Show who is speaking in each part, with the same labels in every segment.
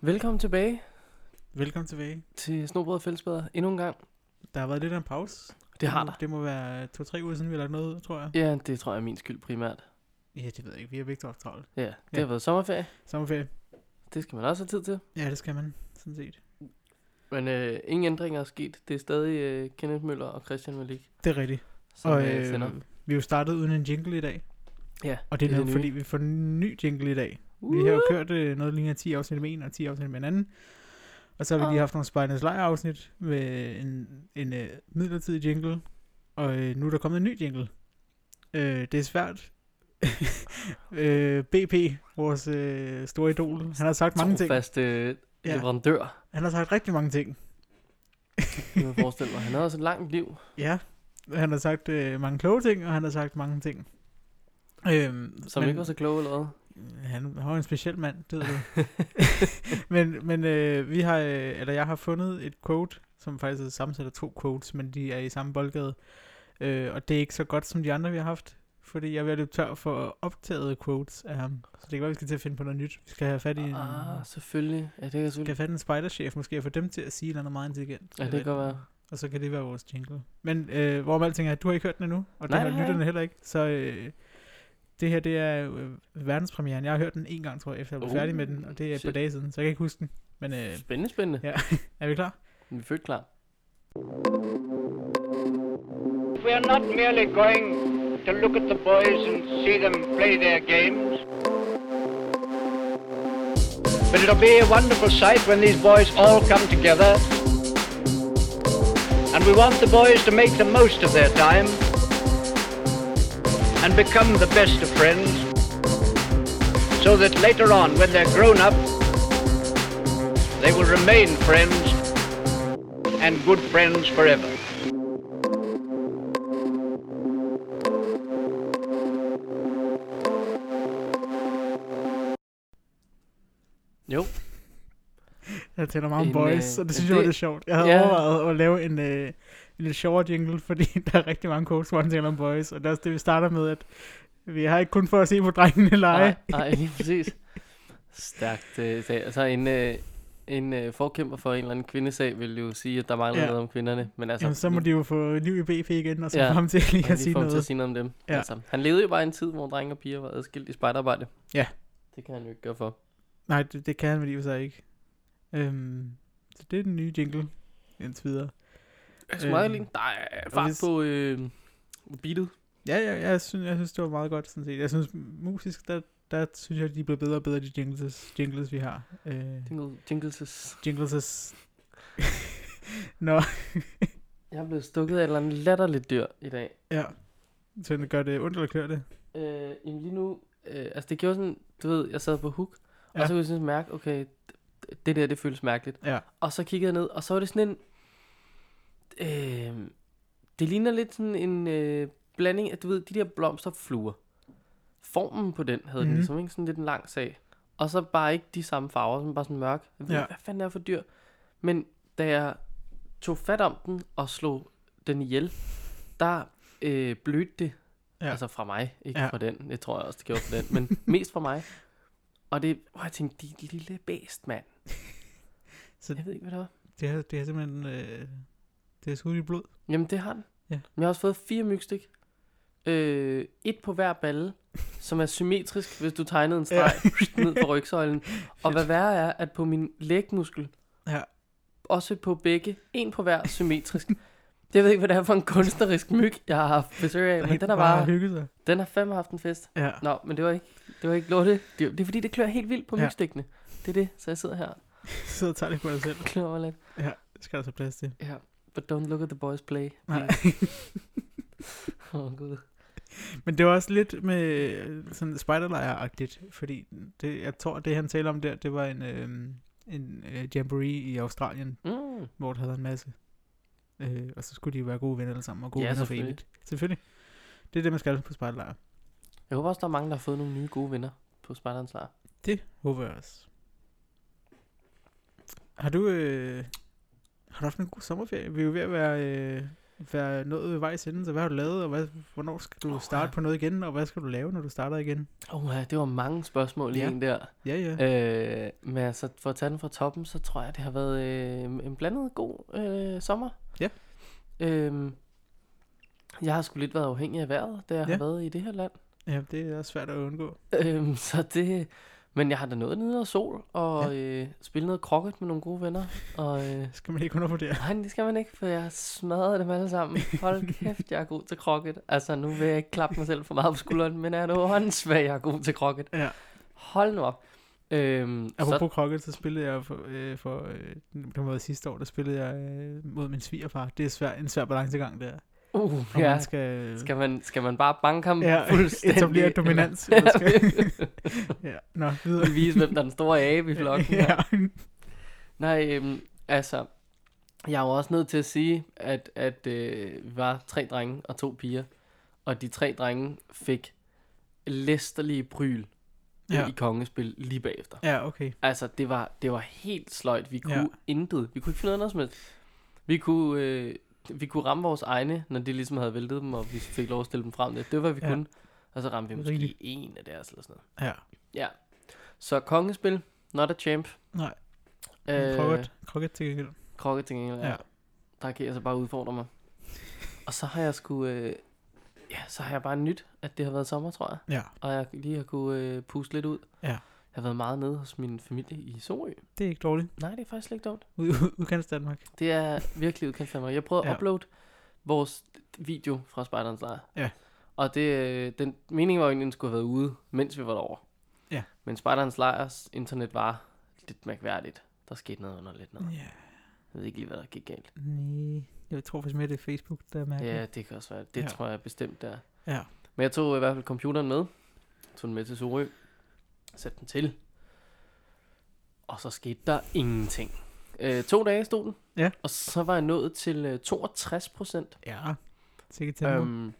Speaker 1: Velkommen tilbage
Speaker 2: Velkommen tilbage.
Speaker 1: til Snobrød og Fællesbader endnu en gang.
Speaker 2: Der har været lidt af en pause.
Speaker 1: Det har
Speaker 2: må,
Speaker 1: der.
Speaker 2: Det må være to-tre uger siden, vi har lagt noget ud, tror jeg.
Speaker 1: Ja, det tror jeg er min skyld primært.
Speaker 2: Ja, det ved jeg ikke. Vi har begge to haft travlt.
Speaker 1: Ja, det
Speaker 2: Ja.
Speaker 1: har været sommerferie.
Speaker 2: Sommerferie.
Speaker 1: Det skal man også have tid til.
Speaker 2: Ja, det skal man, sådan set.
Speaker 1: Men øh, ingen ændringer er sket. Det er stadig øh, Kenneth Møller og Christian Malik,
Speaker 2: Det er rigtigt.
Speaker 1: som og, øh, sender.
Speaker 2: vi er jo startet uden en jingle i dag.
Speaker 1: Ja,
Speaker 2: Og det er,
Speaker 1: det er det
Speaker 2: noget,
Speaker 1: nye.
Speaker 2: fordi vi får en ny jingle i dag. Vi har jo kørt øh, noget lignende 10 afsnit med en og 10 afsnit med en anden. Og så har vi lige
Speaker 1: Ah.
Speaker 2: haft nogle Spejdernes Lejr-afsnit med en, en øh, midlertidig jingle. Og øh, nu er der kommet en ny jingle. Øh, det er svært. øh, BP, vores øh, store idol, han har sagt mange ting.
Speaker 1: Uh, Trofast øh,
Speaker 2: Ja.
Speaker 1: ja. leverandør,
Speaker 2: Han har sagt rigtig mange ting.
Speaker 1: kan man forestille mig. Han havde også et langt liv.
Speaker 2: Ja, han har sagt øh, mange kloge ting, og han har sagt mange ting. Øhm,
Speaker 1: Som men... ikke var så klog eller hvad?
Speaker 2: Han var jo en speciel mand, det ved du. men men øh, vi har, øh, eller jeg har fundet et quote, som faktisk er sammensat af to quotes, men de er i samme boldgade. Øh, og det er ikke så godt som de andre, vi har haft, fordi jeg er ved at løbe tør for optagede quotes af ham. Så det kan være, vi skal til at finde på noget nyt. Vi skal have fat i en,
Speaker 1: Ah, selvfølgelig. Ja, det kan
Speaker 2: skal have
Speaker 1: selvfølgelig.
Speaker 2: fat i en spiderchef, måske, og få dem til at sige noget meget intelligent.
Speaker 1: Ja, det kan godt være.
Speaker 2: Og så kan det være vores jingle. Men øh, hvorom alting er, du har ikke hørt den endnu, og det
Speaker 1: Nej,
Speaker 2: har
Speaker 1: det har jeg
Speaker 2: lytterne heller ikke. Så øh, det her, det er øh, verdenspremieren. Jeg har hørt den en gang, tror jeg, efter jeg blev
Speaker 1: Uh,
Speaker 2: færdig med den, og det er et par
Speaker 1: shit.
Speaker 2: dage siden, så jeg kan ikke huske den. Men øh,
Speaker 1: Spændende, spændende.
Speaker 2: Ja. er vi klar?
Speaker 1: Vi er født klar.
Speaker 3: We are not merely going to look at the boys and see them play their games. But it'll be a wonderful sight when these boys all come together. And we want the boys to make the most of their time and become the best of friends so that later on, when they're grown up, they will remain friends and good friends forever.
Speaker 1: Jo,
Speaker 2: Jeg taler meget om
Speaker 1: En,
Speaker 2: boys,
Speaker 1: øh,
Speaker 2: og det synes
Speaker 1: det-
Speaker 2: jeg var lidt sjovt. Jeg havde
Speaker 1: Ja.
Speaker 2: overvejet at lave en, øh, en lidt sjovere jingle, fordi der er rigtig mange quotes, hvor han taler om boys. Og det er også det, vi starter med, at vi har ikke kun for at se på drengene lege.
Speaker 1: Nej, lige præcis. Stærkt. Øh, sag. altså en, øh, en øh, forkæmper for en eller anden kvindesag vil jo sige, at der mangler
Speaker 2: Ja.
Speaker 1: ja. noget om kvinderne. Men altså,
Speaker 2: Jamen, så må de jo få liv i BP igen, og så
Speaker 1: Ja,
Speaker 2: ja. ham til lige at sige
Speaker 1: Til at
Speaker 2: noget.
Speaker 1: sige noget om dem.
Speaker 2: Ja.
Speaker 1: Ja. Altså, han levede jo bare i en tid, hvor drenge og piger var adskilt i spejderarbejde.
Speaker 2: Ja.
Speaker 1: Det kan han jo ikke gøre for.
Speaker 2: Nej, det, det kan han vel i og for sig ikke. Øhm, så det er den nye jingle, indtil videre.
Speaker 1: Altså,
Speaker 2: Øhm,
Speaker 1: meget lige. Der er
Speaker 2: og
Speaker 1: fart
Speaker 2: hvis-
Speaker 1: på øh, beatet.
Speaker 2: Ja, ja jeg, synes, jeg synes, det var meget godt, sådan set. Jeg synes, musisk, der, der synes jeg, de bliver bedre og bedre, de jingles, jingles vi har. Øh,
Speaker 1: Jingle, jingles.
Speaker 2: jingles is... Nå,
Speaker 1: Jeg er blevet stukket af et eller andet latterligt dyr i dag.
Speaker 2: ja. Så det gør det ondt eller klør det?
Speaker 1: Øh, jamen lige nu, øh, altså det gjorde sådan, du ved, jeg sad på hook, ja.
Speaker 2: Ja.
Speaker 1: og så kunne jeg sådan mærke, okay, d- det der, det føles mærkeligt.
Speaker 2: Ja.
Speaker 1: Og så kiggede jeg ned, og så var det sådan en, øh, det ligner lidt sådan en øh, blanding af, du ved, de der blomsterfluer. Formen på den havde mm.
Speaker 2: Mhm.
Speaker 1: den ligesom, ikke? Sådan lidt en lang sag. Og så bare ikke de samme farver, som bare sådan mørk. Jeg ved,
Speaker 2: Ja.
Speaker 1: ja. Hvad fanden er det for dyr? Men da jeg tog fat om den og slog den ihjel, der øh, blødte det.
Speaker 2: Ja.
Speaker 1: Ja. Altså fra mig, ikke
Speaker 2: Ja.
Speaker 1: ja. fra den. Det tror jeg også, det gjorde fra den. Men mest fra mig. Og det, hvor jeg tænkte, de lille bæst, mand.
Speaker 2: Så-
Speaker 1: Så... Jeg ved ikke, hvad det var.
Speaker 2: Det har, det har simpelthen... Øh, det har skudt i blod.
Speaker 1: Jamen, det har den.
Speaker 2: Ja.
Speaker 1: Men jeg har også fået fire mygstik. Øh, et på hver balle, som er symmetrisk, hvis du tegnede en streg ja. ned på rygsøjlen. Og hvad værre er, at på min lægmuskel,
Speaker 2: Ja.
Speaker 1: også på begge, en på hver, symmetrisk. Jeg ved ikke, hvad det er for en kunstnerisk myg, jeg har haft besøg af, men den har, bare,
Speaker 2: hygget sig.
Speaker 1: den har fandme haft en fest.
Speaker 2: Ja.
Speaker 1: Nå, men det var ikke, det var ikke lorte. Det, det er fordi, det klør helt vildt på
Speaker 2: Ja.
Speaker 1: ja. mygstikkene. Det er det, så jeg sidder her og
Speaker 2: Så tager det på dig selv.
Speaker 1: klør mig lidt.
Speaker 2: Det skal der så plads til.
Speaker 1: Ja. But don't look at the boys play.
Speaker 2: Nej.
Speaker 1: Åh, oh, gud.
Speaker 2: Men det var også lidt med øh, sådan spejderlejr-agtigt, fordi det, jeg tror, det han taler om der, det var en, øh, en øh, jamboree i Australien,
Speaker 1: Mm.
Speaker 2: hvor der havde en masse. Øh, og så skulle de være gode venner alle sammen, og gode
Speaker 1: Ja,
Speaker 2: venner for
Speaker 1: selvfølgelig.
Speaker 2: evigt. Selvfølgelig. Det er det, man skal på spejderlejr.
Speaker 1: Jeg håber også, der er mange, der har fået nogle nye gode venner på Spartans Lejr.
Speaker 2: Det håber jeg også. Har du, øh, har du haft en god sommerferie? Vi er jo ved at være øh, være nået ved vejs ende, så hvad har du lavet, og hvad, hvornår skal du
Speaker 1: Åh,
Speaker 2: starte
Speaker 1: ja.
Speaker 2: på noget igen, og hvad skal du lave, når du starter igen?
Speaker 1: Oh, ja, det var mange spørgsmål i
Speaker 2: Ja.
Speaker 1: en der.
Speaker 2: Ja, ja.
Speaker 1: Øh, men altså, for at tage den fra toppen, så tror jeg, det har været øh, en blandet god øh, sommer.
Speaker 2: Ja.
Speaker 1: Øh, jeg har sgu lidt været afhængig af vejret, da jeg ja.
Speaker 2: Ja.
Speaker 1: har været i det her land.
Speaker 2: Ja, det er også svært at undgå.
Speaker 1: Øhm, så det... Men jeg har da nået ned og sol og ja. øh, spille noget krokket med nogle gode venner. Og, øh,
Speaker 2: Det skal man ikke undervurdere.
Speaker 1: nej, det skal man ikke, for jeg smadrede dem alle sammen. Hold kæft, jeg er god til krokket. Altså, nu vil jeg ikke klappe mig selv for meget på skulderen, men er nu håndsvag, jeg er god til krokket.
Speaker 2: Ja.
Speaker 1: Hold nu op. Øhm, så,
Speaker 2: Apropos krokket, så spillede jeg for, øh, for øh, det må være sidste år, der spillede jeg øh, mod min svigerfar. Det er svær, en svær balancegang der.
Speaker 1: uh,
Speaker 2: Om
Speaker 1: ja,
Speaker 2: man skal,
Speaker 1: skal, man, skal man bare banke ham
Speaker 2: ja,
Speaker 1: fuldstændig?
Speaker 2: etablere
Speaker 1: eller-
Speaker 2: dominans.
Speaker 1: Ja,
Speaker 2: Eller skal, ja, nå, videre.
Speaker 1: vise, hvem der er den store abe i flokken.
Speaker 2: ja.
Speaker 1: Nej, øhm, altså, jeg er jo også nødt til at sige, at, at øh, vi var tre drenge og to piger, og de tre drenge fik læsterlige bryl ja.
Speaker 2: Ja.
Speaker 1: i kongespil lige bagefter.
Speaker 2: ja, okay.
Speaker 1: Altså, det var, det var helt sløjt. Vi kunne
Speaker 2: Ja.
Speaker 1: ja. intet. Vi kunne ikke finde ud af noget som helst. Vi kunne, øh, vi kunne ramme vores egne, når de ligesom havde væltet dem, og vi fik lov at stille dem frem. Det, det var, vi
Speaker 2: Ja.
Speaker 1: ja. kunne. Og så ramte vi måske
Speaker 2: Rigeligt.
Speaker 1: en af deres eller sådan noget.
Speaker 2: Ja.
Speaker 1: Ja. Så kongespil, not a champ.
Speaker 2: Nej.
Speaker 1: Øh,
Speaker 2: Krokket, krokket til gengæld.
Speaker 1: Krokke til gengæld, ja.
Speaker 2: Ja.
Speaker 1: ja. Der kan jeg så bare udfordre mig. Og så har jeg sgu... Øh, ja, så har jeg bare nyt, at det har været sommer, tror jeg.
Speaker 2: Ja,
Speaker 1: Og jeg lige har kunne øh, puste lidt ud.
Speaker 2: Ja.
Speaker 1: Jeg har været meget nede hos min familie i Sorø.
Speaker 2: det er ikke dårligt.
Speaker 1: Nej, det er faktisk slet ikke dumt.
Speaker 2: Ud- Udkants Danmark.
Speaker 1: Det er virkelig udkendt for mig. Jeg prøvede ja.
Speaker 2: Ja.
Speaker 1: at uploade vores video fra Spejderens Lejr.
Speaker 2: Ja.
Speaker 1: Og det, øh, den meningen var jo egentlig, at den skulle have været ude, mens vi var derovre.
Speaker 2: Ja.
Speaker 1: Men Spejderens Lejrs internet var lidt mærkværdigt. Der skete noget underligt noget.
Speaker 2: Ja.
Speaker 1: Jeg ved ikke lige, hvad der gik galt.
Speaker 2: Nej. Jeg tror faktisk mere, det er Facebook, der er mærkeligt.
Speaker 1: Ja, det kan også være. Det
Speaker 2: Ja.
Speaker 1: ja. tror jeg bestemt, der.
Speaker 2: Ja.
Speaker 1: Men jeg tog i hvert fald computeren med. Tog den med til Sorø. Satte den til. Og så skete der ingenting. Øh, to dage stod den.
Speaker 2: Ja.
Speaker 1: Og så var jeg nået til øh, 62 procent.
Speaker 2: Ja. Sikkert til øhm.
Speaker 1: Øhm,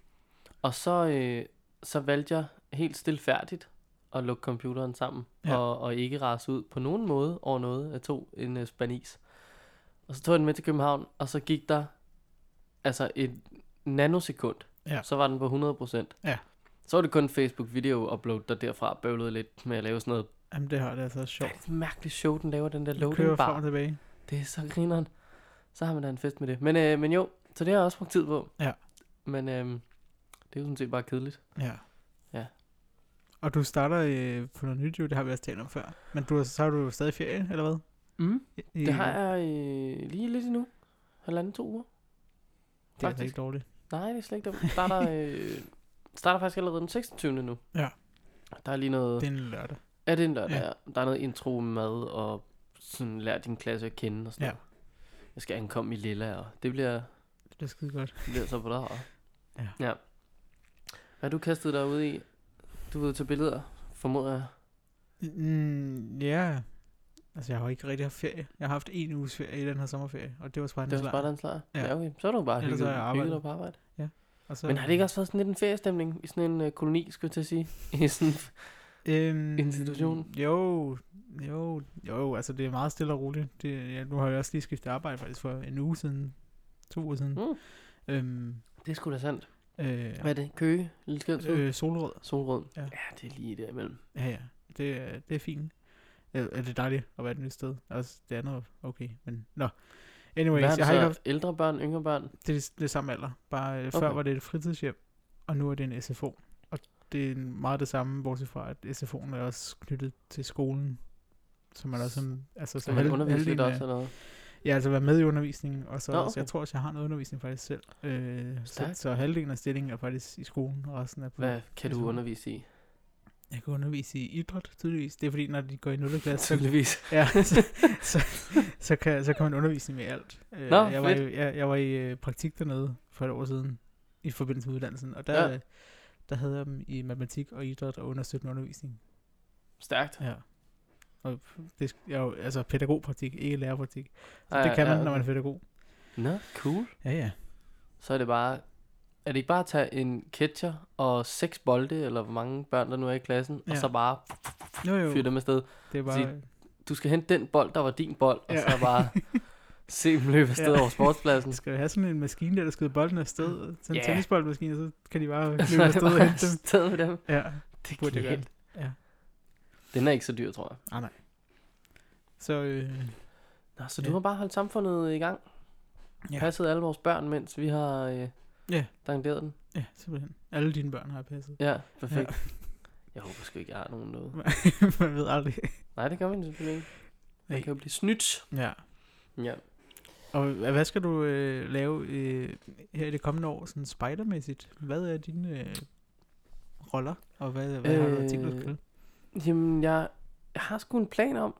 Speaker 1: og så, øh, så valgte jeg helt stilfærdigt at lukke computeren sammen.
Speaker 2: Ja.
Speaker 1: Ja. Og, og ikke rase ud på nogen måde over noget. Jeg tog en øh, spanis. Og så tog jeg den med til København. Og så gik der altså et nanosekund
Speaker 2: Ja.
Speaker 1: så var den på 100%.
Speaker 2: Ja.
Speaker 1: Så var det kun Facebook video upload, der derfra bøvlede lidt med at lave sådan noget.
Speaker 2: Jamen, det har det altså også
Speaker 1: Det
Speaker 2: sjovt.
Speaker 1: er et mærkeligt show, den laver, den der
Speaker 2: Du kører
Speaker 1: loading
Speaker 2: frem
Speaker 1: bar.
Speaker 2: og tilbage.
Speaker 1: Det er så grineren. Så har man da en fest med det. Men, øh, men jo, så det har jeg også brugt tid på.
Speaker 2: Ja.
Speaker 1: Men øh, det er jo sådan set bare kedeligt.
Speaker 2: Ja.
Speaker 1: Ja.
Speaker 2: Og du starter øh, på noget nyt, jo, det har vi også talt om før. Men du, har- så har du stadig ferie, eller hvad?
Speaker 1: Mm.
Speaker 2: I,
Speaker 1: Det har jeg øh, lige lidt endnu. Halvanden to uger.
Speaker 2: Det er altså
Speaker 1: faktisk.
Speaker 2: ikke dårligt.
Speaker 1: Nej, det er slet ikke dumt. Starter, øh, starter faktisk allerede den 26. nu.
Speaker 2: Ja.
Speaker 1: Der er lige noget...
Speaker 2: Det er en lørdag.
Speaker 1: Er det en lørdag?
Speaker 2: Ja.
Speaker 1: Ja. Der er noget intro med mad og sådan lær din klasse at kende og sådan
Speaker 2: Ja.
Speaker 1: ja. Jeg skal ankomme i Lilla, og det bliver,
Speaker 2: Det er skide godt.
Speaker 1: det bliver så på dig.
Speaker 2: Ja.
Speaker 1: ja. Hvad har du kastet dig ud i? Du ved til billeder, formoder jeg.
Speaker 2: Mm, ja. Altså, jeg har jo ikke rigtig haft ferie. Jeg har haft en uges ferie i den her sommerferie, og det var
Speaker 1: Det
Speaker 2: Spartans
Speaker 1: var bare dans lejr.
Speaker 2: Ja.
Speaker 1: Ja. ja. okay. Så er du bare
Speaker 2: Ellers har
Speaker 1: hygget,
Speaker 2: jeg
Speaker 1: hygget
Speaker 2: arbejdet.
Speaker 1: dig på arbejde.
Speaker 2: Og så,
Speaker 1: Men har det ikke også været sådan lidt en feriestemning i sådan en øh, koloni, skulle jeg til at sige? I sådan,
Speaker 2: øhm,
Speaker 1: institution?
Speaker 2: Jo, jo, jo, altså det er meget stille og roligt. Det, ja, nu har jeg også lige skiftet arbejde faktisk for en uge siden, to uger siden.
Speaker 1: Mm.
Speaker 2: Øhm,
Speaker 1: det er sgu da sandt.
Speaker 2: øh,
Speaker 1: Hvad er det? Køge? Lille Skældsø? Øh.
Speaker 2: øh, solrød.
Speaker 1: Solrød?
Speaker 2: Ja.
Speaker 1: Ja. ja. det er lige derimellem.
Speaker 2: Ja, ja, det, er- det er fint. Øh, er det dejligt at være et nyt sted? Også det andet, okay, men nå. Anyways,
Speaker 1: Hvad er det
Speaker 2: jeg har ikke haft
Speaker 1: så? Ældre børn, yngre børn?
Speaker 2: Det er det samme alder. Bare okay. før
Speaker 1: Okay.
Speaker 2: var det et fritidshjem, og nu er det en SFO. Og det er meget det samme, bortset fra, at SFO'en er også knyttet til skolen. Så man også... Altså,
Speaker 1: Så man
Speaker 2: halv-
Speaker 1: underviser lidt
Speaker 2: halvdelen af-
Speaker 1: også eller noget?
Speaker 2: Ja, altså være med i undervisningen. Og så,
Speaker 1: Nå,
Speaker 2: okay. så
Speaker 1: okay.
Speaker 2: jeg tror også, jeg har noget undervisning faktisk selv. Øh, så,
Speaker 1: Stærkt.
Speaker 2: så halvdelen af stillingen er faktisk i skolen, og resten er på...
Speaker 1: Hvad kan du
Speaker 2: SFO.
Speaker 1: undervise i?
Speaker 2: Jeg kan undervise i idræt, tydeligvis. Det er fordi, når de går i 0. klasse, så
Speaker 1: Tydeligvis.
Speaker 2: Ja, så, så, så, kan, så kan man undervise med alt. Øh,
Speaker 1: Nå,
Speaker 2: jeg, var
Speaker 1: fedt.
Speaker 2: i, jeg, jeg var i øh, praktik dernede for et år siden, i forbindelse med uddannelsen, og der,
Speaker 1: Ja.
Speaker 2: ja. der havde jeg dem i matematik og idræt og understøttende undervisning.
Speaker 1: Stærkt.
Speaker 2: Ja. Og det, jeg, er jo- altså pædagogpraktik, ikke lærerpraktik. Så
Speaker 1: Ej,
Speaker 2: det kan
Speaker 1: ja,
Speaker 2: man, når man
Speaker 1: okay.
Speaker 2: er pædagog.
Speaker 1: Nå, cool.
Speaker 2: Ja, ja.
Speaker 1: Så er det bare... Er det ikke bare at tage en catcher og seks bolde, eller hvor mange børn der nu er i klassen, ja.
Speaker 2: Ja.
Speaker 1: og så bare
Speaker 2: Jo, jo.
Speaker 1: fyre dem afsted?
Speaker 2: Det er bare...
Speaker 1: Du skal hente den bold, der var din bold, og
Speaker 2: Ja.
Speaker 1: så bare Se dem løbe afsted
Speaker 2: Ja.
Speaker 1: over sportspladsen.
Speaker 2: Skal vi have sådan en maskine der, der skyder bolden afsted? Sådan en
Speaker 1: Ja.
Speaker 2: yeah. tennisboldmaskine, så kan de bare
Speaker 1: Så
Speaker 2: løbe
Speaker 1: er det
Speaker 2: afsted og
Speaker 1: bare
Speaker 2: hente dem.
Speaker 1: afsted med dem.
Speaker 2: Ja,
Speaker 1: Det
Speaker 2: burde
Speaker 1: burde
Speaker 2: det gøre.
Speaker 1: jeg
Speaker 2: Ja.
Speaker 1: Den er ikke så dyr, tror jeg.
Speaker 2: Ah, nej. Så øh,
Speaker 1: Nå, så du
Speaker 2: Ja.
Speaker 1: har bare holdt samfundet i gang.
Speaker 2: Ja.
Speaker 1: Ja. Passet alle vores børn, mens vi har øh,
Speaker 2: Ja.
Speaker 1: dankeret den.
Speaker 2: ja, simpelthen. Alle dine børn har jeg passet.
Speaker 1: Ja, perfekt. Ja. Jeg håber sgu ikke, jeg har nogen noget.
Speaker 2: Man ved aldrig.
Speaker 1: Nej, det gør vi selvfølgelig ikke.
Speaker 2: Nej.
Speaker 1: Man kan jo blive snydt.
Speaker 2: Ja.
Speaker 1: Ja.
Speaker 2: Og h- hvad skal du øh, lave øh, her i det kommende år, sådan spidermæssigt? Hvad er dine øh, roller, og hvad, hvad øh, har du tænkt dig at
Speaker 1: Øh,
Speaker 2: spille?
Speaker 1: Jamen, jeg, jeg har sgu en plan om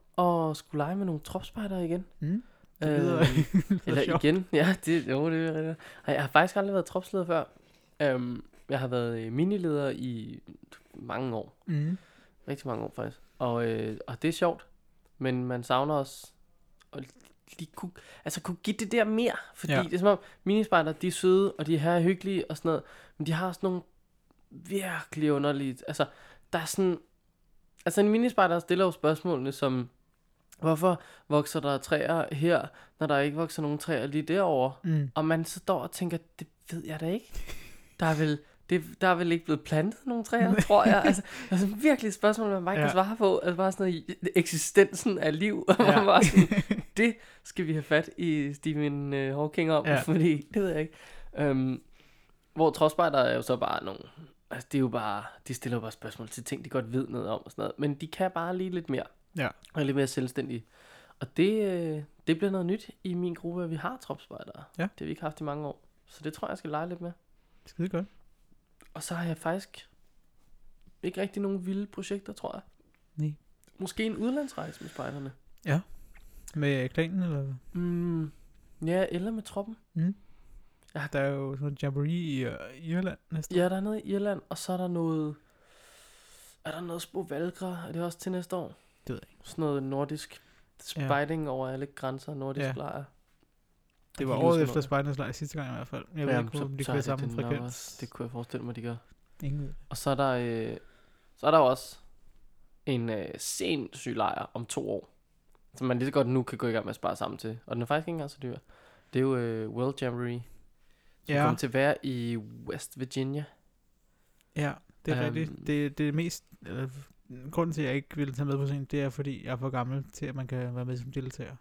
Speaker 1: at skulle lege med nogle tropspejdere igen. Øhm,
Speaker 2: Mm? Det lyder, lyder
Speaker 1: øh, Eller
Speaker 2: sjovt.
Speaker 1: igen, ja, det, jo, det er rigtigt. Ej, Jeg har faktisk aldrig været tropsleder før. Øhm, jeg har været øh, minileder i mange år.
Speaker 2: Mm.
Speaker 1: Rigtig mange år faktisk. Og, øh, og det er sjovt, men man savner også at lige kunne, altså kunne give det der mere. Fordi
Speaker 2: Ja.
Speaker 1: ja. det er som om, minispejder, de er søde, og de er her hyggelige og sådan noget. Men de har også nogle virkelig underlige... Altså, der er sådan... Altså, en minispejder stiller jo spørgsmålene som... Hvorfor vokser der træer her, når der ikke vokser nogen træer lige derovre?
Speaker 2: Mm.
Speaker 1: Og man så står og tænker, det ved jeg da ikke. Der er vel, det, der er vel ikke blevet plantet nogle træer, tror jeg. Altså, det er sådan virkelig et spørgsmål, man bare ikke ja.
Speaker 2: Ja.
Speaker 1: kan svare på. Altså bare sådan noget, i- eksistensen af liv. Og
Speaker 2: Ja.
Speaker 1: man bare sådan, det skal vi have fat i Stephen øh, Hawking om,
Speaker 2: Ja.
Speaker 1: ja. fordi det ved jeg ikke. Øhm, hvor trådspejder er jo så bare nogle... Altså, det er jo bare, de stiller jo bare spørgsmål til ting, de godt ved noget om og sådan noget. Men de kan bare lige lidt mere.
Speaker 2: Ja.
Speaker 1: Og er lidt mere selvstændige. Og det, øh, det bliver noget nyt i min gruppe, at vi har tropspejdere.
Speaker 2: Ja.
Speaker 1: Det har vi ikke haft i mange år. Så det tror jeg, jeg skal lege lidt med.
Speaker 2: Skide godt.
Speaker 1: Og så har jeg faktisk ikke rigtig nogen vilde projekter, tror jeg.
Speaker 2: Nej.
Speaker 1: Måske en udlandsrejse med spejderne.
Speaker 2: Med klanen, eller hvad?
Speaker 1: Mm, ja, eller med troppen.
Speaker 2: Der er jo sådan en jamboree i øh, Irland næste
Speaker 1: Ja, der er noget i Irland, og så er der noget... Er der noget Spovalgra? Er det også til næste år?
Speaker 2: Det ved jeg
Speaker 1: ikke. Sådan noget nordisk spejding ja. over alle grænser, nordisk
Speaker 2: Ja.
Speaker 1: ja. lejr.
Speaker 2: Det var
Speaker 1: kan
Speaker 2: året
Speaker 1: lyde
Speaker 2: efter
Speaker 1: som
Speaker 2: Spejdernes lejr sidste gang i hvert fald. Jeg ved
Speaker 1: Jamen,
Speaker 2: ikke, om de
Speaker 1: er
Speaker 2: kører
Speaker 1: det
Speaker 2: samme
Speaker 1: den nok
Speaker 2: frekvens.
Speaker 1: også. Det kunne jeg forestille mig, de gør.
Speaker 2: Ingen ved.
Speaker 1: Og så er der, øh, så er der jo også en øh, sindssyg lejr om to år, som man lige så godt nu kan gå i gang med at spare sammen til. Og den er faktisk ikke engang så dyr. Det er jo øh, World Jamboree, som
Speaker 2: Ja,
Speaker 1: kommer til at være i West Virginia.
Speaker 2: ja, det er
Speaker 1: Øhm.
Speaker 2: rigtigt. Det, det er mest... Eller, grunden til, at jeg ikke ville tage med på scenen, det er, fordi jeg er for gammel til, at man kan være med som deltager.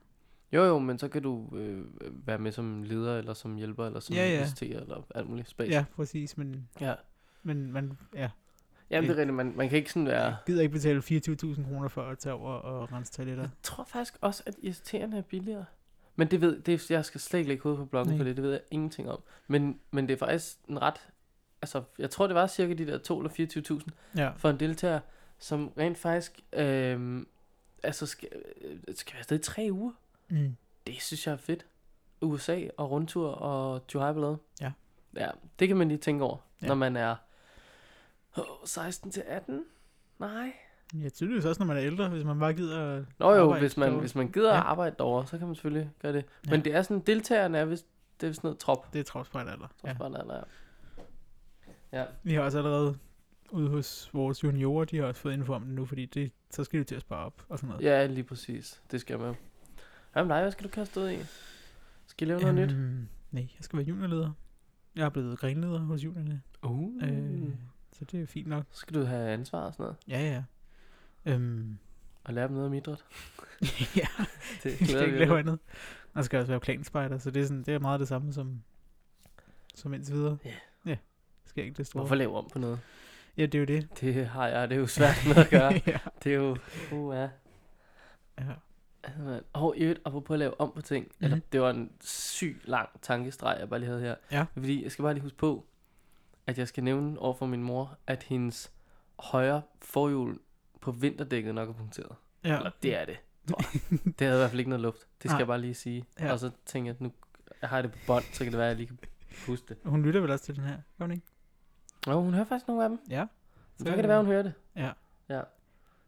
Speaker 1: Jo jo, men så kan du øh, være med som leder, eller som hjælper, eller som
Speaker 2: Ja, ja.
Speaker 1: visiterer, eller alt muligt space.
Speaker 2: Ja, præcis, men,
Speaker 1: ja.
Speaker 2: men man, ja,
Speaker 1: Jamen det er rigtigt, man, man kan ikke sådan være...
Speaker 2: jeg gider ikke betale 24.000 kroner for at tage over og rense toiletter.
Speaker 1: Jeg tror faktisk også, at irriterende er billigere. Men det ved, det er, jeg skal slet ikke lægge hovedet på bloggen
Speaker 2: Nej.
Speaker 1: for det, det ved jeg ingenting om. Men, men det er faktisk en ret, altså jeg tror det var cirka de der 2 eller 24.000
Speaker 2: Ja,
Speaker 1: for en deltager, som rent faktisk, øh, altså skal, øh, skal være afsted i tre uger.
Speaker 2: mm.
Speaker 1: Det synes jeg er fedt. USA og rundtur og Dubai Ballade.
Speaker 2: Ja.
Speaker 1: Ja, det kan man lige tænke over,
Speaker 2: Ja.
Speaker 1: ja. når man er åh, 16 til 18. Nej.
Speaker 2: ja tydeligvis også, når man er ældre, hvis man bare gider... at
Speaker 1: Nå jo,
Speaker 2: arbejde
Speaker 1: hvis man,
Speaker 2: derovre.
Speaker 1: hvis man gider ja.
Speaker 2: Ja.
Speaker 1: at arbejde derovre, så kan man selvfølgelig gøre det. Men
Speaker 2: Ja.
Speaker 1: det er sådan, deltagerne er vist, det er vist noget trop.
Speaker 2: Det er tropspejler, eller?
Speaker 1: Ja.
Speaker 2: Ja.
Speaker 1: Eller, ja.
Speaker 2: Vi har også allerede ude hos vores juniorer, de har også fået info om det nu, fordi det, så skal de til at spare op og sådan noget.
Speaker 1: ja, lige præcis. Det skal man. Jamen nej, hvad skal du kaste ud i? Skal I lave noget nyt?
Speaker 2: Øhm, Nej, jeg skal være juniorleder. Jeg er blevet grenleder hos juniorerne,
Speaker 1: Uh.
Speaker 2: øh. så det er fint nok.
Speaker 1: Så skal du have ansvar og sådan noget.
Speaker 2: Ja, ja. Øhm,
Speaker 1: Og lære dem noget om idræt.
Speaker 2: ja,
Speaker 1: Det
Speaker 2: jeg skal
Speaker 1: glæder vi
Speaker 2: ikke
Speaker 1: os
Speaker 2: lave
Speaker 1: til.
Speaker 2: andet. Og så skal jeg også være planspejder, så det er, sådan, det er meget det samme som, som indtil videre.
Speaker 1: Ja.
Speaker 2: Ja, skal jeg ikke det store.
Speaker 1: Hvorfor lave om på noget?
Speaker 2: Ja, det er jo det.
Speaker 1: Det har jeg, det er jo svært noget at gøre.
Speaker 2: ja.
Speaker 1: Det er jo, uh, ja.
Speaker 2: ja.
Speaker 1: Altså, mand. Og i øvrigt, apropos at lave om på ting, mm-hmm. eller,
Speaker 2: Mhm.
Speaker 1: det var en syg lang tankestreg, jeg bare lige havde her.
Speaker 2: Ja.
Speaker 1: Fordi jeg skal bare lige huske på, at jeg skal nævne over for min mor, at hendes højre forhjul på vinterdækket nok er punkteret. Ja.
Speaker 2: ja.
Speaker 1: Eller det er det, tror jeg. det havde i hvert fald ikke noget luft. Det skal
Speaker 2: Nej.
Speaker 1: jeg bare lige sige.
Speaker 2: Ja.
Speaker 1: Ja. Og så tænker jeg, at nu har jeg det på bånd, så kan det være, at jeg lige kan huske det.
Speaker 2: Hun lytter vel også til den her, gør hun ikke?
Speaker 1: Nå, hun hører faktisk nogle af dem.
Speaker 2: Ja.
Speaker 1: Så kan det være, hun hører det.
Speaker 2: Ja.
Speaker 1: ja.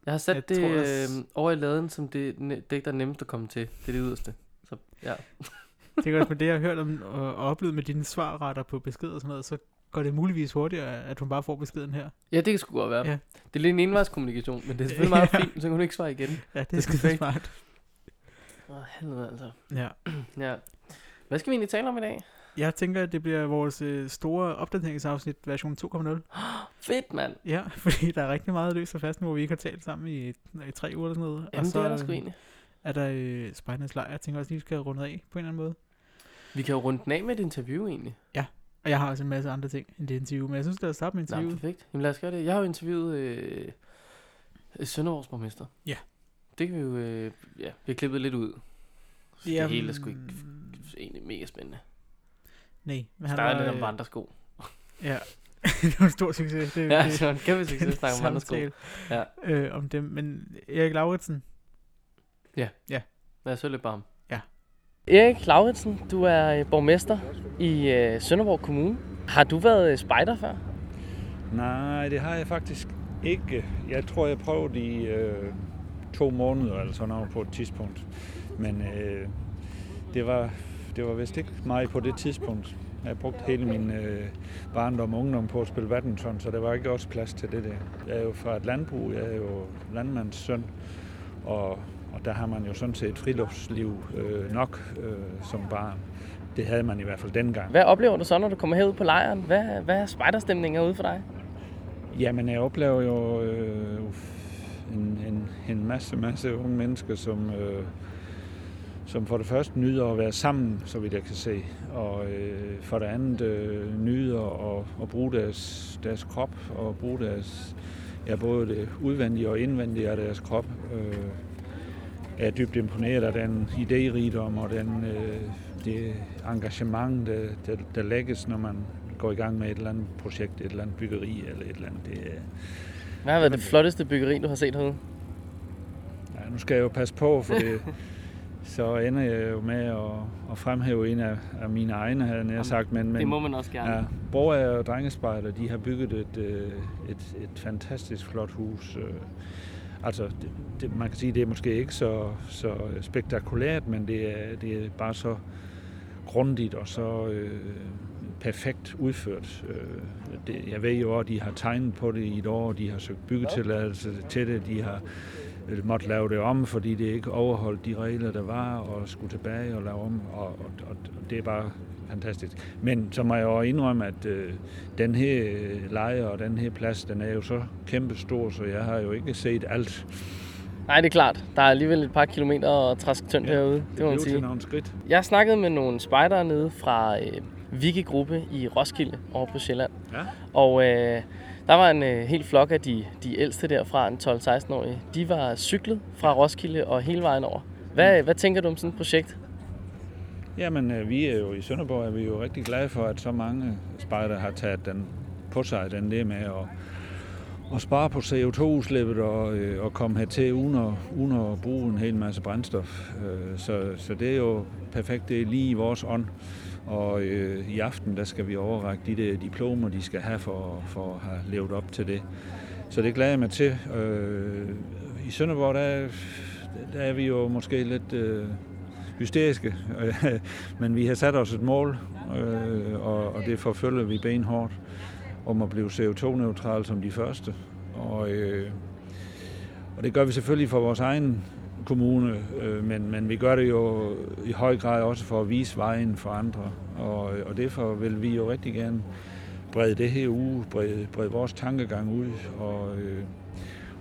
Speaker 1: Jeg har sat
Speaker 2: Jeg
Speaker 1: jeg det
Speaker 2: tror
Speaker 1: tror,
Speaker 2: også-
Speaker 1: øh, over i laden, som det ne- dæk, der er nemmest at komme til. Det er det yderste. Så ja.
Speaker 2: Det er godt, men det jeg har hørt om og, og oplevet med dine svarretter på beskeder og sådan noget, så går det muligvis hurtigere, at hun bare får beskeden her.
Speaker 1: Ja, det kan sgu godt være.
Speaker 2: Ja.
Speaker 1: Ja. Det er lidt en envejskommunikation, men det er selvfølgelig
Speaker 2: Ja.
Speaker 1: meget fint, så kan hun ikke svare igen.
Speaker 2: Ja, det,
Speaker 1: Det
Speaker 2: er
Speaker 1: er
Speaker 2: skide
Speaker 1: perfekt.
Speaker 2: smart.
Speaker 1: Åh, helvede altså.
Speaker 2: Ja.
Speaker 1: Ja. Hvad skal vi egentlig tale om i dag?
Speaker 2: Jeg tænker, at det bliver vores øh, store opdateringsafsnit version 2.0.
Speaker 1: Fedt, mand.
Speaker 2: Ja, fordi der er rigtig meget løs og fast nu, hvor vi ikke har talt sammen i, i tre uger eller sådan noget.
Speaker 1: Jamen,
Speaker 2: og så
Speaker 1: det er der sgu
Speaker 2: øh,
Speaker 1: egentlig.
Speaker 2: er der øh, Spejdernes Lejr. Jeg tænker også, at vi skal have rundet af på en eller anden måde.
Speaker 1: Vi kan jo runde den af med et interview, egentlig.
Speaker 2: Og jeg har også en masse andre ting end det interview, men jeg synes, lad os starte med
Speaker 1: Nej,
Speaker 2: interviewet.
Speaker 1: perfekt. Jamen, lad os gøre det. Jeg har jo interviewet øh, Sønderborgs borgmester.
Speaker 2: Ja.
Speaker 1: Det kan vi jo... Øh, ja, vi har klippet lidt ud. Så det hele er sgu ikke egentlig mega spændende.
Speaker 2: mm, Nej, men
Speaker 1: Han
Speaker 2: han
Speaker 1: snakker
Speaker 2: var,
Speaker 1: lidt om
Speaker 2: øh,
Speaker 1: vandresko.
Speaker 2: Ja, det var en stor succes. Det,
Speaker 1: Ja,
Speaker 2: det-
Speaker 1: det var en kæmpe
Speaker 2: den
Speaker 1: succes at snakke om vandresko.
Speaker 2: samtale,
Speaker 1: Ja.
Speaker 2: Øh, om dem, men Erik Lauritsen,
Speaker 1: Lad os høre lidt på ham.
Speaker 2: Ja.
Speaker 1: Erik Lauritsen, du er øh, borgmester i øh, Sønderborg Kommune. Har du været øh, spejder før?
Speaker 4: Nej, det har jeg faktisk ikke. Jeg tror, jeg prøvede i øh, to måneder eller sådan noget på et tidspunkt. Men øh, det, var, det var vist ikke mig på det tidspunkt. Jeg brugte hele min øh, barndom og ungdom på at spille badminton, så der var ikke også plads til det der. Jeg er jo fra et landbrug, jeg er jo landmands søn, og, og der har man jo sådan set friluftsliv øh, nok øh, som barn. Det havde man i hvert fald dengang.
Speaker 1: Hvad oplever du så, når du kommer herud på lejren? Hvad, hvad er spejderstemningen herude for dig?
Speaker 4: Jamen, jeg oplever jo øh, en, en, en masse, masse unge mennesker, som, øh, som for det første nyder at være sammen, så vidt jeg kan se, og øh, for det andet øh, nyder at, at bruge deres, deres krop og bruge deres, ja, både det udvendige og indvendige af deres krop. Øh, jeg er dybt imponeret af den idérigdom og den, øh, det engagement, der, der, der lægges, når man går i gang med et eller andet projekt, et eller andet byggeri eller et eller andet. Det, er-
Speaker 1: Hvad har været det flotteste byggeri, du har set herude?
Speaker 4: ja, nu skal jeg jo passe på, for det, så ender jeg jo med at, at fremhæve en af, af mine egne, havde jeg nær sagt. Men, men,
Speaker 1: man også
Speaker 4: Ja, Borger og Drengespejder, de har bygget et, øh, et, et fantastisk flot hus. øh. Altså, det, det, man kan sige, det er måske ikke så, så spektakulært, men det er, det er bare så grundigt og så øh, perfekt udført. Øh, det, jeg ved jo, at de har tegnet på det i et år, de har søgt byggetilladelse til det, de har øh, måtte lave det om, fordi det ikke overholdt de regler, der var, og skulle tilbage og lave om, og, og, og det er bare fantastisk. Men så må jeg jo indrømme, at øh, den her øh, lejr og den her plads, den er jo så kæmpestor, så jeg har jo ikke set alt.
Speaker 1: Nej, det er klart. Der er alligevel et par kilometer at træske tyndt ja,
Speaker 4: Ja,
Speaker 1: herude, det må man
Speaker 4: blev til
Speaker 1: sige.
Speaker 4: nogle skridt.
Speaker 1: Jeg snakkede med nogle spejdere nede fra øh, Wiki-gruppe i Roskilde over på Sjælland.
Speaker 4: Ja.
Speaker 1: Og øh, der var en øh, hel flok af de, de ældste derfra, en 12-16-årige. De var cyklet fra Roskilde og hele vejen over. Hvad, hvad tænker du om sådan et projekt?
Speaker 4: Jamen, øh, vi er jo i Sønderborg, er vi jo rigtig glade for, at så mange spejder har taget den på sig, den der med at, at spare på CO2-udslippet og, øh, og komme hertil uden at, uden at bruge en hel masse brændstof. Øh, så, så det er jo perfekt, det er lige i vores ånd. Og øh, i aften, der skal vi overrække de der diplomer, de skal have for, for at have levet op til det. Så det glæder jeg mig til. Øh, I Sønderborg, der, der er vi jo måske lidt... Øh, hysteriske, øh, men vi har sat os et mål, øh, og, og det forfølger vi benhårdt, om at blive CO2-neutrale som de første. Og, øh, og det gør vi selvfølgelig for vores egen kommune, øh, men, men vi gør det jo i høj grad også for at vise vejen for andre, og, og derfor vil vi jo rigtig gerne brede det her uge, brede, brede vores tankegang ud, og... Øh,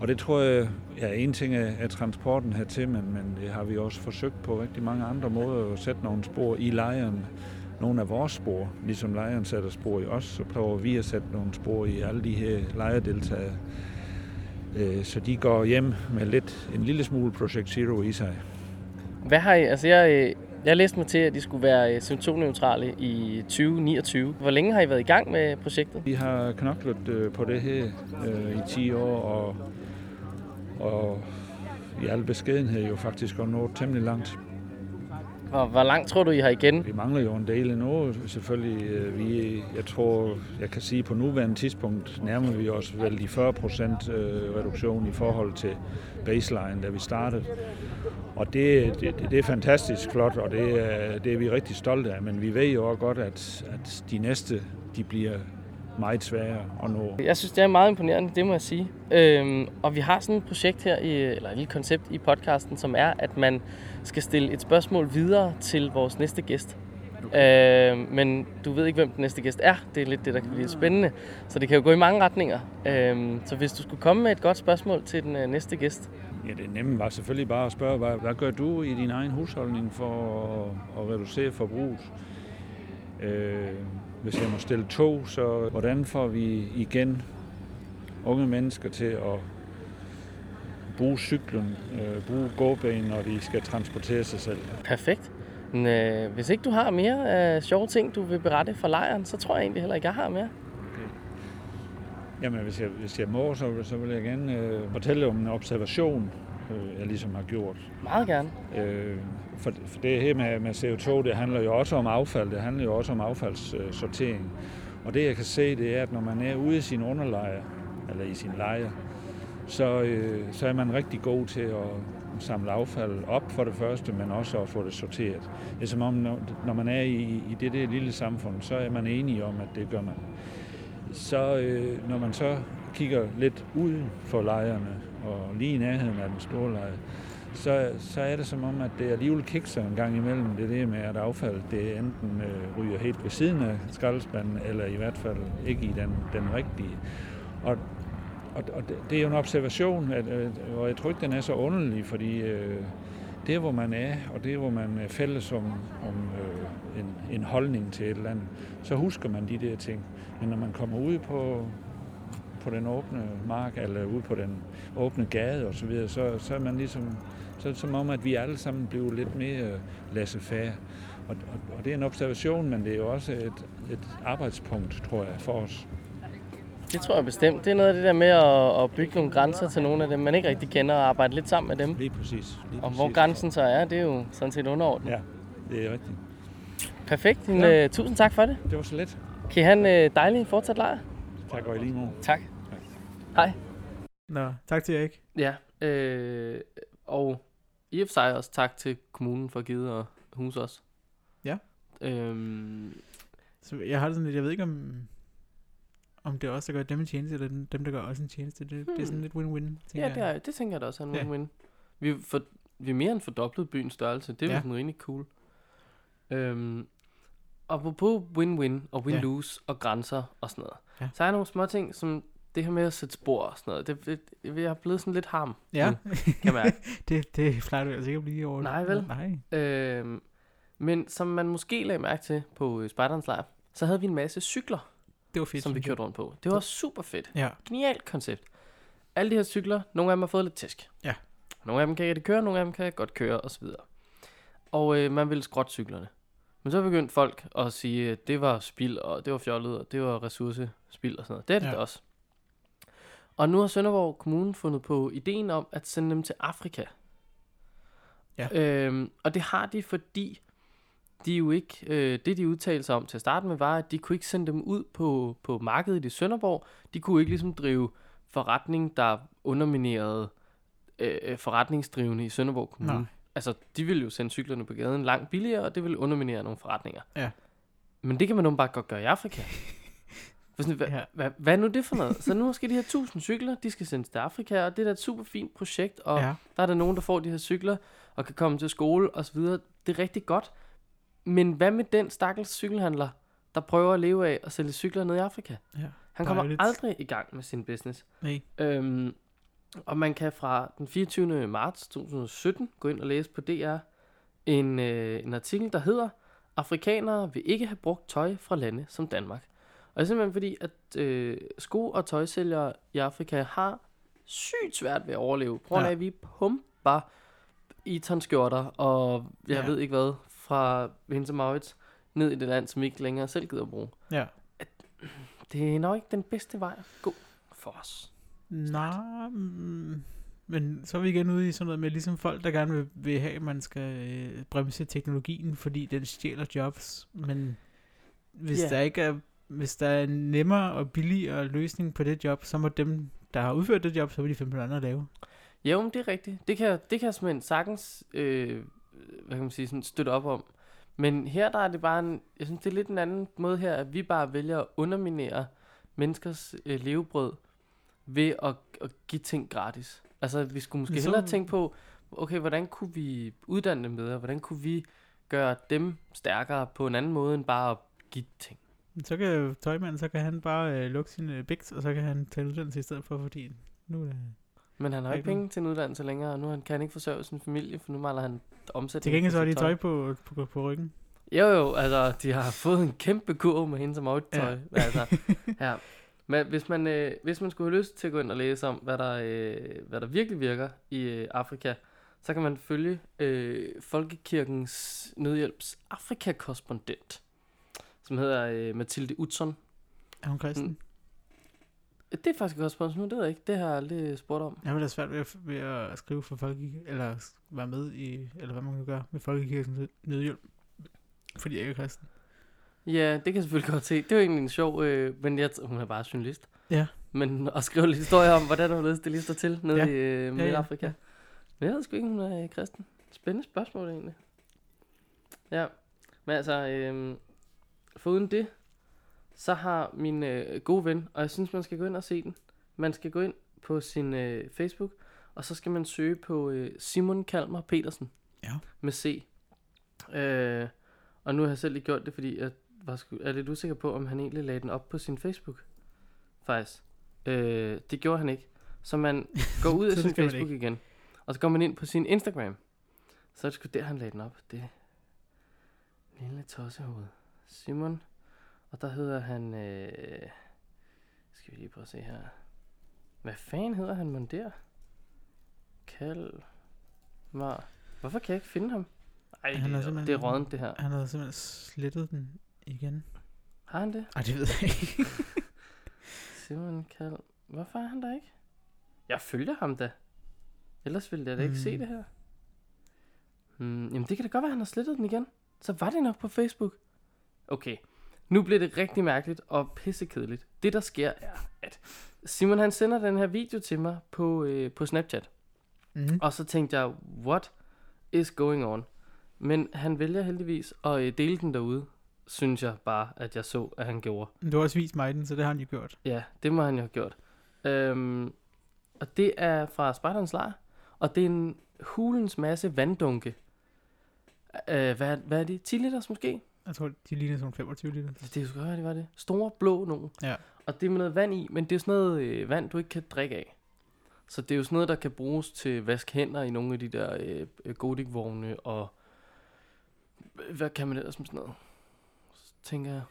Speaker 4: og det tror jeg, ja, en ting er, er transporten hertil, men, men det har vi også forsøgt på rigtig mange andre måder at sætte nogle spor i lejren. Nogle af vores spor, ligesom lejren sætter spor i os, så prøver vi at sætte nogle spor i alle de her lejerdeltagere. Øh, Så de går hjem med lidt, en lille smule Project Zero i sig.
Speaker 1: Hvad har I, altså jeg, øh, jeg læste mig til, at de skulle være øh, CO2-neutrale i 2029. Hvor længe har I været i gang med projektet?
Speaker 4: Vi har knoklet øh, på det her øh, i 10 år, og, og i al beskedenhed jo faktisk at nå temmelig langt.
Speaker 1: Hvor, hvor langt tror du, I har igen?
Speaker 4: Vi mangler jo en del endnu, selvfølgelig. Øh, Vi, jeg tror, jeg kan sige, på nuværende tidspunkt nærmer vi os vel de 40 procent øh, reduktion i forhold til baseline, da vi startede. Og det, det, det er fantastisk flot, og det, er- det er vi rigtig stolte af, men vi ved jo også godt, at, at de næste, de bliver meget svære at nå.
Speaker 1: Jeg synes, det er meget imponerende, det må jeg sige. Øhm, og vi har sådan et projekt her, i, eller et lille koncept i podcasten, som er, at man skal stille et spørgsmål videre til vores næste gæst. Okay. Øhm, men du ved ikke, hvem den næste gæst er. Det er lidt det, der kan blive lidt spændende. Så det kan jo gå i mange retninger. Øhm, så hvis du skulle komme med et godt spørgsmål til den øh, næste gæst.
Speaker 4: Ja, det nemme var selvfølgelig bare at spørge, hvad, hvad gør du i din egen husholdning for at, at reducere forbruget? Øh, hvis jeg må stille to, så hvordan får vi igen unge mennesker til at bruge cyklen, øh, bruge gåbanen, når de skal transportere sig selv?
Speaker 1: Perfekt. Men, øh, hvis ikke du har mere øh, sjove ting, du vil berette fra lejren, så tror jeg egentlig heller ikke, jeg har mere.
Speaker 4: Jamen, hvis jeg, hvis jeg må, så, så vil jeg gerne øh, fortælle om en observation, øh, jeg ligesom har gjort.
Speaker 1: Meget gerne.
Speaker 4: Øh, for, for det her med, med CO2, det handler jo også om affald, det handler jo også om affaldssortering. Og det jeg kan se, det er, at når man er ude i sin underleje, eller i sin leje, så, øh, så er man rigtig god til at samle affald op for det første, men også at få det sorteret. Det er som om, når, når man er i, i det der lille samfund, så er man enige om, at det gør man. Så øh, når man så kigger lidt ud for lejrene, og lige i nærheden af den store lejr, så, så er det som om, at det alligevel kikser en gang imellem det der med, at affald det enten øh, ryger helt ved siden af skraldespanden, eller i hvert fald ikke i den, den rigtige. Og, og, og det, det er jo en observation, at, øh, og jeg tror ikke, den er så underlig, fordi øh, det, hvor man er, og det, hvor man er fælles om, om øh, en, en holdning til et eller andet, så husker man de der ting. Men når man kommer ud på, på den åbne mark, eller ude på den åbne gade og så, videre, så, så er man ligesom, så er det som om, at vi alle sammen bliver lidt mere laissez-faire. Og, og, og det er en observation, men det er jo også et, et arbejdspunkt, tror jeg, for os.
Speaker 1: Det tror jeg bestemt. Det er noget af det der med at, at bygge nogle grænser til nogle af dem, man ikke rigtig kender, og arbejde lidt sammen med dem.
Speaker 4: Lige præcis. Lige
Speaker 1: Og
Speaker 4: præcis.
Speaker 1: hvor grænsen så er, det er jo sådan set underordnet.
Speaker 4: Ja, det er rigtigt.
Speaker 1: Perfekt. En,
Speaker 4: Ja.
Speaker 1: øh, tusind tak for det.
Speaker 4: Det var så let.
Speaker 1: Kan I have en øh, dejlig fortsat lejr?
Speaker 4: Tak og i lige måde.
Speaker 1: Tak. Hej.
Speaker 2: Nå, tak til Erik.
Speaker 1: Ja, øh, og i og for sig også tak til kommunen for at give og huse os.
Speaker 2: Ja.
Speaker 1: Øhm,
Speaker 2: Så jeg har det sådan lidt, jeg ved ikke om, om det er os, der gør dem en tjeneste, eller dem, dem, der gør os en tjeneste. Det, hmm. det er sådan lidt win-win, tænker
Speaker 1: ja, det,
Speaker 2: jeg.
Speaker 1: er, det tænker jeg da også er en
Speaker 2: Ja.
Speaker 1: win-win. Vi, for, vi mere end fordoblet byens størrelse. Det er
Speaker 2: Ja.
Speaker 1: ja. sådan rimelig cool. Øhm, og på win-win og win-lose og grænser og sådan noget.
Speaker 2: Ja.
Speaker 1: Så er der nogle små ting, som det her med at sætte spor og sådan noget. Det, det, jeg er blevet sådan lidt ham,
Speaker 2: Ja,
Speaker 1: kan jeg mærke.
Speaker 2: det, det plejer du altså ikke at blive over.
Speaker 1: Mm. Nej, vel?
Speaker 2: Nej.
Speaker 1: Øhm, men som man måske lagde mærke til på øh, Spejderens Lejr, så havde vi en masse cykler,
Speaker 2: Det var fedt.
Speaker 1: som vi
Speaker 2: synes jeg.
Speaker 1: kørte rundt på. Det var super fedt.
Speaker 2: Ja,
Speaker 1: Genialt koncept. Alle de her cykler, nogle af dem har fået lidt tæsk.
Speaker 2: Ja.
Speaker 1: Nogle af dem kan ikke rigtig køre, nogle af dem kan godt køre osv. Og øh, man ville skrotte cyklerne. Men så begyndte folk at sige, at det var spild, og det var fjollet, og det var ressourcespild og sådan noget. Det er det
Speaker 2: Ja.
Speaker 1: ja. også. Og nu har Sønderborg Kommune fundet på ideen om at sende dem til Afrika.
Speaker 2: Ja.
Speaker 1: Øhm, og det har de, fordi de jo ikke, øh, det de udtalte sig om til at starte med, var, at de kunne ikke sende dem ud på, på markedet i Sønderborg. De kunne ikke ligesom drive forretning, der underminerede øh, øh, forretningsdrivende i Sønderborg Kommune.
Speaker 2: Nej.
Speaker 1: Altså, de ville jo sende cyklerne på gaden langt billigere, og det ville underminere nogle forretninger.
Speaker 2: Ja.
Speaker 1: Men det kan man åbenbart godt gøre i Afrika. For sådan, hvad,
Speaker 2: Ja.
Speaker 1: ja. hvad, hvad er nu det for noget? Så nu skal de her 1000 cykler, de skal sendes til Afrika, og det er da et super fint projekt, og
Speaker 2: ja.
Speaker 1: der er der nogen, der får de her cykler og kan komme til skole og så videre. Det er rigtig godt. Men hvad med den stakkels cykelhandler, der prøver at leve af at sælge cykler ned i Afrika?
Speaker 2: ja.
Speaker 1: Han kommer
Speaker 2: Dejligt.
Speaker 1: aldrig i gang med sin business.
Speaker 2: Nej.
Speaker 1: Øhm, og man kan fra den 24. marts 2017 gå ind og læse på DR en, øh, en artikel, der hedder Afrikanere vil ikke have brugt tøj fra lande som Danmark. Og det er simpelthen fordi, at øh, sko- og tøjsælgere i Afrika har sygt svært ved at overleve. Prøv
Speaker 2: Ja.
Speaker 1: ja. at vi pumper i skjorter og jeg
Speaker 2: Ja.
Speaker 1: ja. ved ikke hvad fra Hinds og Maurits ned i det land, som vi ikke længere selv gider at bruge.
Speaker 2: Ja.
Speaker 1: Det er nok ikke den bedste vej at gå for os.
Speaker 2: Nej, mm, men så er vi igen ude i sådan noget med ligesom folk, der gerne vil, vil have, at man skal øh, bremse teknologien, fordi den stjæler jobs. Men hvis
Speaker 1: Ja.
Speaker 2: der ikke er hvis der er en nemmere og billigere løsning på det job, så må dem, der har udført det job, så må de finde på noget andet at lave.
Speaker 1: Jo, men det er rigtigt. Det kan, det kan jeg simpelthen sagtens øh, hvad kan man sige, sådan støtte op om. Men her der er det bare en, jeg synes, det er lidt en anden måde her, at vi bare vælger at underminere menneskers øh, levebrød ved at, at give ting gratis. Altså, vi skulle måske
Speaker 2: Ligesom-
Speaker 1: hellere tænke på, okay, hvordan kunne vi uddanne dem bedre? Hvordan kunne vi gøre dem stærkere på en anden måde, end bare at give ting?
Speaker 2: Så kan tøjmanden, så kan han bare øh, lukke sin øh, biks, og så kan han tage uddannelse i stedet for, fordi nu øh, er det...
Speaker 1: Men han har jo ikke
Speaker 2: Rigtig.
Speaker 1: penge til en uddannelse længere, og nu han kan han ikke forsørge sin familie, for nu maler han omsætning.
Speaker 2: Til gengæld
Speaker 1: på
Speaker 2: så har de
Speaker 1: sit
Speaker 2: tøj på, på, på ryggen.
Speaker 1: Jo jo, altså de har fået en kæmpe kurv med hende som auditor. Ja. Altså, ja. Men hvis man, øh, hvis man skulle have lyst til at gå ind og læse om, hvad der, øh, hvad der virkelig virker i øh, Afrika, så kan man følge øh, Folkekirkens Nødhjælps Afrikakorrespondent, som hedder øh, Mathilde Utzon. Øh,
Speaker 2: Er hun kristen? Mm.
Speaker 1: Det er faktisk et godt spørgsmål, det ved jeg ikke. Det har jeg aldrig spurgt om.
Speaker 2: Jeg vil da svært ved at, ved at skrive for folk, eller s- være med i, eller hvad man kan gøre med Folkekirkens nødhjælp, fordi jeg ikke er kristen.
Speaker 1: Ja, det kan jeg selvfølgelig godt se. Det er jo egentlig en sjov, øh, men jeg, t- hun er bare journalist.
Speaker 2: Ja.
Speaker 1: Men at skrive lidt historie om, hvordan hun det lige står til nede
Speaker 2: Ja.
Speaker 1: ja. i øh,
Speaker 2: ja,
Speaker 1: Midtafrika. Ja,
Speaker 2: ja.
Speaker 1: ja. Men jeg ved sgu ikke, hun er øh, kristen. Spændende spørgsmål egentlig. Ja, men altså, øh, foruden det, så har min øh, gode ven, og jeg synes, man skal gå ind og se den. Man skal gå ind på sin øh, Facebook, og så skal man søge på øh, Simon Kalmer Petersen.
Speaker 2: Ja.
Speaker 1: Med C. Øh, og nu har jeg selv lige gjort det, fordi jeg var sku, er lidt usikker på, om han egentlig lagde den op på sin Facebook. Faktisk. Øh, det gjorde han ikke. Så man går ud af
Speaker 2: Så det
Speaker 1: sin
Speaker 2: skal man
Speaker 1: Facebook igen. Og så går man ind på sin Instagram. Så er det sgu der, han lagde den op. Det lille tossehoved. Simon. Og der hedder han... Øh, skal vi lige prøve at se her. Hvad fanden hedder han mon der? Kalmar. Hvorfor kan jeg ikke finde ham? Ej,
Speaker 2: Han er
Speaker 1: det, er,
Speaker 2: simpelthen-
Speaker 1: det er rådent det her.
Speaker 2: Han havde simpelthen slettet den igen.
Speaker 1: Har han det?
Speaker 2: Ej, det ved jeg ikke.
Speaker 1: Simon Kald. Hvorfor er han der ikke? Jeg følger ham da. Ellers ville jeg da ikke
Speaker 2: Hmm.
Speaker 1: se det her. Hmm, jamen det kan da godt være, at han har slettet den igen. Så var det nok på Facebook. Okay, nu bliver det rigtig mærkeligt og pissekedeligt. Det der sker er, at Simon han sender den her video til mig på, øh, på Snapchat.
Speaker 2: Mm.
Speaker 1: Og så tænkte jeg, what is going on? Men han vælger heldigvis at øh, dele den derude, synes jeg bare, at jeg så, at han gjorde.
Speaker 2: Du har også vist mig den, så det har han jo gjort.
Speaker 1: Ja, det må han jo have gjort. Øhm, og det er fra Spartans Lejr, og det er en hulens masse vanddunke. Øh, hvad, hvad er det? 10 liters måske?
Speaker 2: Jeg tror, de ligner sådan 25 liter.
Speaker 1: Det er jo godt, være, det var det. Store blå nogen.
Speaker 2: Ja.
Speaker 1: Og det er med noget vand i, men det er sådan noget øh, vand, du ikke kan drikke af. Så det er jo sådan noget, der kan bruges til vask hænder i nogle af de der øh, øh, gotikvogne og... øh, Hvad kan man ellers med sådan noget? Så tænker jeg...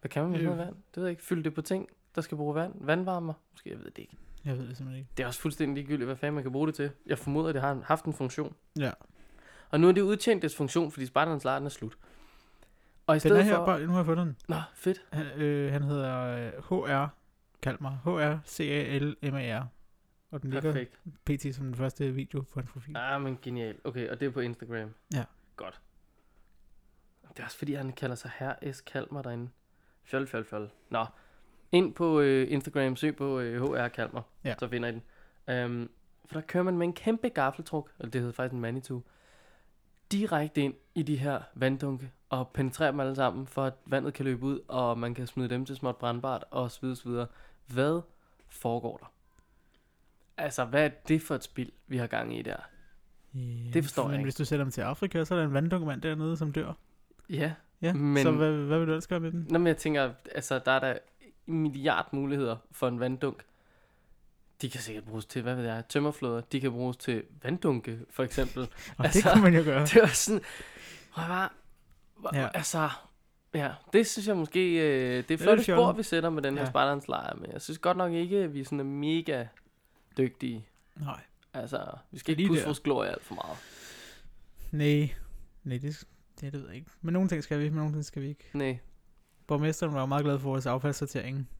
Speaker 1: Hvad kan man med sådan
Speaker 2: Øh.
Speaker 1: noget vand? Det ved jeg ikke. Fylde det på ting, der skal bruge vand. Vandvarmer? Måske, jeg ved det ikke.
Speaker 2: Jeg ved det simpelthen ikke.
Speaker 1: Det er også fuldstændig ligegyldigt, hvad fanden man kan bruge det til. Jeg formoder, det har en- haft en funktion.
Speaker 2: Ja.
Speaker 1: Og nu er det udtjent dets funktion, fordi Spartans Lejren er slut. Og i
Speaker 2: Den er
Speaker 1: stedet
Speaker 2: her,
Speaker 1: for...
Speaker 2: bare, nu har jeg fundet den.
Speaker 1: Nå, fedt.
Speaker 2: Han, øh, han hedder øh, HR Kalmar. HR C-A-L-M-A-R. Og den ligger
Speaker 1: Perfekt.
Speaker 2: pt. som den første video på hans profil.
Speaker 1: Ah, men genial. Okay, og det er på Instagram.
Speaker 2: Ja.
Speaker 1: Godt. Det er også fordi, han kalder sig herr S. Kalmer derinde. Fjol, fjol, fjol. Nå. Ind på øh, Instagram, søg på øh, HR Kalmer.
Speaker 2: Ja.
Speaker 1: Så finder I den. Øhm, for der kører man med en kæmpe gaffeltruk, eller det hedder faktisk en manitou, direkte ind i de her vanddunke og penetrerer dem alle sammen, for at vandet kan løbe ud, og man kan smide dem til småt brandbart, og så videre, så videre. Hvad foregår der? Altså, hvad er det for et spil, vi har gang i der?
Speaker 2: Yeah.
Speaker 1: det forstår jeg
Speaker 2: Men
Speaker 1: ikke.
Speaker 2: hvis du sender dem til Afrika, så er der en vanddokument dernede, som dør.
Speaker 1: Ja,
Speaker 2: Ja, men...
Speaker 1: Men-
Speaker 2: så hvad, hvad vil du ellers gøre med den?
Speaker 1: Nå, men jeg tænker, altså, der er der en milliard muligheder for en vanddunk. De kan sikkert bruges til, hvad ved jeg, tømmerflåder. De kan bruges til vanddunke, for eksempel.
Speaker 2: Og altså, det
Speaker 1: altså-
Speaker 2: kunne man jo gøre.
Speaker 1: det var sådan, prøv at høre, hvor-
Speaker 2: Ja.
Speaker 1: altså, ja, det synes jeg måske, øh, det er
Speaker 2: lidt
Speaker 1: flotte spor,
Speaker 2: fjollet.
Speaker 1: vi sætter med den her
Speaker 2: Ja.
Speaker 1: ja. Spartans-lejr, men jeg synes godt nok ikke, at vi sådan er mega dygtige.
Speaker 2: Nej.
Speaker 1: Altså, vi skal
Speaker 2: Lige
Speaker 1: ikke pusse
Speaker 2: der.
Speaker 1: vores glorie alt for meget.
Speaker 2: Nej. Nej, det, det, det ved jeg ikke. Men nogle ting skal vi, men nogle ting skal vi ikke.
Speaker 1: Nej,
Speaker 2: Borgmesteren var jo meget glad for vores affaldssortering.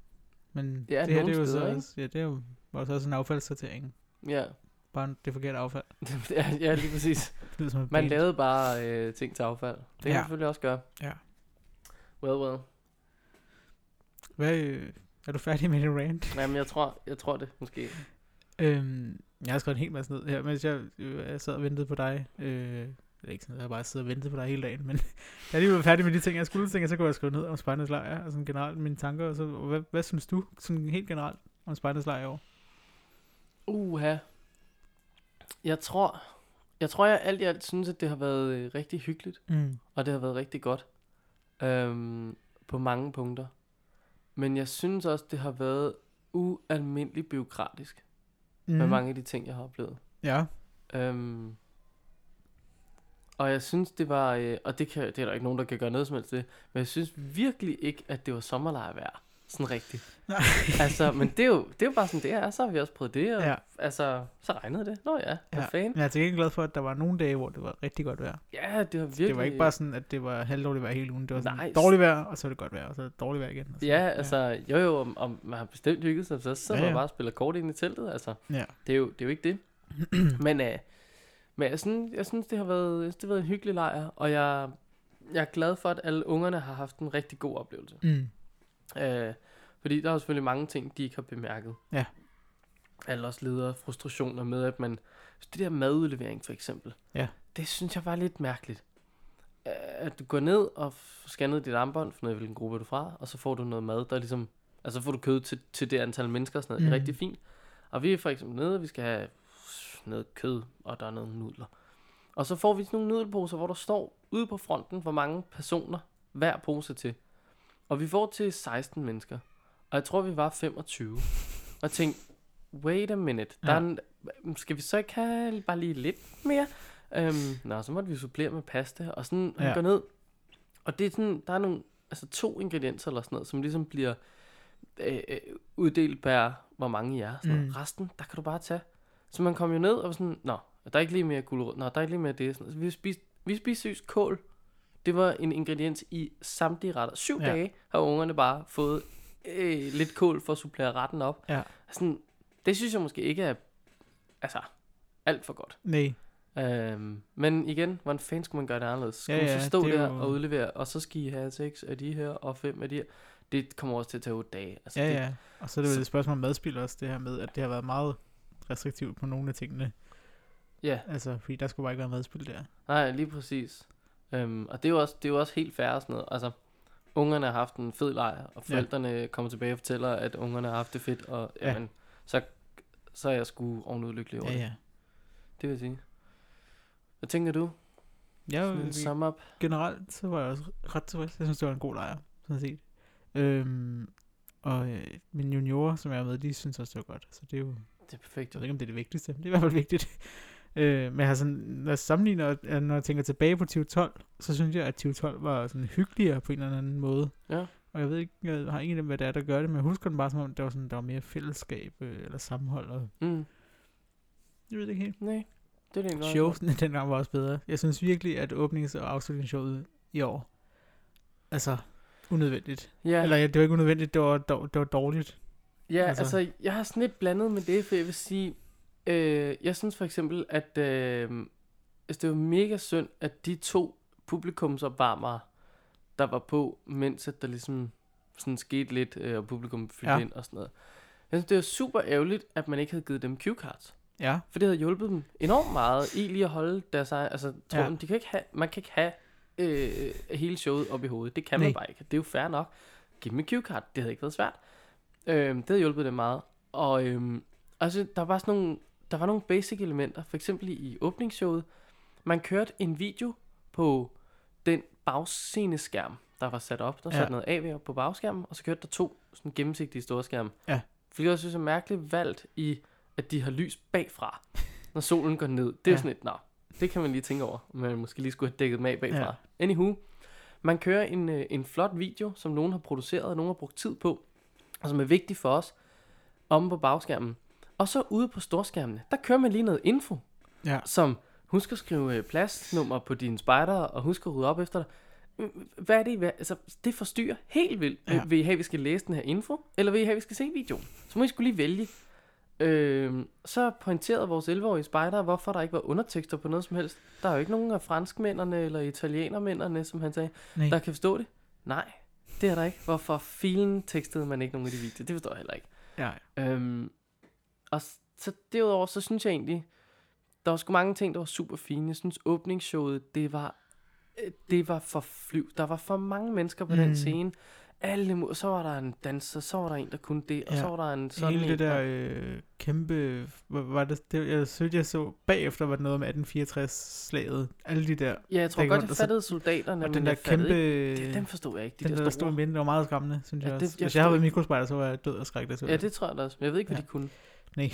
Speaker 2: Men
Speaker 1: Ja,
Speaker 2: det her, det er jo
Speaker 1: nogle
Speaker 2: så
Speaker 1: steder,
Speaker 2: også, ja, det er jo, var jo så også en affaldssortering.
Speaker 1: ja.
Speaker 2: Bare det forkerte affald.
Speaker 1: ja, ja, lige præcis.
Speaker 2: Det lyder som et
Speaker 1: Man
Speaker 2: band.
Speaker 1: lavede bare øh, ting til affald. Det kan
Speaker 2: Ja.
Speaker 1: ja. man selvfølgelig også gøre.
Speaker 2: Ja.
Speaker 1: Well, well.
Speaker 2: Hvad, øh, er du færdig med din rant?
Speaker 1: Jamen, jeg tror, jeg tror det, måske.
Speaker 2: Øhm, jeg har skrevet en hel masse ned her, mens jeg, øh, jeg sad og ventede på dig. Øh, Det er ikke sådan, at jeg bare sidder og venter på dig hele dagen, men da jeg lige var færdig med de ting, jeg skulle, tænke, så kunne jeg skrive ned om spejdernes lejr, og sådan generelt mine tanker, og så, og hvad, hvad synes du sådan helt generelt om spejdernes lejr i år?
Speaker 1: Uha. Jeg tror, jeg tror, jeg alt i alt synes, at det har været øh, rigtig hyggeligt,
Speaker 2: Mm.
Speaker 1: og det har været rigtig godt øhm, på mange punkter. Men jeg synes også, det har været ualmindeligt byråkratisk
Speaker 2: Mm.
Speaker 1: mm. med mange af de ting, jeg har oplevet.
Speaker 2: Ja.
Speaker 1: Øhm, og jeg synes, det var... Øh, og det, kan, det er der ikke nogen, der kan gøre noget som helst til. Men jeg synes virkelig ikke, at det var sommerlejrvejr. Sådan rigtigt.
Speaker 2: Nej.
Speaker 1: altså, men det er, jo, det er jo bare sådan, det er. Så har vi også prøvet det. Og,
Speaker 2: Ja.
Speaker 1: ja. Altså, så regnede det. Nå ja, hvad
Speaker 2: ja.
Speaker 1: ja. fanden.
Speaker 2: Men jeg er til gengæld glad for, at der var nogle dage, hvor det var rigtig godt vejr.
Speaker 1: Ja, det har virkelig...
Speaker 2: Virkelig. Det var ikke bare sådan, at det var halvdårligt vejr hele ugen. Det var sådan
Speaker 1: Nej.
Speaker 2: dårligt vejr, og så var det godt vejr, og så var det dårligt vejr igen. Og så,
Speaker 1: Ja, altså, jo jo, om, om man har bestemt hygget sig, så sidder
Speaker 2: Ja,
Speaker 1: ja,
Speaker 2: ja.
Speaker 1: man bare og spiller kort ind i teltet, altså.
Speaker 2: Ja.
Speaker 1: Det er jo, det er jo ikke det. men øh, men jeg, synes, jeg synes, det har været, jeg synes, det har været en hyggelig lejr, og jeg, jeg er glad for, at alle ungerne har haft en rigtig god oplevelse.
Speaker 2: Mm.
Speaker 1: Øh, fordi der er jo selvfølgelig mange ting, de ikke har bemærket.
Speaker 2: Ja.
Speaker 1: Alders leder frustrationer med, at man... Altså, Det der madudlevering for eksempel.
Speaker 2: Ja.
Speaker 1: Det synes jeg var lidt mærkeligt. Øh, At du går ned og f- scanner dit armbånd, finder ud af, hvilken gruppe er du fra, og så får du noget mad, der ligesom... Altså så får du kød til, til det antal mennesker og sådan noget. Mm. Det
Speaker 2: Mhm.
Speaker 1: er rigtig fint. Og vi er for eksempel nede, og vi skal have noget kød, og der er nogle nudler. Og så får vi sådan nogle nudelposer, hvor der står ude på fronten, hvor mange personer hver pose til. Og vi får til 16 mennesker. Og jeg tror, vi var 25. Og jeg tænkte, wait a minute. Der ja. en, skal vi så ikke have bare lige lidt mere? Øhm, nå, så måtte vi supplere med pasta. Og sådan, ja.
Speaker 2: Ja.
Speaker 1: han går ned. Og det er sådan, der er nogle, altså to ingredienser eller sådan noget, som ligesom bliver øh, øh, uddelt per, hvor mange I er. Sådan
Speaker 2: Mm.
Speaker 1: mm. Resten, der kan du bare tage. Så man kom jo ned og var sådan, nå, der er ikke lige mere gulerod, nå, der er ikke lige mere det. Sådan, så vi spiste, vi spiste seriøst kål. Det var en ingrediens i samtlige retter. Syv
Speaker 2: Ja.
Speaker 1: ja. dage har ungerne bare fået øh, lidt kål for at supplere retten op.
Speaker 2: Ja.
Speaker 1: Sådan, det synes jeg måske ikke er altså, alt for godt.
Speaker 2: Nej.
Speaker 1: Øhm, men igen, hvordan fanden skulle man gøre det anderledes? Skulle
Speaker 2: Ja,
Speaker 1: ja, ja,
Speaker 2: ja,
Speaker 1: man så stå
Speaker 2: det er
Speaker 1: der
Speaker 2: jo-
Speaker 1: jo... og udlevere, og så skal I have seks af de her, og fem af de her? Det kommer også til at tage otte dage. Altså,
Speaker 2: Ja,
Speaker 1: det,
Speaker 2: ja. Og så er det jo
Speaker 1: så-
Speaker 2: et spørgsmål om madspil også, det her med, at det har været meget restriktivt på nogle af tingene.
Speaker 1: ja.
Speaker 2: Altså, fordi der skulle bare ikke være madspil der.
Speaker 1: Nej, lige præcis. Øhm, og det er, jo også, det er jo også helt fair og sådan noget. Altså, ungerne har haft en fed lejr, og
Speaker 2: Ja.
Speaker 1: forældrene ja. kommer tilbage og fortæller, at ungerne har haft det fedt, og
Speaker 2: Ja.
Speaker 1: jamen, så, så er jeg sgu ovenud lykkelig over
Speaker 2: Ja,
Speaker 1: det.
Speaker 2: ja.
Speaker 1: Det vil jeg sige. Hvad tænker du?
Speaker 2: Jeg,
Speaker 1: Sådan en sum up?
Speaker 2: generelt, så var jeg også ret tilfreds. Jeg synes, det var en god lejr, sådan set. Øhm, og øh, mine juniorer, som jeg er med, de synes også, det var godt. Så det er jo,
Speaker 1: Det er perfekt.
Speaker 2: jeg
Speaker 1: jo.
Speaker 2: ved ikke, om det er det vigtigste, men det er i hvert fald vigtigt. Øh, men jeg har sådan, når jeg sammenligner, øh, når jeg tænker tilbage på 2012, så synes jeg, at 2012 var sådan hyggeligere på en eller anden måde.
Speaker 1: Ja.
Speaker 2: Og jeg ved ikke, jeg har ingen af dem, hvad det er, der gør det, men jeg husker den bare som om, der var, sådan, der var mere fællesskab øh, eller sammenhold. Og,
Speaker 1: Mm,
Speaker 2: jeg ved det ikke helt.
Speaker 1: nej, det er det egentlig
Speaker 2: Shows dengang var også bedre. Jeg synes virkelig, at åbnings- og afslutningsshowet i år, altså unødvendigt.
Speaker 1: Ja,
Speaker 2: Ja. Eller ja, det var ikke unødvendigt, det var, dår- det var dårligt.
Speaker 1: Ja,
Speaker 2: Altså-
Speaker 1: altså, altså jeg har sådan lidt blandet med det, for jeg vil sige, øh, jeg synes for eksempel, at øh, altså, det var mega synd, at de to publikumsopvarmere, der var på, mens at der ligesom sådan skete lidt, øh, og publikum fyldte
Speaker 2: Ja.
Speaker 1: ja. ind og sådan noget. Jeg synes, det var super ærgerligt, at man ikke havde givet dem cue cards.
Speaker 2: Ja,
Speaker 1: For det havde hjulpet dem enormt meget i lige at holde deres egen... Altså, tror
Speaker 2: Ja.
Speaker 1: ja. de kan ikke have, man kan ikke have øh, hele showet op i hovedet. Det kan man
Speaker 2: Nej.
Speaker 1: bare ikke. Det er jo fair nok. Giv dem en cue card. Det havde ikke været svært. Øh, det havde hjulpet dem meget. Og øh, altså, der var sådan nogle, der var nogle basic elementer. For eksempel i åbningsshowet. Man kørte en video på den bagsceneskærm, der var sat op. Der
Speaker 2: Ja.
Speaker 1: ja. satte noget AV op på bagskærmen, og så kørte der to sådan gennemsigtige store skærme.
Speaker 2: Ja.
Speaker 1: Fordi jeg synes er mærkeligt valgt i, at de har lys bagfra, når solen går ned. Det er
Speaker 2: Ja.
Speaker 1: ja. sådan et, nå, det kan man lige tænke over. Man måske lige skulle have dækket dem af bagfra.
Speaker 2: Ja.
Speaker 1: Ja. Anywho, man kører en, øh, en flot video, som nogen har produceret, og nogen har brugt tid på, og som er vigtig for os, omme på bagskærmen. Og så ude på storskærmene, der kører man lige noget info
Speaker 2: ja.
Speaker 1: som husk at skrive øh, pladsnummer på dine spejder, og husk at rydde op efter dig. Øh, Hvad er det, I vil- altså, det forstyrrer helt vildt.
Speaker 2: Ja.
Speaker 1: Ja. Vil I have, at vi skal læse den her info, eller vil I have, at vi skal se videoen? Så må I skulle lige vælge. Øh, så pointerede vores 11-årige spejder, hvorfor der ikke var undertekster på noget som helst. Der er jo ikke nogen af franskmændene eller italienermændene, som han sagde,
Speaker 2: Nej.
Speaker 1: der kan forstå det. Nej, det er der ikke. Hvorfor filen tekstede man ikke nogen af de videoer? Det forstår jeg heller ikke.
Speaker 2: ja.
Speaker 1: Øhm, og s- så derudover, så synes jeg egentlig, Der var sgu mange ting, der var super fine. Jeg synes, åbningsshowet, det var, øh, det var for flyv. Der var for mange mennesker på mm. den scene. Alle, mu- så var der en danser, så var der en, der kunne det, og
Speaker 2: Ja.
Speaker 1: så var der en sådan
Speaker 2: Sådan Hele
Speaker 1: en,
Speaker 2: det der
Speaker 1: og-
Speaker 2: øh, kæmpe, var, var det, det, jeg synes jeg så, bagefter var det noget med 1864-slaget, alle de der,
Speaker 1: Ja, jeg tror
Speaker 2: der
Speaker 1: godt,
Speaker 2: rundt,
Speaker 1: jeg
Speaker 2: og så-
Speaker 1: fattede soldaterne,
Speaker 2: altså- og den
Speaker 1: men
Speaker 2: der
Speaker 1: jeg fattede
Speaker 2: kæmpe,
Speaker 1: ikke- Det, dem forstod jeg ikke, de
Speaker 2: den der, der store minde, det var meget skræmmende, synes
Speaker 1: Ja,
Speaker 2: jeg
Speaker 1: det-
Speaker 2: også.
Speaker 1: jeg
Speaker 2: Hvis jeg havde
Speaker 1: forstod
Speaker 2: været mikrospejder, så var jeg død og skræk, det
Speaker 1: Ja, det tror jeg da også. Men jeg ved ikke, hvad
Speaker 2: Ja.
Speaker 1: de kunne.
Speaker 2: Nej.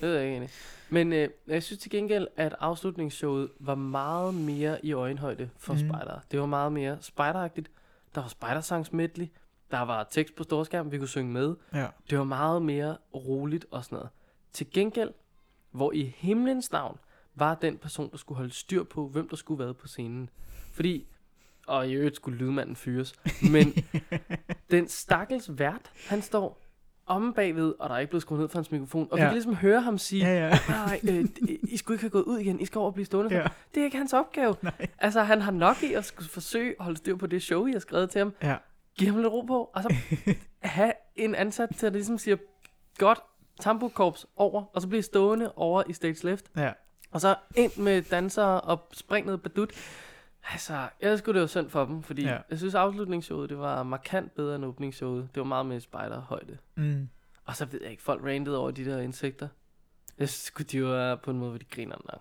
Speaker 1: det ved jeg ikke egentlig. Men øh, jeg synes til gengæld, at afslutningsshowet var meget mere i øjenhøjde for
Speaker 2: Mhm.
Speaker 1: mm. spejdere. Det var meget mere spejderagtigt. Der var spejdersangs medley. Der var tekst på storskærm, vi kunne synge med.
Speaker 2: Ja.
Speaker 1: Det var meget mere roligt og sådan noget. Til gengæld, hvor i himlens navn var den person, der skulle holde styr på, hvem der skulle være på scenen. Fordi, og i øvrigt skulle lydmanden fyres, men den stakkels vært, han står omme bagved, og der er ikke blevet skruet ned for hans mikrofon, og ja. vi
Speaker 2: Ja.
Speaker 1: kan ligesom høre ham sige,
Speaker 2: Ja,
Speaker 1: ja.
Speaker 2: ja.
Speaker 1: nej, øh, I skulle ikke have gået ud igen, I skal over og blive stående.
Speaker 2: Ja.
Speaker 1: Ja. Det er ikke hans opgave.
Speaker 2: Nej.
Speaker 1: Altså, han har nok i at skulle forsøge at holde styr på det show, I har skrevet til ham.
Speaker 2: Ja.
Speaker 1: Giv ham lidt ro på, og så have en ansat til at ligesom siger, godt, tambokorps over, og så blive stående over i stage left.
Speaker 2: Ja.
Speaker 1: Og så ind med dansere og spring ned badut. Altså, jeg skulle det var synd for dem, fordi
Speaker 2: Ja.
Speaker 1: ja. jeg synes afslutningsshowet, det var markant bedre end åbningsshowet. Det var meget mere spejderhøjde.
Speaker 2: Mm.
Speaker 1: Og så ved jeg ikke, folk rantede over de der insekter. Jeg synes sgu, de var på en måde, hvor de griner nok. Jeg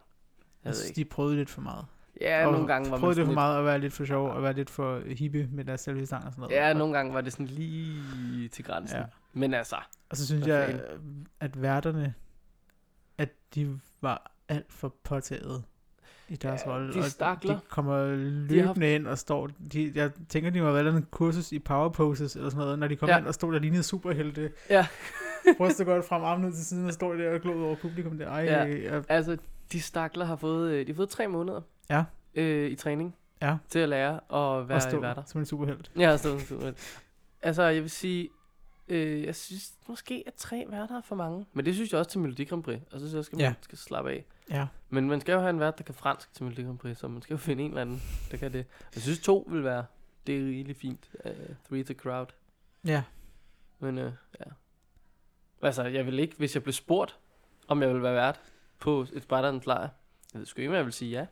Speaker 2: Jeg
Speaker 1: ved
Speaker 2: synes,
Speaker 1: ikke.
Speaker 2: Altså, de prøvede lidt for meget.
Speaker 1: Ja,
Speaker 2: Og
Speaker 1: nogle gange var man
Speaker 2: prøvede det
Speaker 1: sådan
Speaker 2: for
Speaker 1: lidt-
Speaker 2: meget at være lidt for sjov, og være lidt for hippie med deres selvhedssang og sådan noget.
Speaker 1: Ja,
Speaker 2: Og-
Speaker 1: nogle gange var det sådan lige til grænsen.
Speaker 2: Ja.
Speaker 1: Ja. Men altså,
Speaker 2: Og så synes
Speaker 1: Hvad
Speaker 2: jeg, at værterne, at de var alt for påtaget i deres
Speaker 1: Ja,
Speaker 2: rolle.
Speaker 1: de
Speaker 2: og
Speaker 1: stakler.
Speaker 2: De kommer løbende
Speaker 1: har haft-
Speaker 2: ind og står... De, jeg tænker, de må have været en kursus i power poses eller sådan noget, når de kom ja.
Speaker 1: Ja.
Speaker 2: ind og stod der lignede superhelte.
Speaker 1: Ja.
Speaker 2: Brystet godt frem, armen ud til siden og står der og glod over publikum. Der. Ej, ja.
Speaker 1: Ja.
Speaker 2: Jeg,
Speaker 1: altså de stakler har fået, øh, de har fået tre måneder
Speaker 2: Ja.
Speaker 1: øh, i træning
Speaker 2: Ja.
Speaker 1: til at lære at
Speaker 2: og
Speaker 1: være
Speaker 2: stå
Speaker 1: i værter.
Speaker 2: som en superhelt.
Speaker 1: Jeg har stået super. Altså, jeg vil sige, øh, jeg synes måske, at tre værter er for mange. Men det synes jeg også til Melodi Grand Prix. Og så synes jeg, skal man
Speaker 2: Ja.
Speaker 1: ja. skal slappe af.
Speaker 2: Ja.
Speaker 1: Men man skal jo have en vært, der kan fransk til Melodi Grand Prix, så man skal jo finde en eller anden, der kan det. Jeg synes, to vil være, det er rigeligt fint. Uh, three to crowd.
Speaker 2: Ja.
Speaker 1: Men øh, ja. Altså, jeg vil ikke, hvis jeg blev spurgt, om jeg ville være vært på et spejderens lejr, jeg ved sgu ikke, om jeg vil sige ja.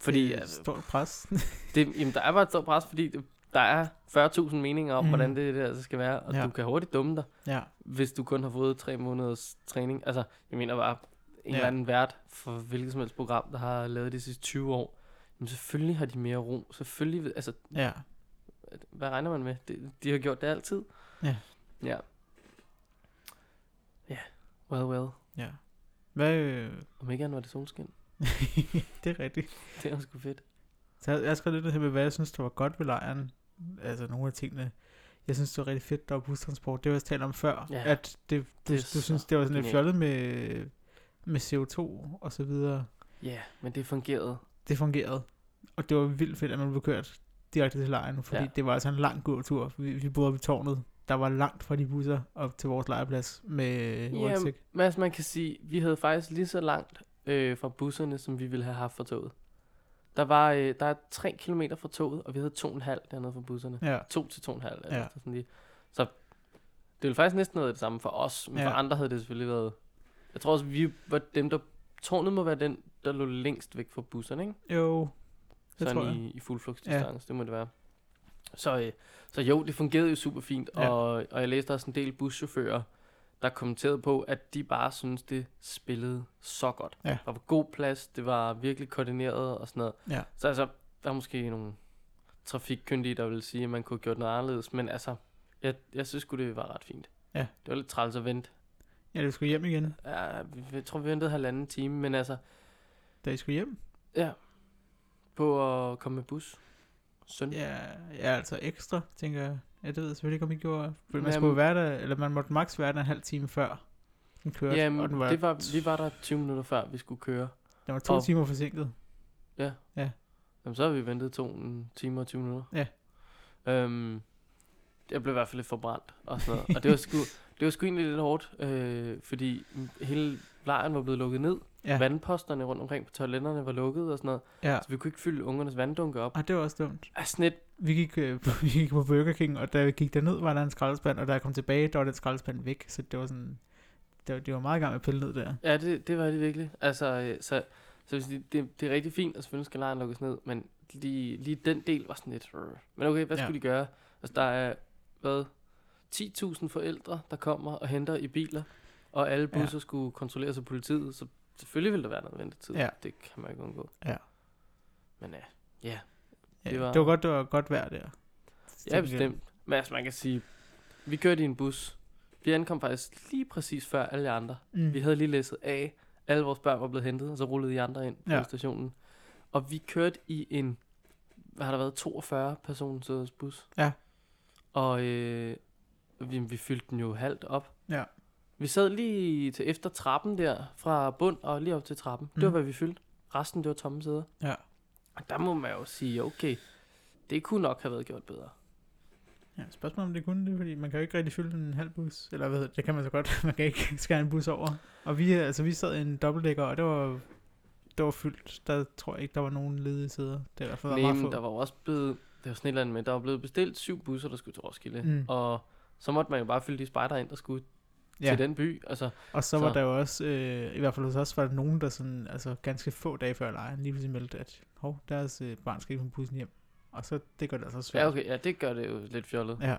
Speaker 1: Fordi
Speaker 2: Det er et
Speaker 1: altså,
Speaker 2: stort pres.
Speaker 1: det, jamen, der er bare et stort pres, fordi det, der er 40.000 meninger om,
Speaker 2: Mm.
Speaker 1: mm. hvordan det der altså skal være, og
Speaker 2: Ja.
Speaker 1: ja. du kan hurtigt dumme dig,
Speaker 2: ja.
Speaker 1: hvis du kun har fået tre måneders træning. Altså, jeg mener bare, en
Speaker 2: Ja.
Speaker 1: ja. eller anden vært for hvilket som helst program, der har lavet de sidste 20 år, jamen selvfølgelig har de mere ro. Selvfølgelig, ved- altså,
Speaker 2: Ja.
Speaker 1: hvad regner man med? De, de har gjort det altid.
Speaker 2: Ja.
Speaker 1: Ja. Ja. Well, well.
Speaker 2: Ja. Hvad... Øh...
Speaker 1: Om ikke andet var det solskin.
Speaker 2: det er rigtigt.
Speaker 1: Det er sgu fedt.
Speaker 2: Så jeg, jeg har skrevet lidt ned her med, hvad jeg synes, der var godt ved lejren. Altså nogle af tingene. Jeg synes, det var rigtig fedt, der var bustransport. Det var jeg også talt om før.
Speaker 1: Ja.
Speaker 2: At det, du,
Speaker 1: Det er
Speaker 2: det du
Speaker 1: så
Speaker 2: synes, det var sådan lidt
Speaker 1: genialt.
Speaker 2: fjollet med, med CO2 og så videre.
Speaker 1: Ja, yeah, men det fungerede.
Speaker 2: Det fungerede. Og det var vildt fedt, at man blev kørt direkte til lejren. Fordi ja.
Speaker 1: Ja.
Speaker 2: det var altså en lang gåtur. Vi, vi boede oppe i tårnet. Der var langt fra de busser op til vores lejrplads med
Speaker 1: Jamen,
Speaker 2: rygsæk.
Speaker 1: Men altså, man kan sige, vi havde faktisk lige så langt øh, fra busserne, som vi ville have haft fra toget. Der var øh, der er 3 km fra toget, og vi havde 2,5 dernede fra busserne.
Speaker 2: Ja.
Speaker 1: 2 til 2,5. Altså,
Speaker 2: Ja.
Speaker 1: ja. sådan lige. Så det ville faktisk næsten have været det samme for os, men ja. for
Speaker 2: Ja.
Speaker 1: andre havde det selvfølgelig været... Jeg tror også, vi var dem, der... Tårnet må være den, der lå længst væk fra busserne, ikke?
Speaker 2: Jo. Det
Speaker 1: sådan
Speaker 2: tror jeg.
Speaker 1: i, i fuld flugtsdistance, ja. det må det være. Så, øh, så jo, det fungerede jo super fint,
Speaker 2: Ja.
Speaker 1: ja. og, og jeg læste også en del buschauffører, der kommenterede på, at de bare synes det spillede så godt.
Speaker 2: Ja.
Speaker 1: Der var god plads, det var virkelig koordineret og sådan noget.
Speaker 2: Ja.
Speaker 1: Så altså, der er måske nogle trafikkyndige, der vil sige, at man kunne have gjort noget anderledes, men altså, jeg, jeg synes sgu, det var ret fint.
Speaker 2: Ja.
Speaker 1: Det var lidt træls at vente.
Speaker 2: Ja, da vi skulle hjem igen.
Speaker 1: Ja, vi- jeg tror, vi ventede halvanden time, men altså,
Speaker 2: Da I skulle hjem.
Speaker 1: ja, på at komme med bus. Søndag.
Speaker 2: Ja, ja, altså ekstra, tænker jeg. Ja, det ved jeg selvfølgelig ikke, om I gjorde. Fordi man
Speaker 1: Jamen-
Speaker 2: skulle være der, eller man måtte maks være der en halv time før den kørte.
Speaker 1: Jamen,
Speaker 2: og den var,
Speaker 1: det var, vi var der 20 minutter før, vi skulle køre.
Speaker 2: den var to
Speaker 1: og-
Speaker 2: timer forsinket.
Speaker 1: Jamen, så har vi ventet to en time og 20 minutter.
Speaker 2: Ja.
Speaker 1: Øhm, jeg blev i hvert fald lidt forbrændt og sådan noget. Og det var sgu, det var sgu egentlig lidt hårdt, øh, fordi hele lejren var blevet lukket ned.
Speaker 2: Ja.
Speaker 1: Vandposterne rundt omkring på toiletterne var lukket og sådan noget.
Speaker 2: Ja,
Speaker 1: Så vi kunne ikke fylde ungernes vanddunke op.
Speaker 2: og det var også dumt.
Speaker 1: Ah, sådan et,
Speaker 2: Vi gik, øh, vi gik på Burger King, og da vi gik derned, var der en skraldespand, og da jeg kom tilbage, der var den skraldespand væk, så det var sådan... Det var, de var meget i gang med at pille ned der.
Speaker 1: Ja, det, det var det virkelig. Altså, øh, så, så hvis de- det, det er rigtig fint, og selvfølgelig skal lejren lukkes ned, men lige, lige den del var sådan lidt... "Rrr." Men okay, hvad
Speaker 2: Ja.
Speaker 1: skulle de gøre? Altså, der er, hvad, 10.000 forældre, der kommer og henter i biler, og alle
Speaker 2: Ja.
Speaker 1: busser ja. skulle kontrolleres af politiet, så selvfølgelig ville der være noget ventetid.
Speaker 2: Ja.
Speaker 1: Det kan man ikke undgå.
Speaker 2: Ja.
Speaker 1: Men ja,
Speaker 2: Ja,
Speaker 1: Det
Speaker 2: det,
Speaker 1: var-
Speaker 2: var... det var godt, det var godt vejr der.
Speaker 1: ja bestemt. Men altså, man kan sige, vi kørte i en bus. Vi ankom faktisk lige præcis før alle de andre.
Speaker 2: Mm.
Speaker 1: Vi havde lige læsset af. Alle vores børn var blevet hentet, og så rullede de andre ind på ja.
Speaker 2: Ja.
Speaker 1: stationen. Og vi kørte i en, hvad har der været, 42 personers bus.
Speaker 2: Ja.
Speaker 1: Og øh, vi, vi fyldte den jo halvt op.
Speaker 2: Ja.
Speaker 1: Vi sad lige til efter trappen der, fra bund og lige op til trappen. Det var,
Speaker 2: Mhm.
Speaker 1: hvad vi fyldte. Resten, det var tomme sæder.
Speaker 2: Ja.
Speaker 1: Og der må man jo sige, okay, det kunne nok have været gjort bedre.
Speaker 2: Ja, spørgsmålet om det kunne det, fordi man kan jo ikke rigtig fylde en halv bus, eller hvad hedder det, det kan man så godt, man kan ikke skære en bus over. Og vi, altså, vi sad i en dobbeltdækker, og det var, det var fyldt. Der tror jeg ikke, der var nogen ledige sæder. Det er i hvert fald
Speaker 1: Nej,
Speaker 2: meget få.
Speaker 1: men der var jo også blevet, det var sådan et eller andet med, der var blevet bestilt syv busser, der skulle til Roskilde.
Speaker 2: Mm.
Speaker 1: Og så måtte man jo bare fylde de spejder ind, der skulle ja.
Speaker 2: ja.
Speaker 1: til den by. Altså,
Speaker 2: Og så,
Speaker 1: Så-
Speaker 2: så var der jo også, øh, i hvert fald hos os, var der nogen, der sådan, altså ganske få dage før lejen, lige pludselig meldte, at hov, deres øh, barn skal ikke på bussen hjem. Og så, det gør det altså svært.
Speaker 1: ja, okay, ja, det gør det jo lidt fjollet,
Speaker 2: Ja,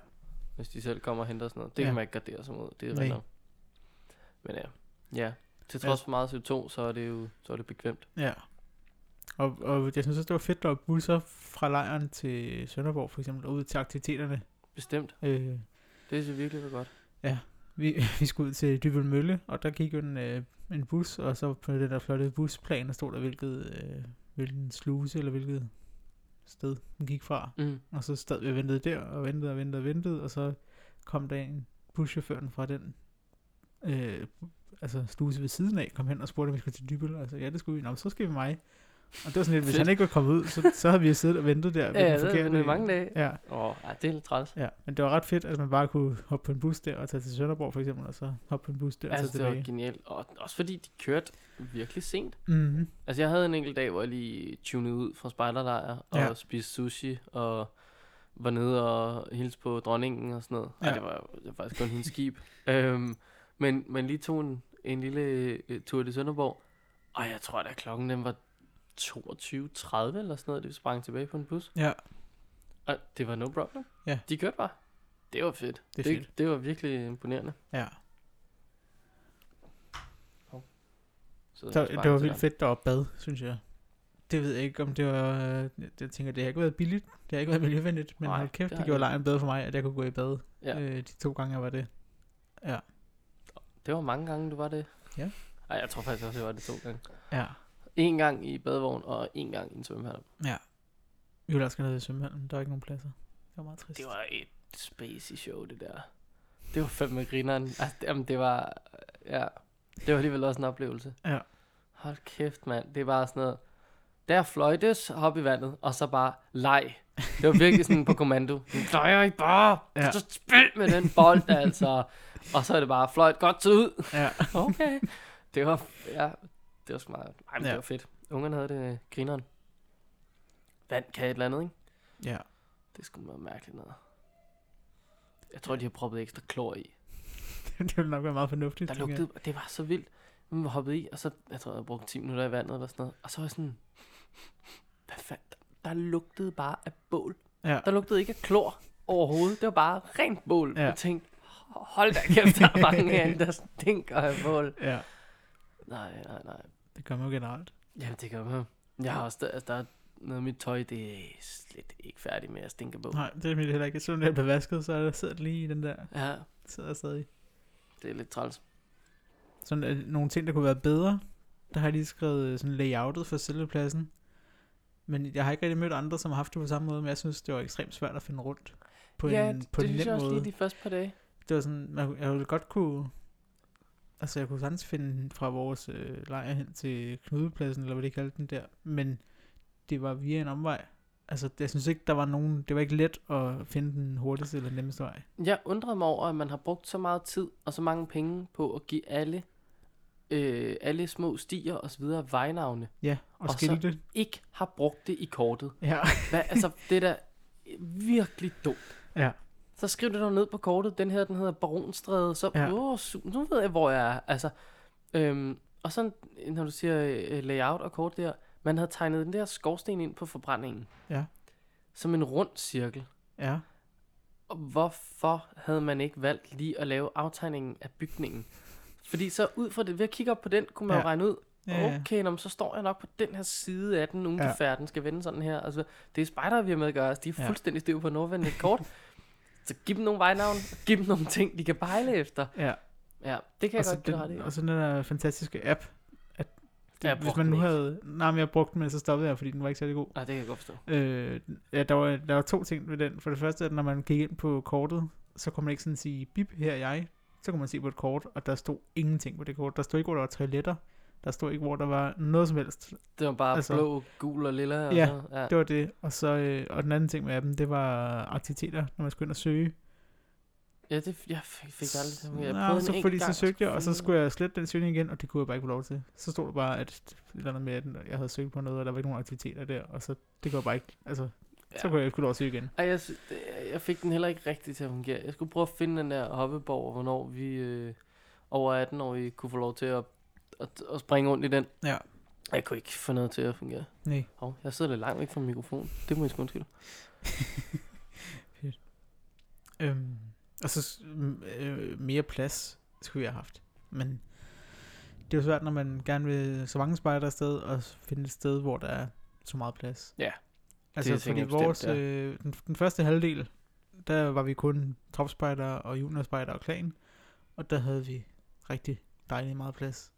Speaker 1: hvis de selv kommer og henter sådan noget. Det ja.
Speaker 2: Ja.
Speaker 1: kan man ikke gardere sig mod, det er
Speaker 2: Nej.
Speaker 1: rigtigt. nok. Men ja, ja. Til
Speaker 2: Men-
Speaker 1: trods for meget CO2, så er det jo så er det bekvemt.
Speaker 2: ja. Og, og jeg synes også, det var fedt, at der var busser fra lejren til Sønderborg, for eksempel, og ud til aktiviteterne.
Speaker 1: Bestemt.
Speaker 2: Øh,
Speaker 1: Det synes jeg virkelig var godt.
Speaker 2: vi, vi skulle ud til Dybel Mølle, og der gik jo en, øh, en bus, og så på den der flotte busplan, der stod der, hvilket, øh, hvilken sluse eller hvilket sted den gik fra.
Speaker 1: Mm.
Speaker 2: Og så stod vi og ventede der, og ventede og ventede og ventede, og så kom der en buschaufføren fra den øh, altså sluse ved siden af, kom hen og spurgte, om vi skulle til Dybel, og så ja, det skulle vi. Nå, men så skal vi mig. Og det var sådan lidt, hvis
Speaker 1: Fedt.
Speaker 2: han ikke var kommet ud, så, så havde vi jo siddet og ventet der. ved
Speaker 1: Ja,
Speaker 2: den
Speaker 1: det havde vi i mange dage.
Speaker 2: Ja,
Speaker 1: Åh, oh, ej, det er lidt træls.
Speaker 2: ja, men det var ret fedt, at man bare kunne hoppe på en bus der, og tage til Sønderborg for eksempel, og så hoppe på en bus der, og så
Speaker 1: Altså, det var
Speaker 2: tilbage.
Speaker 1: genialt. Og også fordi de kørte virkelig sent.
Speaker 2: Mm-hmm.
Speaker 1: Altså, jeg havde en enkelt dag, hvor jeg lige tunede ud fra spejderlejr og ja.
Speaker 2: Ja.
Speaker 1: spiste sushi og var nede og hilste på dronningen og sådan noget. Ja. Ej,
Speaker 2: Ja.
Speaker 1: det var, det var faktisk kun hendes skib. Øhm, men, men lige tog en, en lille øh, tur til Sønderborg, og jeg tror da klokken den var 22.30 eller sådan noget, det sprang tilbage på en bus.
Speaker 2: Ja,
Speaker 1: Og det var no problem.
Speaker 2: Ja.
Speaker 1: De kørte bare. Det var fedt.
Speaker 2: Det er fedt.
Speaker 1: Det, det var virkelig imponerende.
Speaker 2: ja.
Speaker 1: Så,
Speaker 2: Så, det var vildt fedt, der var bad, synes jeg. Det ved jeg ikke, om det var... øh, Jeg tænker, det har ikke været billigt, det har ikke været miljøvenligt, men
Speaker 1: Nej,
Speaker 2: Nej, hold kæft,
Speaker 1: det
Speaker 2: det,
Speaker 1: har
Speaker 2: det gjorde
Speaker 1: det.
Speaker 2: lejren bedre for mig, at jeg kunne gå i bad
Speaker 1: Ja.
Speaker 2: ja. øh, de to gange, jeg var det.
Speaker 1: Det var mange gange, du var det.
Speaker 2: Ja.
Speaker 1: Ej, jeg tror faktisk også, jeg var det to gange.
Speaker 2: Ja.
Speaker 1: En gang i badevogn og en gang i en svømmehal.
Speaker 2: Vi ville også gerne ned i svømmehallen, der var ikke nogen pladser. Det var meget trist.
Speaker 1: Det var et spacey show, det der. Det var fandme grineren. Altså, det, jamen, det var... Ja, det var alligevel også en oplevelse.
Speaker 2: Ja.
Speaker 1: Hold kæft, mand. Det var sådan noget... Der fløjtes, hop i vandet, og så bare leg. Det var virkelig sådan på kommando. Leger I bare? Ja.
Speaker 2: Ja.
Speaker 1: Så spil med den bold, altså. Og så er det bare fløjt godt tid ud.
Speaker 2: Ja.
Speaker 1: Okay. Det var, ja, det var sgu meget. Ej, men ja.
Speaker 2: Ja.
Speaker 1: det var fedt. Ungerne havde det grineren. Vand kan et eller andet, ikke?
Speaker 2: ja.
Speaker 1: Det skulle være mærkeligt noget. Jeg tror, de har proppet ekstra klor i.
Speaker 2: det ville nok være meget fornuftigt.
Speaker 1: Der
Speaker 2: tænker jeg.
Speaker 1: lugtede, og det var så vildt. Man var hoppet i, og så, jeg tror, jeg brugte 10 minutter i vandet eller sådan noget. Og så var jeg sådan, hvad fanden, der, der lugtede bare af bål.
Speaker 2: Ja.
Speaker 1: Der lugtede ikke af klor overhovedet. Det var bare rent bål. Ja.
Speaker 2: Ja.
Speaker 1: Jeg tænkte, hold da kæft, der er mange herinde, der stinker af bål.
Speaker 2: ja,
Speaker 1: Nej, nej, nej.
Speaker 2: det gør man jo generelt.
Speaker 1: Jamen, det gør man. Jeg har også, der, altså, der er noget af mit tøj, det er slet ikke færdigt med at stinke bål.
Speaker 2: Nej, det er mit heller ikke. Selvom det er blevet vasket, så er der sidder det lige i den der,
Speaker 1: Ja,
Speaker 2: sidder stadig.
Speaker 1: det er lidt træls.
Speaker 2: sådan øh, nogle ting, der kunne være bedre. Der har jeg lige skrevet øh, sådan layoutet for selve pladsen. Men jeg har ikke rigtig mødt andre, som har haft det på samme måde, men jeg synes, det var ekstremt svært at finde rundt på
Speaker 1: ja,
Speaker 2: en,
Speaker 1: det,
Speaker 2: på
Speaker 1: det
Speaker 2: en
Speaker 1: synes
Speaker 2: nem
Speaker 1: jeg også
Speaker 2: måde.
Speaker 1: lige de første par dage.
Speaker 2: Det var sådan, man, kunne- jeg ville godt kunne... Altså, jeg kunne sagtens finde fra vores øh, lejr hen til Knudepladsen, eller hvad de kaldte den der, men det var via en omvej. Altså, jeg synes ikke, der var nogen... Det var ikke let at finde den hurtigste eller nemmeste vej.
Speaker 1: Jeg undrede mig over, at man har brugt så meget tid og så mange penge på at give alle, øh, alle små stier og så videre vejnavne.
Speaker 2: Ja, og,
Speaker 1: Og
Speaker 2: og
Speaker 1: så-
Speaker 2: skilte. Så...
Speaker 1: Ikke har brugt det i kortet.
Speaker 2: Ja,
Speaker 1: Hvad, altså, det er da virkelig dumt.
Speaker 2: ja.
Speaker 1: så skriv det dog ned på kortet. Den her, den hedder Baronstræde. Så,
Speaker 2: Ja.
Speaker 1: ja. oh, nu ved jeg, hvor jeg er. Altså, øhm, og sådan, når du siger øh, layout og kort der, man havde tegnet den der skorsten ind på forbrændingen.
Speaker 2: Ja.
Speaker 1: Som en rund cirkel.
Speaker 2: Ja.
Speaker 1: Og hvorfor havde man ikke valgt lige at lave aftegningen af bygningen? Fordi så ud fra det, ved at kigge op på den, kunne man
Speaker 2: Ja.
Speaker 1: ja. jo regne ud,
Speaker 2: Ja, ja.
Speaker 1: okay, nå, men så står jeg nok på den her side af den, ungefær, ja. den skal vende sådan her. Altså, det er spejdere, vi har med at gøre, altså, de er
Speaker 2: Ja.
Speaker 1: fuldstændig stive på nordvendt et kort. så giv dem nogle vejnavne, giv dem nogle ting, de kan pejle efter.
Speaker 2: ja.
Speaker 1: Ja, det kan
Speaker 2: Og
Speaker 1: jeg
Speaker 2: så,
Speaker 1: godt give dig ret i.
Speaker 2: Altså, den, og så den der fantastiske app. At
Speaker 1: Ja, jeg
Speaker 2: det, hvis
Speaker 1: brugte
Speaker 2: man
Speaker 1: den
Speaker 2: nu
Speaker 1: ikke.
Speaker 2: havde... Nej, men jeg brugte den, men så stoppede jeg, fordi den var ikke særlig god.
Speaker 1: Nej, det kan jeg godt forstå.
Speaker 2: Øh, ja, der var, der var to ting ved den. For det første, at når man gik ind på kortet, så kunne man ikke sådan sige, bip, her er jeg. Så kunne man se på et kort, og der stod ingenting på det kort. Der stod ikke, hvor der var toiletter. Der stod ikke, hvor der var noget som helst.
Speaker 1: Det var bare
Speaker 2: Altså-
Speaker 1: altså, blå, gul og lilla. Og
Speaker 2: Ja,
Speaker 1: så, ja.
Speaker 2: Det var det. Og, så, øh, og den anden ting med appen, det var aktiviteter, når man skulle ind og søge.
Speaker 1: ja, det jeg fik, fik aldrig det. Jeg prøvede
Speaker 2: Nå,
Speaker 1: den
Speaker 2: så
Speaker 1: en
Speaker 2: fordi
Speaker 1: gang,
Speaker 2: så
Speaker 1: og
Speaker 2: søgte jeg, og så
Speaker 1: fandme-
Speaker 2: skulle jeg slette den søgning igen, og det kunne jeg bare ikke få lov til. Så stod der bare, at et eller andet med, at jeg havde søgt på noget, og der var ikke nogen aktiviteter der, og så det kunne jeg bare ikke, altså, ja. så
Speaker 1: Ja.
Speaker 2: kunne jeg ikke få lov til at søge igen.
Speaker 1: Ej, jeg, sy- det- jeg fik den heller ikke rigtig til at fungere. Jeg skulle prøve at finde den der hoppeborg, hvornår vi øh, over 18 år vi kunne få lov til at, at, at springe rundt i den.
Speaker 2: Ja.
Speaker 1: Jeg kunne ikke få noget til at fungere.
Speaker 2: Nej.
Speaker 1: Hov, jeg sidder lidt langt væk fra mikrofonen. Det må I sgu undskylde.
Speaker 2: Øhm, og så s- m- øh, mere plads skulle jeg have haft. Men det er jo svært, når man gerne vil så mange spejder afsted, og s- finde et sted, hvor der er så meget plads.
Speaker 1: Ja.
Speaker 2: Altså, det
Speaker 1: Det tænker
Speaker 2: fordi
Speaker 1: jeg bestemt,
Speaker 2: vores,
Speaker 1: ja.
Speaker 2: øh, den, den første halvdel, der var vi kun topspejder og juniorspejder og klan, og der havde vi rigtig dejligt meget plads.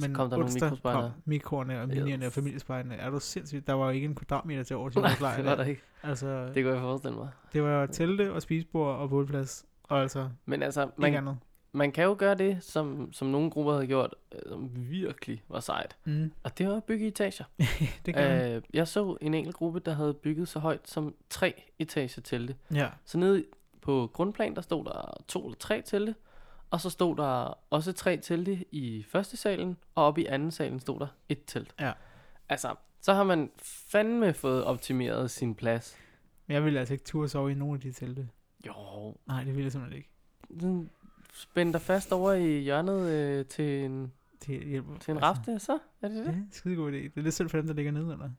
Speaker 2: Men
Speaker 1: kom der nogle
Speaker 2: onsdag
Speaker 1: mikrospejdere.
Speaker 2: kom mikroerne og minierne og familiespejderne. Er du sindssygt? Der var jo ikke en kvadratmeter til over til
Speaker 1: Nej,
Speaker 2: vores lejr.
Speaker 1: det var
Speaker 2: der.
Speaker 1: der ikke.
Speaker 2: Altså,
Speaker 1: Det kunne jeg forestille mig.
Speaker 2: det var telte og spisebord og bålplads. Og altså,
Speaker 1: Men altså,
Speaker 2: man, ikke
Speaker 1: man,
Speaker 2: andet.
Speaker 1: man kan jo gøre det, som, som nogle grupper havde gjort, øh, som virkelig var sejt.
Speaker 2: Mm.
Speaker 1: Og det var at bygge etager.
Speaker 2: det kan man.
Speaker 1: Øh, jeg så en enkelt gruppe, der havde bygget så højt som tre etager telte.
Speaker 2: Ja.
Speaker 1: Så nede på grundplan, der stod der to eller tre telte, og så stod der også tre telte i første salen, og oppe i anden salen stod der et telt.
Speaker 2: Ja.
Speaker 1: Altså, så har man fandme fået optimeret sin plads.
Speaker 2: Men jeg ville altså ikke turde sove i nogen af de telte.
Speaker 1: Jo.
Speaker 2: Nej, det ville jeg simpelthen ikke.
Speaker 1: Den spænd dig fast over i hjørnet øh, til, en,
Speaker 2: Det hjælper. Altså,
Speaker 1: til en rafte, så er det
Speaker 2: Ja,
Speaker 1: det?
Speaker 2: skide god idé. Det er lidt synd for dem, der ligger nedenunder.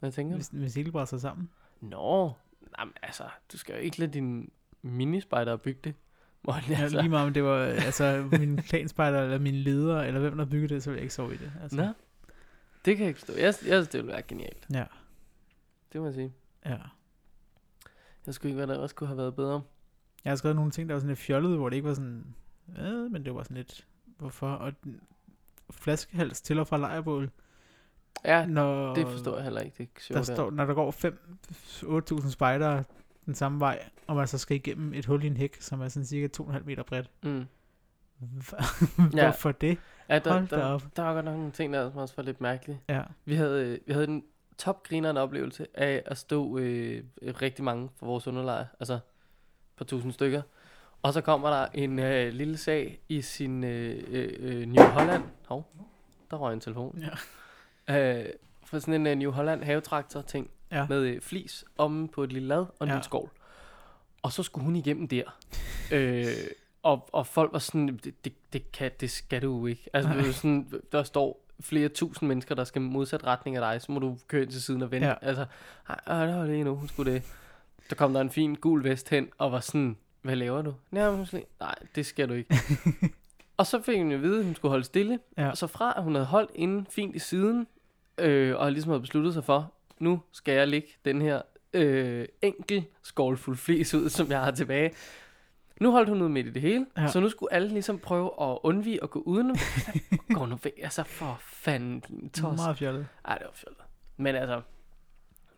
Speaker 1: Hvad tænker du?
Speaker 2: Hvis, hvis hele brænder sig sammen.
Speaker 1: Nå, jamen, altså, du skal jo ikke lade din minispejder bygge det. Morten,
Speaker 2: Ja,
Speaker 1: altså.
Speaker 2: lige meget om det var altså, min klanspejder eller min leder, eller hvem der byggede det, så ville jeg ikke sove i det. Altså.
Speaker 1: Nå, det kan jeg ikke forstå. Jeg, jeg synes, det ville være genialt.
Speaker 2: Ja.
Speaker 1: Det må jeg sige.
Speaker 2: Ja.
Speaker 1: Jeg skulle ikke, hvad der også kunne have været bedre.
Speaker 2: Jeg har skrevet nogle ting, der var sådan lidt fjollede, hvor det ikke var sådan, øh, men det var sådan lidt, hvorfor? Og den- flaskehals til og fra lejrebål.
Speaker 1: Ja,
Speaker 2: Når,
Speaker 1: det forstår jeg heller ikke. Det er sjovt.
Speaker 2: Der står, når der går 5-8.000 spejdere den samme vej, og man så skal igennem et hul i en hæk, som er sådan cirka 2,5 meter bredt.
Speaker 1: Mm.
Speaker 2: Hva-
Speaker 1: Ja.
Speaker 2: Hvorfor det?
Speaker 1: Ja, der,
Speaker 2: Hold da
Speaker 1: der,
Speaker 2: op.
Speaker 1: der var godt nok nogle ting, der som også var lidt mærkelige.
Speaker 2: Ja,
Speaker 1: Vi havde, øh, vi havde en topgrineren oplevelse af at stå øh, rigtig mange fra vores underleje, altså på tusind stykker. Og så kommer der en øh, lille sag i sin øh, øh, øh, New Holland. Hov, der røg en telefon. Ja. Øh, fra sådan en øh, New Holland havetraktor ting
Speaker 2: Ja.
Speaker 1: ja. med øh, flis om på et lille lad og en
Speaker 2: Ja.
Speaker 1: ja. lille skål. Og så skulle hun igennem der. øh, og, og folk var sådan, det, det, det, kan, det skal du jo ikke. Altså, det er jo sådan, der står flere tusind mennesker, der skal modsat retning af dig, så må du køre ind til siden og vente.
Speaker 2: Ja.
Speaker 1: Ja. Altså, ej, øh, der var det endnu, hun skulle det. Der kom der en fin gul vest hen, og var sådan, hvad laver du? Nærmest lige, nej, det skal du ikke. og så fik hun jo at vide, at hun skulle holde stille.
Speaker 2: Ja.
Speaker 1: Så fra at hun havde holdt inden fint i siden, øh, og ligesom havde besluttet sig for, nu skal jeg lægge den her øh, enkel skålfuld flis ud, som jeg har tilbage. Nu holdt hun ud midt i det hele,
Speaker 2: Ja.
Speaker 1: ja. så nu skulle alle ligesom prøve at undvige at gå udenom. gå nu væk, altså for fanden, din tos.
Speaker 2: meget fjollet.
Speaker 1: Ej, det var fjollet. Men altså,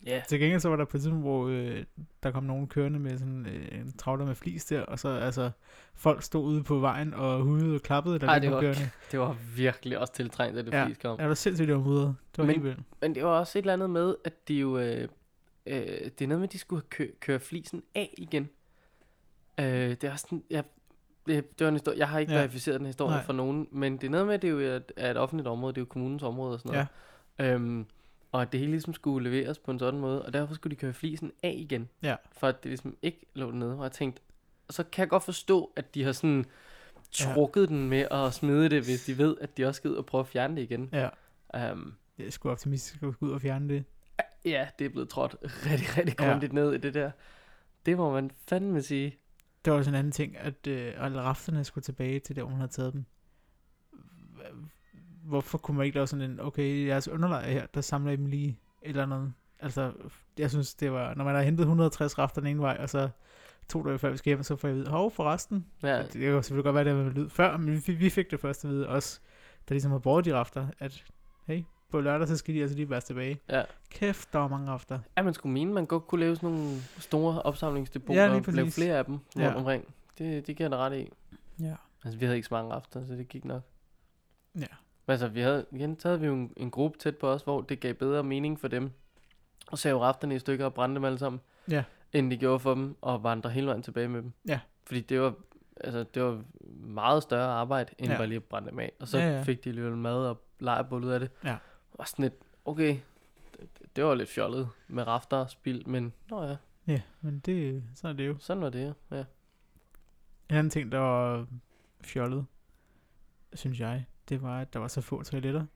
Speaker 1: ja,
Speaker 2: Til gengæld så var der på et tidspunkt, hvor øh, der kom nogen kørende med sådan øh, en travler med flis der, og så altså, folk stod ude på vejen og hudede og klappede, der
Speaker 1: Ej,
Speaker 2: Ej,
Speaker 1: det
Speaker 2: kom
Speaker 1: var-
Speaker 2: kørende.
Speaker 1: det var virkelig også tiltrængt, at det
Speaker 2: Ja.
Speaker 1: ja. flis kom.
Speaker 2: Ja, det var sindssygt, det var mudret. Det var
Speaker 1: Men-
Speaker 2: helt vildt.
Speaker 1: Men det var også et eller andet med, at de jo... Øh, øh, det er noget med, at de skulle kø- køre flisen af igen. Øh, det er også sådan... Jeg, det, det var en historie, jeg har ikke
Speaker 2: Ja.
Speaker 1: ja. verificeret den historie
Speaker 2: Nej.
Speaker 1: Nej. for nogen, men det er noget med, at det jo er, et- er et offentligt område, det er jo kommunens område og sådan noget. Ja. Øhm, Og at det hele ligesom skulle leveres på en sådan måde, og derfor skulle de køre flisen af igen.
Speaker 2: Ja.
Speaker 1: For at det ligesom ikke lå dernede. Og jeg tænkte, så kan jeg godt forstå, at de har sådan trukket ja. den med at smide det, hvis de ved, at de også skal ud og prøve at fjerne det igen.
Speaker 2: Ja.
Speaker 1: Um,
Speaker 2: Det er sgu optimistisk at gå ud og fjerne det.
Speaker 1: ja, det er blevet trådt rigtig, rigtig
Speaker 2: Ja.
Speaker 1: grundigt ned i det der. Det må man fandme sige.
Speaker 2: Der var også en anden ting, at øh, alle rafterne skulle tilbage til der, hvor man havde taget dem. Hva- Hvorfor kunne man ikke lave sådan en, okay, jeres underleje her, der samler I dem lige, eller noget. Altså, jeg synes, det var, når man har hentet 160 rafter den ene vej, og så to dage før vi skal hjem, så får jeg at vide, hov, forresten. Ja.
Speaker 1: Ja,
Speaker 2: Det kan jo selvfølgelig godt være, det var lyd før, men vi, vi fik det først at vide, os, der ligesom har båret de rafter, at hey, på lørdag, så skal de altså lige være tilbage.
Speaker 1: Ja.
Speaker 2: Kæft, der var mange rafter.
Speaker 1: ja, man skulle mene, man godt kunne lave sådan nogle store opsamlingsdepoter
Speaker 2: Ja, lige
Speaker 1: og lave
Speaker 2: præcis.
Speaker 1: flere af dem
Speaker 2: Ja.
Speaker 1: rundt omkring. Det, det giver jeg dig ret i.
Speaker 2: Ja.
Speaker 1: Altså, vi havde ikke så mange aftener, så det gik nok.
Speaker 2: Ja.
Speaker 1: Men altså, vi havde, igen, så havde vi jo en, en gruppe tæt på os, hvor det gav bedre mening for dem. Og save rafterne i stykker og brænde dem alle sammen.
Speaker 2: Ja.
Speaker 1: End det gjorde for dem at vandre hele vejen tilbage med dem.
Speaker 2: Ja.
Speaker 1: Fordi det var, altså, det var meget større arbejde, end
Speaker 2: Ja.
Speaker 1: bare lige at brænde dem af. Og så
Speaker 2: Ja,
Speaker 1: ja,
Speaker 2: ja.
Speaker 1: ja. fik de alligevel mad og lejrbål ud af det.
Speaker 2: Ja.
Speaker 1: Og sådan lidt, okay, det, det var lidt fjollet med rafter og spild, men nå ja,
Speaker 2: Ja, men det, sådan er det jo.
Speaker 1: sådan var det, ja.
Speaker 2: En anden ting, der var fjollet, synes jeg, det var, at der var så få toiletter.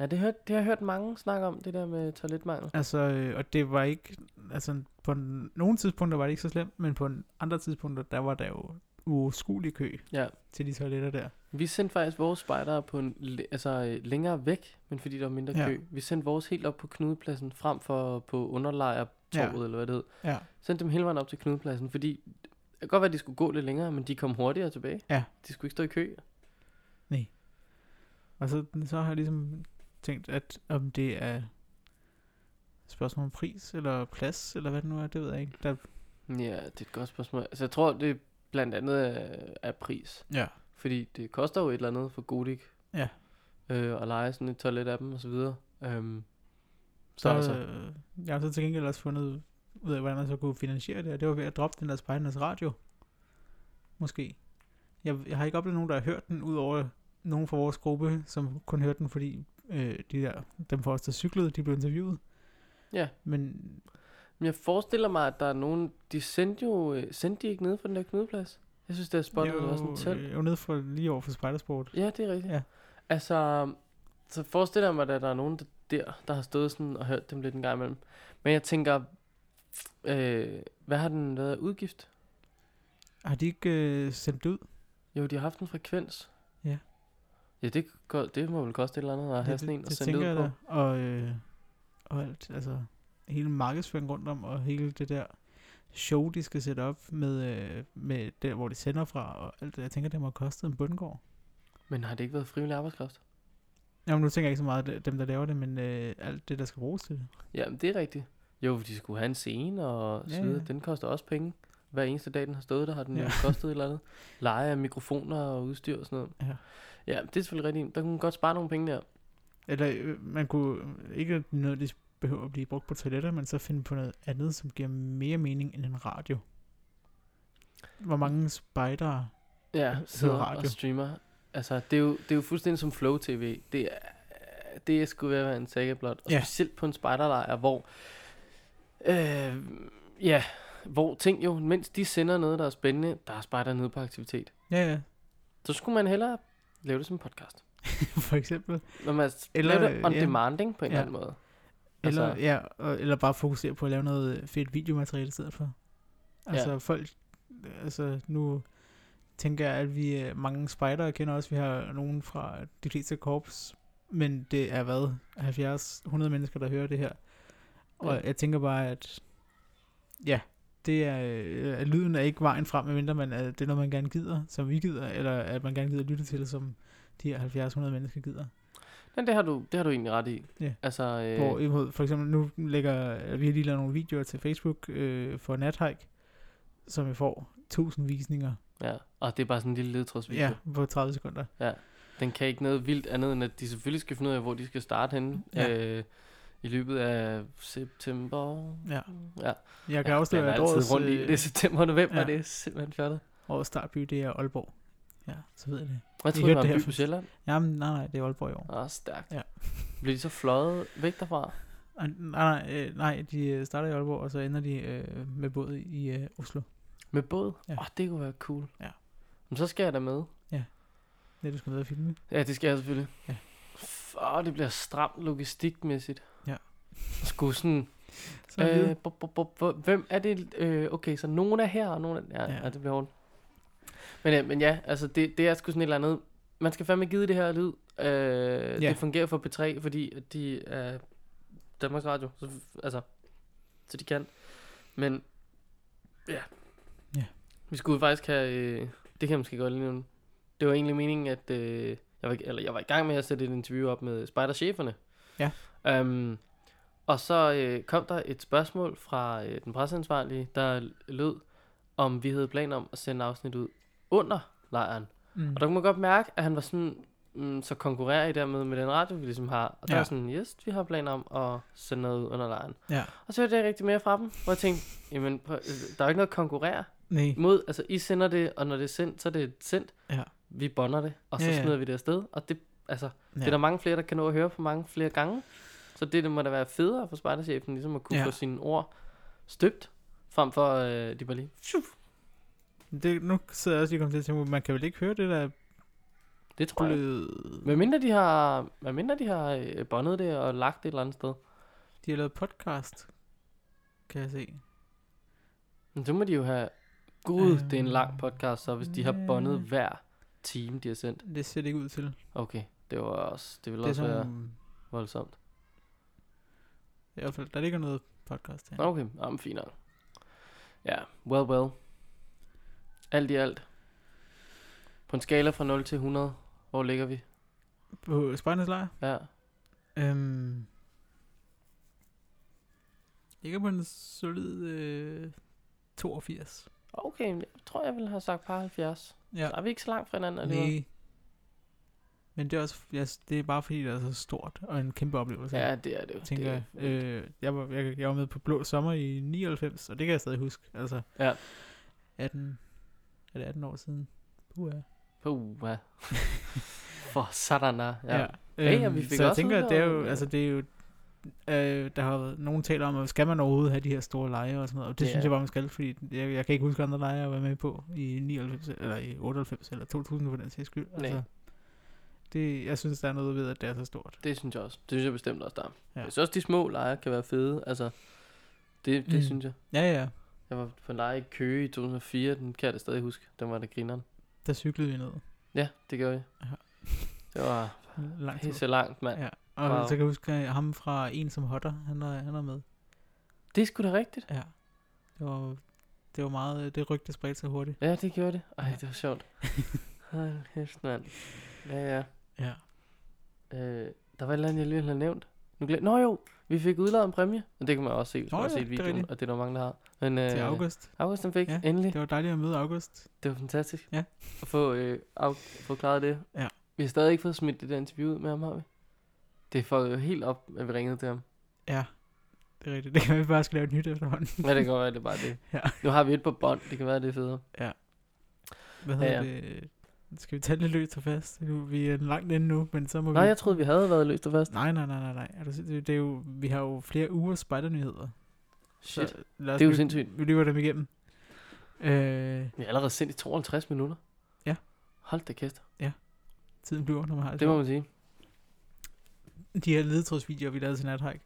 Speaker 1: Ja, det, hørte, det har jeg hørt mange snakke om, det der med toiletmangel.
Speaker 2: Altså, øh, og det var ikke, altså på n- nogle tidspunkter var det ikke så slemt, men på n- andre tidspunkter, der var der jo uoverskuelig kø
Speaker 1: Ja.
Speaker 2: til de toiletter der.
Speaker 1: Vi sendte faktisk vores spejdere på en, læ- altså, øh, længere væk, men fordi der var mindre
Speaker 2: Ja.
Speaker 1: kø. Vi sendte vores helt op på knudepladsen, frem for på underlejertorvet,
Speaker 2: Ja.
Speaker 1: ja. eller hvad det hed.
Speaker 2: Ja.
Speaker 1: Sendte dem hele vejen op til knudepladsen, fordi det kan godt være, at de skulle gå lidt længere, men de kom hurtigere tilbage.
Speaker 2: Ja.
Speaker 1: De skulle ikke stå i kø.
Speaker 2: Og så, så har jeg ligesom tænkt, at om det er et spørgsmål om pris, eller plads, eller hvad det nu er, det ved jeg ikke. Der,
Speaker 1: Ja, det er et godt spørgsmål. Altså, jeg tror, det er blandt andet er, er pris.
Speaker 2: ja.
Speaker 1: Fordi det koster jo et eller andet for Godik.
Speaker 2: Ja.
Speaker 1: Øh, at lege sådan et toilet af dem, og så videre. Øhm,
Speaker 2: Så,
Speaker 1: så,
Speaker 2: så
Speaker 1: altså,
Speaker 2: øh, jeg har så til gengæld også fundet ud af, hvordan man så kunne finansiere det, og det var ved at droppe den der Spejdernes Radio. Måske. Jeg, jeg har ikke oplevet nogen, der har hørt den, udover nogen fra vores gruppe, som kun hørte den, fordi øh, de der, dem fra os, der cyklede, de blev interviewet.
Speaker 1: Ja.
Speaker 2: Men
Speaker 1: Men jeg forestiller mig, at der er nogen... De sendte jo... øh, Sendte de ikke ned fra den der knudeplads? Jeg synes, det er spottet,
Speaker 2: jeg
Speaker 1: det var sådan et
Speaker 2: var,
Speaker 1: telt.
Speaker 2: øh, jeg var nede for, lige over for Spejdersport.
Speaker 1: Ja, det er rigtigt.
Speaker 2: Ja.
Speaker 1: Altså, så forestiller jeg mig, at der er nogen der, der, der har stået sådan og hørt dem lidt en gang imellem. Men jeg tænker, øh, hvad har den været af udgift?
Speaker 2: Har de ikke øh, sendt det ud?
Speaker 1: Jo, de har haft en frekvens.
Speaker 2: Ja.
Speaker 1: Ja, det, ko- det må vel koste et eller andet at have sådan en og sende det ud
Speaker 2: jeg
Speaker 1: på.
Speaker 2: da. Og, øh, og alt, altså hele markedsføringen rundt om, og hele det der show, de skal sætte op med, øh, med der, hvor de sender fra, og alt det. Jeg tænker, det må have kostet en bundgård.
Speaker 1: Men har det ikke været frivillig arbejdskraft?
Speaker 2: Jamen, nu tænker jeg ikke så meget de- dem, der laver det, men øh, alt det, der skal bruges til det.
Speaker 1: Jamen, det er rigtigt. Jo, for de skulle have en scene og
Speaker 2: Ja,
Speaker 1: så videre.
Speaker 2: ja.
Speaker 1: Den koster også penge. Hver eneste dag, den har stået der, har den
Speaker 2: Ja.
Speaker 1: ja. kostet et eller andet. Leje af mikrofoner og udstyr og sådan noget.
Speaker 2: Ja.
Speaker 1: ja det er selvfølgelig rigtigt. Der kunne man godt spare nogle penge der.
Speaker 2: Eller øh, man kunne ikke nødvendigvis behøver at blive brugt på toiletter, men så finde på noget andet, som giver mere mening end en radio. Hvor mange spejdere...
Speaker 1: Ja,
Speaker 2: Høre
Speaker 1: sidder
Speaker 2: radio.
Speaker 1: og streamer. Altså, det er, jo, det er jo fuldstændig som Flow TV. Det er, det er sgu ved at være en sække blot. Og
Speaker 2: Ja.
Speaker 1: ja. specielt på en spejderlejr, hvor... Øh, ja, hvor ting jo, mens de sender noget, der er spændende, der er spejder nede på aktivitet.
Speaker 2: Ja, ja,
Speaker 1: Så skulle man hellere lave det som en podcast.
Speaker 2: for eksempel.
Speaker 1: Når man
Speaker 2: Eller,
Speaker 1: eller, laver det altså, on
Speaker 2: ja.
Speaker 1: ja. demanding på en
Speaker 2: Ja.
Speaker 1: ja. eller anden måde.
Speaker 2: Eller, altså,
Speaker 1: Altså-
Speaker 2: ja, og, eller bare fokusere på at lave noget øh, fedt videomateriale i stedet for. Altså ja.
Speaker 1: Ja.
Speaker 2: folk, altså nu tænker jeg, at vi øh, mange spejdere kender også, vi har nogen fra de fleste korps, men det er hvad, 70-100 mennesker, der hører det her. Og
Speaker 1: Ja.
Speaker 2: jeg tænker bare, at ja, det er, øh, at lyden er ikke vejen frem, medmindre man, er, det er noget, man gerne gider, som vi gider, eller at man gerne gider lytte til, som de her 70-100 mennesker gider.
Speaker 1: Men det har du, det har du egentlig ret i.
Speaker 2: Ja.
Speaker 1: Altså, øh,
Speaker 2: Hvor imod, for eksempel nu lægger, eller vi har lige lavet nogle videoer til Facebook øh, for Nathike, som vi får 1000 visninger
Speaker 1: ja. Og det er bare sådan en lille ledtrådsvideo.
Speaker 2: ja, på 30 sekunder.
Speaker 1: Den kan ikke noget vildt andet, end at de selvfølgelig skal finde ud af, hvor de skal starte henne.
Speaker 2: Ja.
Speaker 1: Ja. Øh, I løbet af september.
Speaker 2: Ja.
Speaker 1: Ja,
Speaker 2: Jeg kan
Speaker 1: ja
Speaker 2: afsløre,
Speaker 1: man er
Speaker 2: at
Speaker 1: altid
Speaker 2: årets,
Speaker 1: rundt i
Speaker 2: øh,
Speaker 1: det. er september og november,
Speaker 2: ja.
Speaker 1: ja. det er simpelthen fjollet.
Speaker 2: årets startby, det er Aalborg. Ja, så ved jeg det.
Speaker 1: Jeg troede,
Speaker 2: I
Speaker 1: det
Speaker 2: hørte
Speaker 1: var
Speaker 2: det
Speaker 1: en
Speaker 2: her
Speaker 1: by på
Speaker 2: først.
Speaker 1: Sjælland.
Speaker 2: Jamen, nej, nej, det er Aalborg i år.
Speaker 1: Ah, stærkt.
Speaker 2: Ja.
Speaker 1: Bliver de så fløjet væk derfra?
Speaker 2: Ah, Nej, nej, øh, nej, de øh, starter i Aalborg, og så ender de øh, med båd i øh, Oslo.
Speaker 1: Med båd? Åh,
Speaker 2: Ja.
Speaker 1: ja. oh, det kunne være cool.
Speaker 2: Ja.
Speaker 1: Men så skal jeg da med.
Speaker 2: Det er du skal med og filme.
Speaker 1: Ja, det skal jeg selvfølgelig.
Speaker 2: Ja.
Speaker 1: Fuck, det bliver stramt logistikmæssigt.
Speaker 2: Ja.
Speaker 1: Skulle sådan...
Speaker 2: Så er
Speaker 1: Øh,
Speaker 2: det
Speaker 1: bu- bu- bu- bu- hvem er det? Øh, okay, så nogen er her, og nogen er... Ja,
Speaker 2: Ja.
Speaker 1: ja. ja det bliver hårdt. Men, ja, men ja, altså det, det er sgu sådan et eller andet... Man skal fandme give det her lyd. Øh, ja. Det fungerer for P3, fordi at de er Danmarks Radio. Så, altså, så de kan. Men ja.
Speaker 2: Ja.
Speaker 1: Vi skulle faktisk have... Øh, det kan jeg måske godt lige nu. Det var egentlig meningen, at... Øh, jeg, var, eller jeg var i gang med at sætte et interview op med spejdercheferne.
Speaker 2: Ja.
Speaker 1: Um, og så øh, kom der et spørgsmål fra øh, den presseansvarlige, der lød, om vi havde planer om at sende afsnit ud under lejren.
Speaker 2: Mm.
Speaker 1: Og der kunne man godt mærke, at han var sådan, mm, så konkurrerer I dermed med den radio, vi ligesom har. Og der
Speaker 2: Ja.
Speaker 1: ja. var sådan, yes, vi har planer om at sende noget ud under lejren.
Speaker 2: Ja.
Speaker 1: Og så hørte jeg ikke rigtig mere fra dem, hvor jeg tænkte, jamen, prøv, øh, der er jo ikke noget at konkurrere
Speaker 2: Nej,
Speaker 1: imod. Altså, I sender det, og når det er sendt, så er det sendt.
Speaker 2: Ja.
Speaker 1: Vi bonder det, og så
Speaker 2: Ja,
Speaker 1: ja,
Speaker 2: ja.
Speaker 1: ja. smider vi det afsted. Og det, altså, ja. det
Speaker 2: Ja.
Speaker 1: er der mange flere, der kan nå at høre på mange flere gange. Så det, det må da være federe for spejderchefen, ligesom at kunne
Speaker 2: Ja.
Speaker 1: ja. få sine ord støbt, frem for øh, de bare lige, "Phew."
Speaker 2: det, nu sidder jeg også lige kommet til at tænke, på, man kan vel ikke høre det, der er
Speaker 1: det tror jeg.
Speaker 2: blevet...
Speaker 1: Hvad mindre de har, hvad mindre de har øh, båndet det og lagt det et eller andet sted.
Speaker 2: De har lavet podcast, kan jeg se.
Speaker 1: Men så må de jo have... Gud, det er en
Speaker 2: Øhm,
Speaker 1: lang podcast, så hvis de har
Speaker 2: ja.
Speaker 1: båndet hver time, de har sendt.
Speaker 2: Det ser det ikke ud til. Det
Speaker 1: Okay, det var også... Det ville
Speaker 2: er
Speaker 1: også
Speaker 2: sådan,
Speaker 1: være voldsomt.
Speaker 2: i hvert fald, der ligger noget podcast her.
Speaker 1: Okay, jamen fint nok. Ja, well, well. Alt i alt. På en skala fra 0 til 100, hvor ligger vi?
Speaker 2: På Spejdernes Lejr.
Speaker 1: Ja,
Speaker 2: Øhm, ligger på en solid øh, 82.
Speaker 1: okay, men jeg tror, jeg ville have sagt par 70.
Speaker 2: Ja.
Speaker 1: Ja. Der er vi ikke så langt fra hinanden alligevel.
Speaker 2: Nej. Men det er også, jeg, det er bare fordi, det er så stort og en kæmpe oplevelse.
Speaker 1: Ja, det er det jo.
Speaker 2: tænker jeg.
Speaker 1: det, er-
Speaker 2: Øh, jeg, var, jeg, jeg var med på Blå Sommer i 99, og det kan jeg stadig huske. Altså,
Speaker 1: Ja.
Speaker 2: 18, er det 18 år siden? Puh, ja.
Speaker 1: Puh, ja. For sådan der. Ja. ja.
Speaker 2: Øhm,
Speaker 1: ja, vi fik
Speaker 2: så jeg
Speaker 1: også
Speaker 2: tænker, at det er jo,
Speaker 1: udlaget-
Speaker 2: altså det er jo, øh, der har været nogen taler om, at skal man overhovedet have de her store lege og sådan noget, og det
Speaker 1: Ja.
Speaker 2: synes jeg bare, man skal, fordi jeg, jeg kan ikke huske andre lege at være med på i 99, eller i 98, eller 2000 for den sags skyld.
Speaker 1: Nej.
Speaker 2: Altså, det, jeg synes, der er noget ved, at det er så stort.
Speaker 1: Det synes jeg også. Det synes jeg bestemt også, der er.
Speaker 2: Ja.
Speaker 1: Ja. Jeg synes også, de små lejre kan være fede. Altså, det, det
Speaker 2: Mm.
Speaker 1: mm. synes jeg.
Speaker 2: Ja, ja,
Speaker 1: Jeg var på en lejr i Køge i 2004. Den kan jeg da stadig huske. Den var der grineren.
Speaker 2: der cyklede vi ned.
Speaker 1: Ja, det gjorde jeg.
Speaker 2: Ja.
Speaker 1: Det var
Speaker 2: Langt
Speaker 1: helt så langt, mand. Ja.
Speaker 2: Ja, og wow.
Speaker 1: Wow.
Speaker 2: så kan jeg huske at ham fra En som Hotter, han er, han er med.
Speaker 1: Det er sgu da rigtigt.
Speaker 2: Ja, det var, det var meget, det rygte spredte sig hurtigt.
Speaker 1: Ja, det gjorde det. Ej, det var sjovt. Hold kæft, mand. Ja, ja.
Speaker 2: Ja.
Speaker 1: Øh, der var et eller andet, jeg lige havde nævnt. Nu glem... Nå jo, vi fik udlavet en præmie. Og det kan man også se, hvis
Speaker 2: Nå
Speaker 1: man har set
Speaker 2: ja, det er
Speaker 1: videoen.
Speaker 2: rigtigt.
Speaker 1: og det er der mange, der har. Men, øh,
Speaker 2: Til august.
Speaker 1: August, den fik
Speaker 2: Ja.
Speaker 1: ja. endelig.
Speaker 2: Det var dejligt at møde August.
Speaker 1: Det var fantastisk.
Speaker 2: Ja.
Speaker 1: At få, øh, af, få klaret det.
Speaker 2: Ja.
Speaker 1: Vi har stadig ikke fået smidt det der interview ud med ham, har vi? Det får jo helt op, at vi ringede til ham.
Speaker 2: Ja, det er rigtigt. Det kan vi bare skal lave et nyt efterhånden.
Speaker 1: Men det kan godt være, det er bare det.
Speaker 2: Ja.
Speaker 1: Nu har vi et på bånd, det kan være, det er federe.
Speaker 2: Hvad hedder ja,
Speaker 1: Ja,
Speaker 2: det? Skal vi tage det løst og fast? Nu- Vi er langt inde nu, men så må
Speaker 1: Nej,
Speaker 2: vi...
Speaker 1: jeg troede, vi havde været løst og fast.
Speaker 2: Nej, nej, nej, nej, nej. Er du sindssyg? Det er jo, vi har jo flere uger spejdernyheder.
Speaker 1: Shit.
Speaker 2: Så lad os
Speaker 1: Det er jo
Speaker 2: vi-
Speaker 1: sindssygt.
Speaker 2: Vi løber dem igennem. Øh,
Speaker 1: Vi er allerede sendt i 52 minutter.
Speaker 2: Ja. Altså,
Speaker 1: Hold da kæft.
Speaker 2: tiden bliver, når man har
Speaker 1: Det må man sige.
Speaker 2: de her ledetrådsvideoer, vi lavede til Nathike,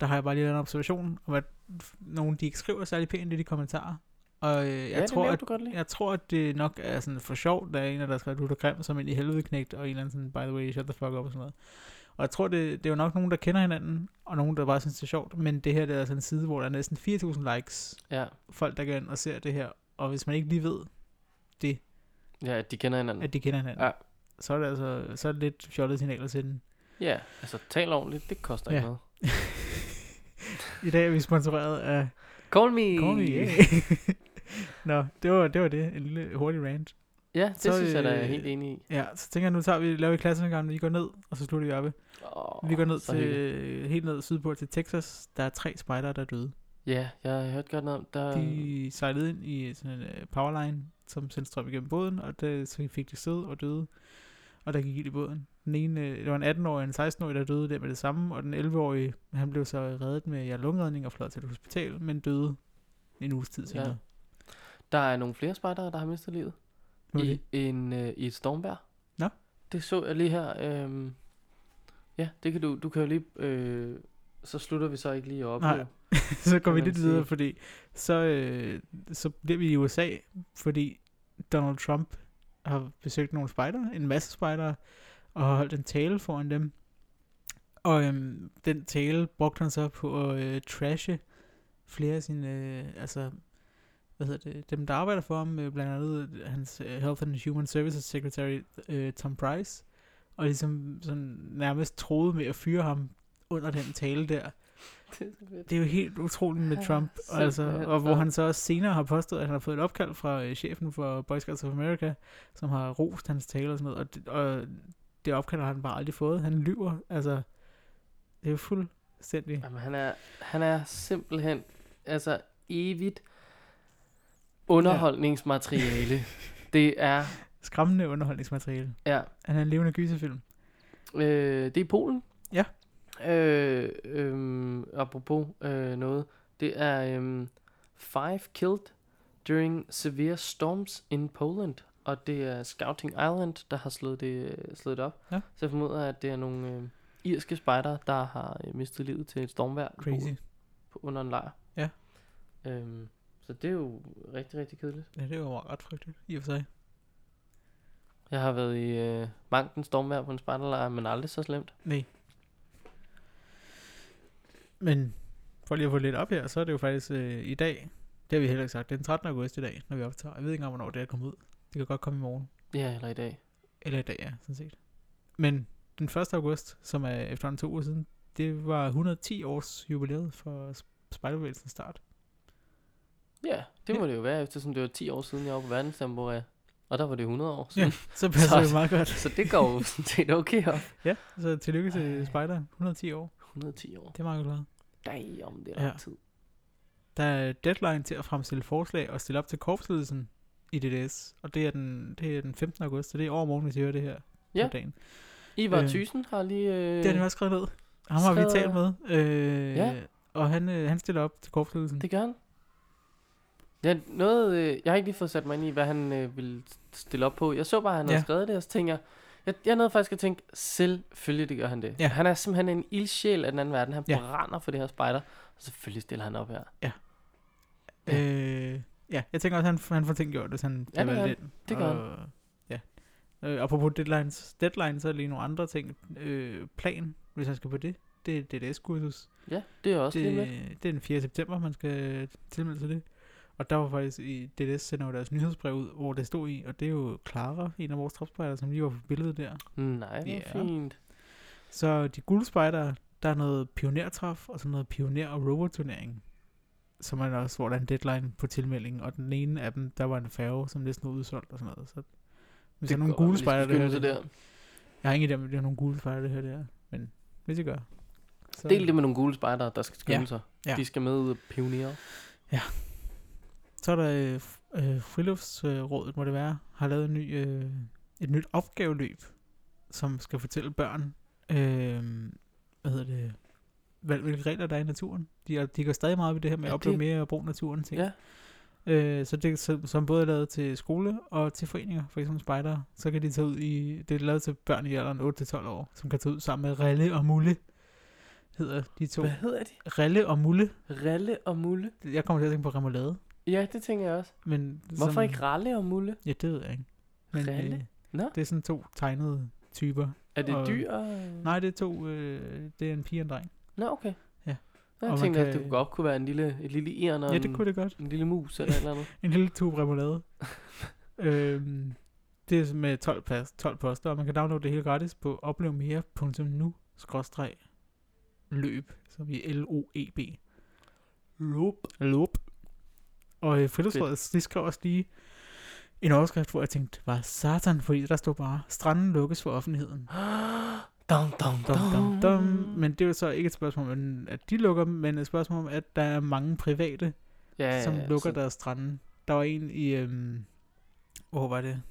Speaker 2: der har jeg bare lige lavet en observation om, at f- nogen de ikke skriver særlig pænt i de kommentarer. Og øh, jeg,
Speaker 1: ja, det
Speaker 2: tror,
Speaker 1: nævnte
Speaker 2: at,
Speaker 1: du godt lige.
Speaker 2: jeg tror, at det nok er sådan for sjov, der er en, af der skal du er grim som en i helvede knægt, og en eller anden sådan, by the way, shut the fuck up og sådan noget. Og jeg tror, det, det er jo nok nogen, der kender hinanden, og nogen, der bare synes, det er sjovt. Men det her, det er altså en side, hvor der er næsten 4.000 likes.
Speaker 1: Ja.
Speaker 2: Folk, der går ind og ser det her. Og hvis man ikke lige ved,
Speaker 1: ja, de kender hinanden.
Speaker 2: at de kender hinanden,
Speaker 1: Mm. Ja.
Speaker 2: så er det altså så er det lidt fjollet signal at sende.
Speaker 1: Ja, altså tal ordentligt, det koster
Speaker 2: Ja.
Speaker 1: ikke noget.
Speaker 2: I dag er vi sponsoreret af
Speaker 1: Call me!
Speaker 2: Call me. Nå, det var, det var det. En lille hurtig rant.
Speaker 1: Ja, det
Speaker 2: Så,
Speaker 1: så, synes jeg, der er
Speaker 2: øh,
Speaker 1: helt enig i.
Speaker 2: Ja, så tænker jeg, nu tager vi, laver vi klassegangen, vi går ned, og så slutter vi oppe.
Speaker 1: Oh,
Speaker 2: vi går ned
Speaker 1: så
Speaker 2: til,
Speaker 1: hyggeligt.
Speaker 2: helt ned sydpå til Texas. Der er tre spejdere, der er døde.
Speaker 1: Ja, jeg har hørt godt noget om, der...
Speaker 2: De sejlede ind i sådan en øh, powerline som sendte strøm igennem båden, og det, så fik de sød og døde. Og der gik ild i båden. Den ene, øh, det var en 18-årig og en 16-årig, der døde der med det samme, og den 11-årige, han blev så reddet med ja, lungredning og fløj til et hospital, men døde en uges tid senere.
Speaker 1: Ja. Der er nogle flere spejdere, der har mistet livet.
Speaker 2: Nu er
Speaker 1: i,
Speaker 2: det-
Speaker 1: en, øh, i et stormvær.
Speaker 2: Nå.
Speaker 1: Det så jeg lige her. Øhm, ja, det kan du, du kan jo lige, øh, så slutter vi så ikke lige op.
Speaker 2: Nej.
Speaker 1: jo.
Speaker 2: så går
Speaker 1: kan
Speaker 2: vi
Speaker 1: man
Speaker 2: lidt
Speaker 1: sige.
Speaker 2: videre, fordi så, øh, så bliver vi i USA, fordi Donald Trump har besøgt nogle spejdere, en masse spejdere, og har holdt en tale foran dem. Og øhm, den tale brugte han så på at øh, trashe flere af sine, øh, altså, hvad hedder det, dem der arbejder for ham, øh, blandt andet hans øh, Health and Human Services Secretary øh, Tom Price, og ligesom sådan nærmest troede med at fyre ham under den tale der.
Speaker 1: Det er så fedt.
Speaker 2: Det er jo helt utroligt med
Speaker 1: Ja,
Speaker 2: Trump, og, altså,
Speaker 1: simpelthen
Speaker 2: og hvor
Speaker 1: så.
Speaker 2: han så også senere har påstået, at han har fået et opkald fra øh, chefen for Boy Scouts of America, som har rost hans tale og sådan noget, og det, og det opkald har han bare aldrig fået. Han lyver, altså, det er jo fuldstændig.
Speaker 1: Jamen, han, er, han er simpelthen altså evigt underholdningsmateriale. det er
Speaker 2: Skræmmende underholdningsmateriale.
Speaker 1: ja,
Speaker 2: Han er en levende gyserfilm.
Speaker 1: øh, det er i Polen.
Speaker 2: Ja.
Speaker 1: Øh, øh, apropos øh, noget. Det er øh, Five Killed During Severe Storms in Poland. Og det er Scouting Island, der har slået det, øh, slået det op.
Speaker 2: Ja.
Speaker 1: Så jeg formoder, at det er nogle øh, irske spejdere, der har øh, mistet livet til et stormvejr. i Polen.
Speaker 2: Crazy.
Speaker 1: på, under en lejr.
Speaker 2: Ja.
Speaker 1: Øhm, så det er jo rigtig, rigtig kedeligt.
Speaker 2: Ja, det var ret frygteligt, i og for sig.
Speaker 1: Jeg har været i øh, manken stormvær på en spejderlejr, men aldrig så slemt.
Speaker 2: Nej. Men for lige at få lidt op her, så er det jo faktisk øh, i dag, det har vi heller ikke sagt, det er den 13. august i dag, når vi optager. Jeg ved ikke engang, hvornår det er kommet ud. Det kan godt komme i morgen.
Speaker 1: Ja, eller i dag.
Speaker 2: Eller i dag, ja, sådan set. Men den 1. august, som er efterhånden to uger siden, det var 110 års jubilæet for sp- spejderbevægelsens start.
Speaker 1: Ja, det må
Speaker 2: Ja.
Speaker 1: det jo være, eftersom det var 10 år siden, jeg var på verdenstemporé. Og der var det 100 år siden.
Speaker 2: Ja, så passer
Speaker 1: Så-
Speaker 2: det meget godt.
Speaker 1: så det går jo sådan set okay op.
Speaker 2: Ja, så tillykke
Speaker 1: Ej.
Speaker 2: til spejder. 110 år.
Speaker 1: 110 år.
Speaker 2: Det er meget glad.
Speaker 1: Dag om det er lang
Speaker 2: Ja.
Speaker 1: tid.
Speaker 2: Der er deadline til at fremstille forslag og stille op til korpsledelsen i DDS. Og det er den, det er den 15. august, så det er over morgen, hvis I hører det her
Speaker 1: Ja.
Speaker 2: på dagen.
Speaker 1: Ivar
Speaker 2: Øh,
Speaker 1: Thyssen har lige... Øh,
Speaker 2: Det har de også skrevet ned. Ham har vi talt med.
Speaker 1: Skrevet-
Speaker 2: Øh,
Speaker 1: Ja.
Speaker 2: Og han, øh, han stiller op til korpsledelsen.
Speaker 1: det gør han. Ja, noget, øh, jeg har ikke lige fået sat mig ind i, hvad han øh, ville stille op på. Jeg så bare, at han havde
Speaker 2: Ja.
Speaker 1: skrevet det, og så tænker jeg, jeg, jeg nåede faktisk at tænke, selvfølgelig det gør han det.
Speaker 2: Ja.
Speaker 1: Han er simpelthen en ildsjæl af den anden verden. Han
Speaker 2: Ja.
Speaker 1: brænder for det her spejder, og selvfølgelig stiller han op her.
Speaker 2: Øh, ja, jeg tænker også, han, han får ting gjort, hvis han
Speaker 1: Ja, det gør han.
Speaker 2: det,
Speaker 1: Det gør
Speaker 2: han. Ja. Øh, apropos deadlines, deadlines, så er lige nogle andre ting. Øh, plan, hvis han skal på det, det er DDS-kursus.
Speaker 1: Ja, det er også det...
Speaker 2: Det,
Speaker 1: lige med.
Speaker 2: det er den 4. september, man skal tilmelde sig det. Og der var faktisk i DDS sender jo deres nyhedsbrev ud, hvor det stod i, og det er jo Clara, en af vores tropspejder, som lige var på billedet der.
Speaker 1: Nej, det er
Speaker 2: Ja.
Speaker 1: fint.
Speaker 2: Så de guldspejder, der er noget pionertræf, og så noget pioner- og roverturnering. Som er også, hvor der er en deadline på tilmeldingen, og den ene af dem, der var en færge, som næsten var udsolgt og sådan noget. Så hvis det der er nogle
Speaker 1: går godt, man
Speaker 2: gule
Speaker 1: lige skal
Speaker 2: spejder, der
Speaker 1: skynde
Speaker 2: hører
Speaker 1: sig
Speaker 2: det,
Speaker 1: der.
Speaker 2: Jeg har ingen idé om, at det er nogle gule spejder, der hører det her. Men hvis I gør. Så,
Speaker 1: Del det med nogle gule spejdere, der skal skynde
Speaker 2: Ja.
Speaker 1: sig.
Speaker 2: Ja.
Speaker 1: De skal med ud og pionere.
Speaker 2: Så er der øh, f- øh, friluftsrådet, må det være, har lavet en ny, øh, et nyt opgaveløb, som skal fortælle børn, øh, hvad hedder det, hvad, hvilke regler der er i naturen. De, er, de går stadig meget ved det her med
Speaker 1: Ja,
Speaker 2: at
Speaker 1: det-
Speaker 2: opleve mere og bruge naturen ting.
Speaker 1: Ja.
Speaker 2: Øh, så det som, som både er lavet til skole og til foreninger, for eksempel spejdere, så kan de tage ud i, det er lavet til børn i alderen 8-12 år, som kan tage ud sammen med Rille og Mulle, hedder de to.
Speaker 1: Hvad hedder de?
Speaker 2: Rille og Mulle,
Speaker 1: Ralle og Mulle.
Speaker 2: jeg kommer til at tænke på remoulade.
Speaker 1: Ja, det tænker jeg også.
Speaker 2: Men
Speaker 1: Hvorfor
Speaker 2: som-
Speaker 1: ikke Ralle og Mulle?
Speaker 2: Ja, det ved jeg ikke. Men
Speaker 1: Rille?
Speaker 2: øh,
Speaker 1: Nå.
Speaker 2: det er sådan to tegnede typer.
Speaker 1: Er det
Speaker 2: Og-
Speaker 1: dyr? og-
Speaker 2: Nej, det er to, øh, det er en pige og en dreng.
Speaker 1: Nå, okay.
Speaker 2: Ja.
Speaker 1: Nå,
Speaker 2: Og
Speaker 1: jeg
Speaker 2: man
Speaker 1: tænkte, at
Speaker 2: kan-
Speaker 1: det kunne godt kunne være en lille, et lille iron og
Speaker 2: Ja, det
Speaker 1: en,
Speaker 2: kunne det godt.
Speaker 1: en lille mus eller et eller andet.
Speaker 2: En lille tube remoulade. øhm, det er med 12, pas, 12 poster, og man kan downloade det hele gratis på oplevmere.nu skråstreg løb, som i E L-O-E-B. Løb. Løb. Og øh, friluftsrådet, de skrev også lige en overskrift, hvor jeg tænkte, var satan, fordi der stod bare, stranden lukkes for offentligheden.
Speaker 1: Dum, dum,
Speaker 2: Dum, dum, dum. Men det er jo så ikke et spørgsmål om, at de lukker dem, men et spørgsmål om, at der er mange private,
Speaker 1: ja,
Speaker 2: som lukker
Speaker 1: så,
Speaker 2: deres strande. Der var en i, øhm, Hvor var det?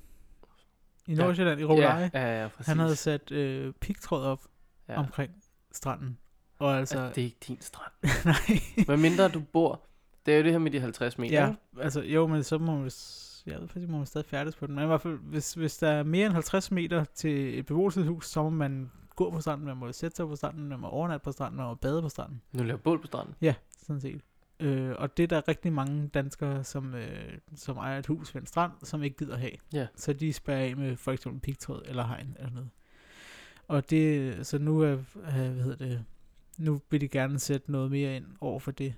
Speaker 2: I
Speaker 1: Ja.
Speaker 2: Nordsjælland, i Rovleje.
Speaker 1: ja, ja, ja, præcis.
Speaker 2: Han havde sat øh, pigtråd op
Speaker 1: ja.
Speaker 2: ja. omkring stranden. Og altså,
Speaker 1: Altså, det er ikke din strand.
Speaker 2: nej.
Speaker 1: Hvad mindre du bor, det er jo det her med de 50 meter.
Speaker 2: Ja,
Speaker 1: ikke?
Speaker 2: altså jo, men så må man, s- jeg ved faktisk, må man stadig færdes på den. Men i hvert fald, hvis, hvis der er mere end 50 meter til et beboelseshus, så må man gå på stranden, man må sætte sig på stranden, man må overnatte på stranden, man må bade på stranden.
Speaker 1: Nu laver bål på stranden.
Speaker 2: Ja, sådan set. Øh, og det er der rigtig mange danskere, som, øh, som ejer et hus ved en strand, som ikke gider have.
Speaker 1: Ja.
Speaker 2: Så de spærrer af med for eksempel pigtråd eller hegn eller noget. Og det, så nu er, er- hvad hedder det, nu vil de gerne sætte noget mere ind over for det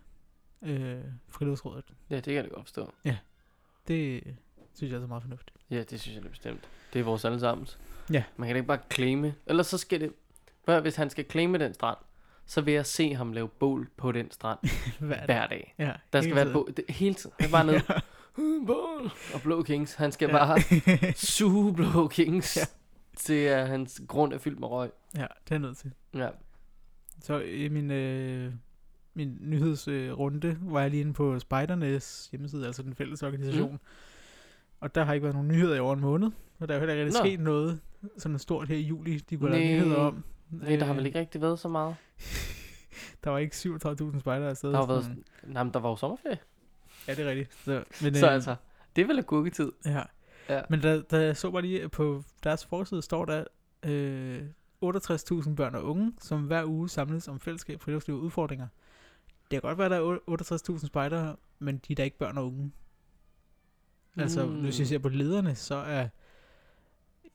Speaker 2: øh, friluftsrådet.
Speaker 1: Ja, det kan jeg da godt forstå.
Speaker 2: Det synes jeg er så meget fornuftigt.
Speaker 1: Ja, det synes jeg da bestemt. Det er vores allesammens.
Speaker 2: Ja.
Speaker 1: Man kan da ikke bare claime. Ellers så skal det... Prøv, at- hvis han skal claime den strand, så vil jeg se ham lave bål på den strand hver dag.
Speaker 2: Ja,
Speaker 1: Der
Speaker 2: hele
Speaker 1: skal være et
Speaker 2: tiden.
Speaker 1: bål. Det, hele tiden. Han er bare nede. "Øh, bål. Og Blå Kings. Han skal
Speaker 2: Ja.
Speaker 1: bare suge Blå Kings.
Speaker 2: Ja.
Speaker 1: Ja. Til at hans grund er fyldt med røg.
Speaker 2: ja, det er jeg nødt til.
Speaker 1: Ja.
Speaker 2: Så i min, øh, min nyhedsrunde øh, var jeg lige inde på Spejdernes hjemmeside, altså den fælles organisation. Mm. Og der har ikke været nogen nyheder i over en måned, og der er jo heller ikke rigtig
Speaker 1: Nå.
Speaker 2: sket noget sådan stort her i juli, de kunne have
Speaker 1: Næ.
Speaker 2: lavet nyheder om.
Speaker 1: Nej, der har
Speaker 2: Øh,
Speaker 1: vel ikke rigtig været så meget.
Speaker 2: Der var ikke 37.000 spejdere afsted.
Speaker 1: Der har været...
Speaker 2: sådan-
Speaker 1: Nej, men der var jo sommerferie.
Speaker 2: Ja, det er rigtigt. Så, men, øh,
Speaker 1: Så altså, det er vel agurketid.
Speaker 2: Ja.
Speaker 1: Ja.
Speaker 2: ja. Men der, der jeg så bare lige at på deres forside, står der øh, 68.000 børn og unge, som hver uge samles om fællesskab, friluftsliv og udfordringer. Det kan godt være, at der er 68.000 spejdere, men de er da ikke børn og unge. Altså, mm. hvis jeg ser på lederne, så er...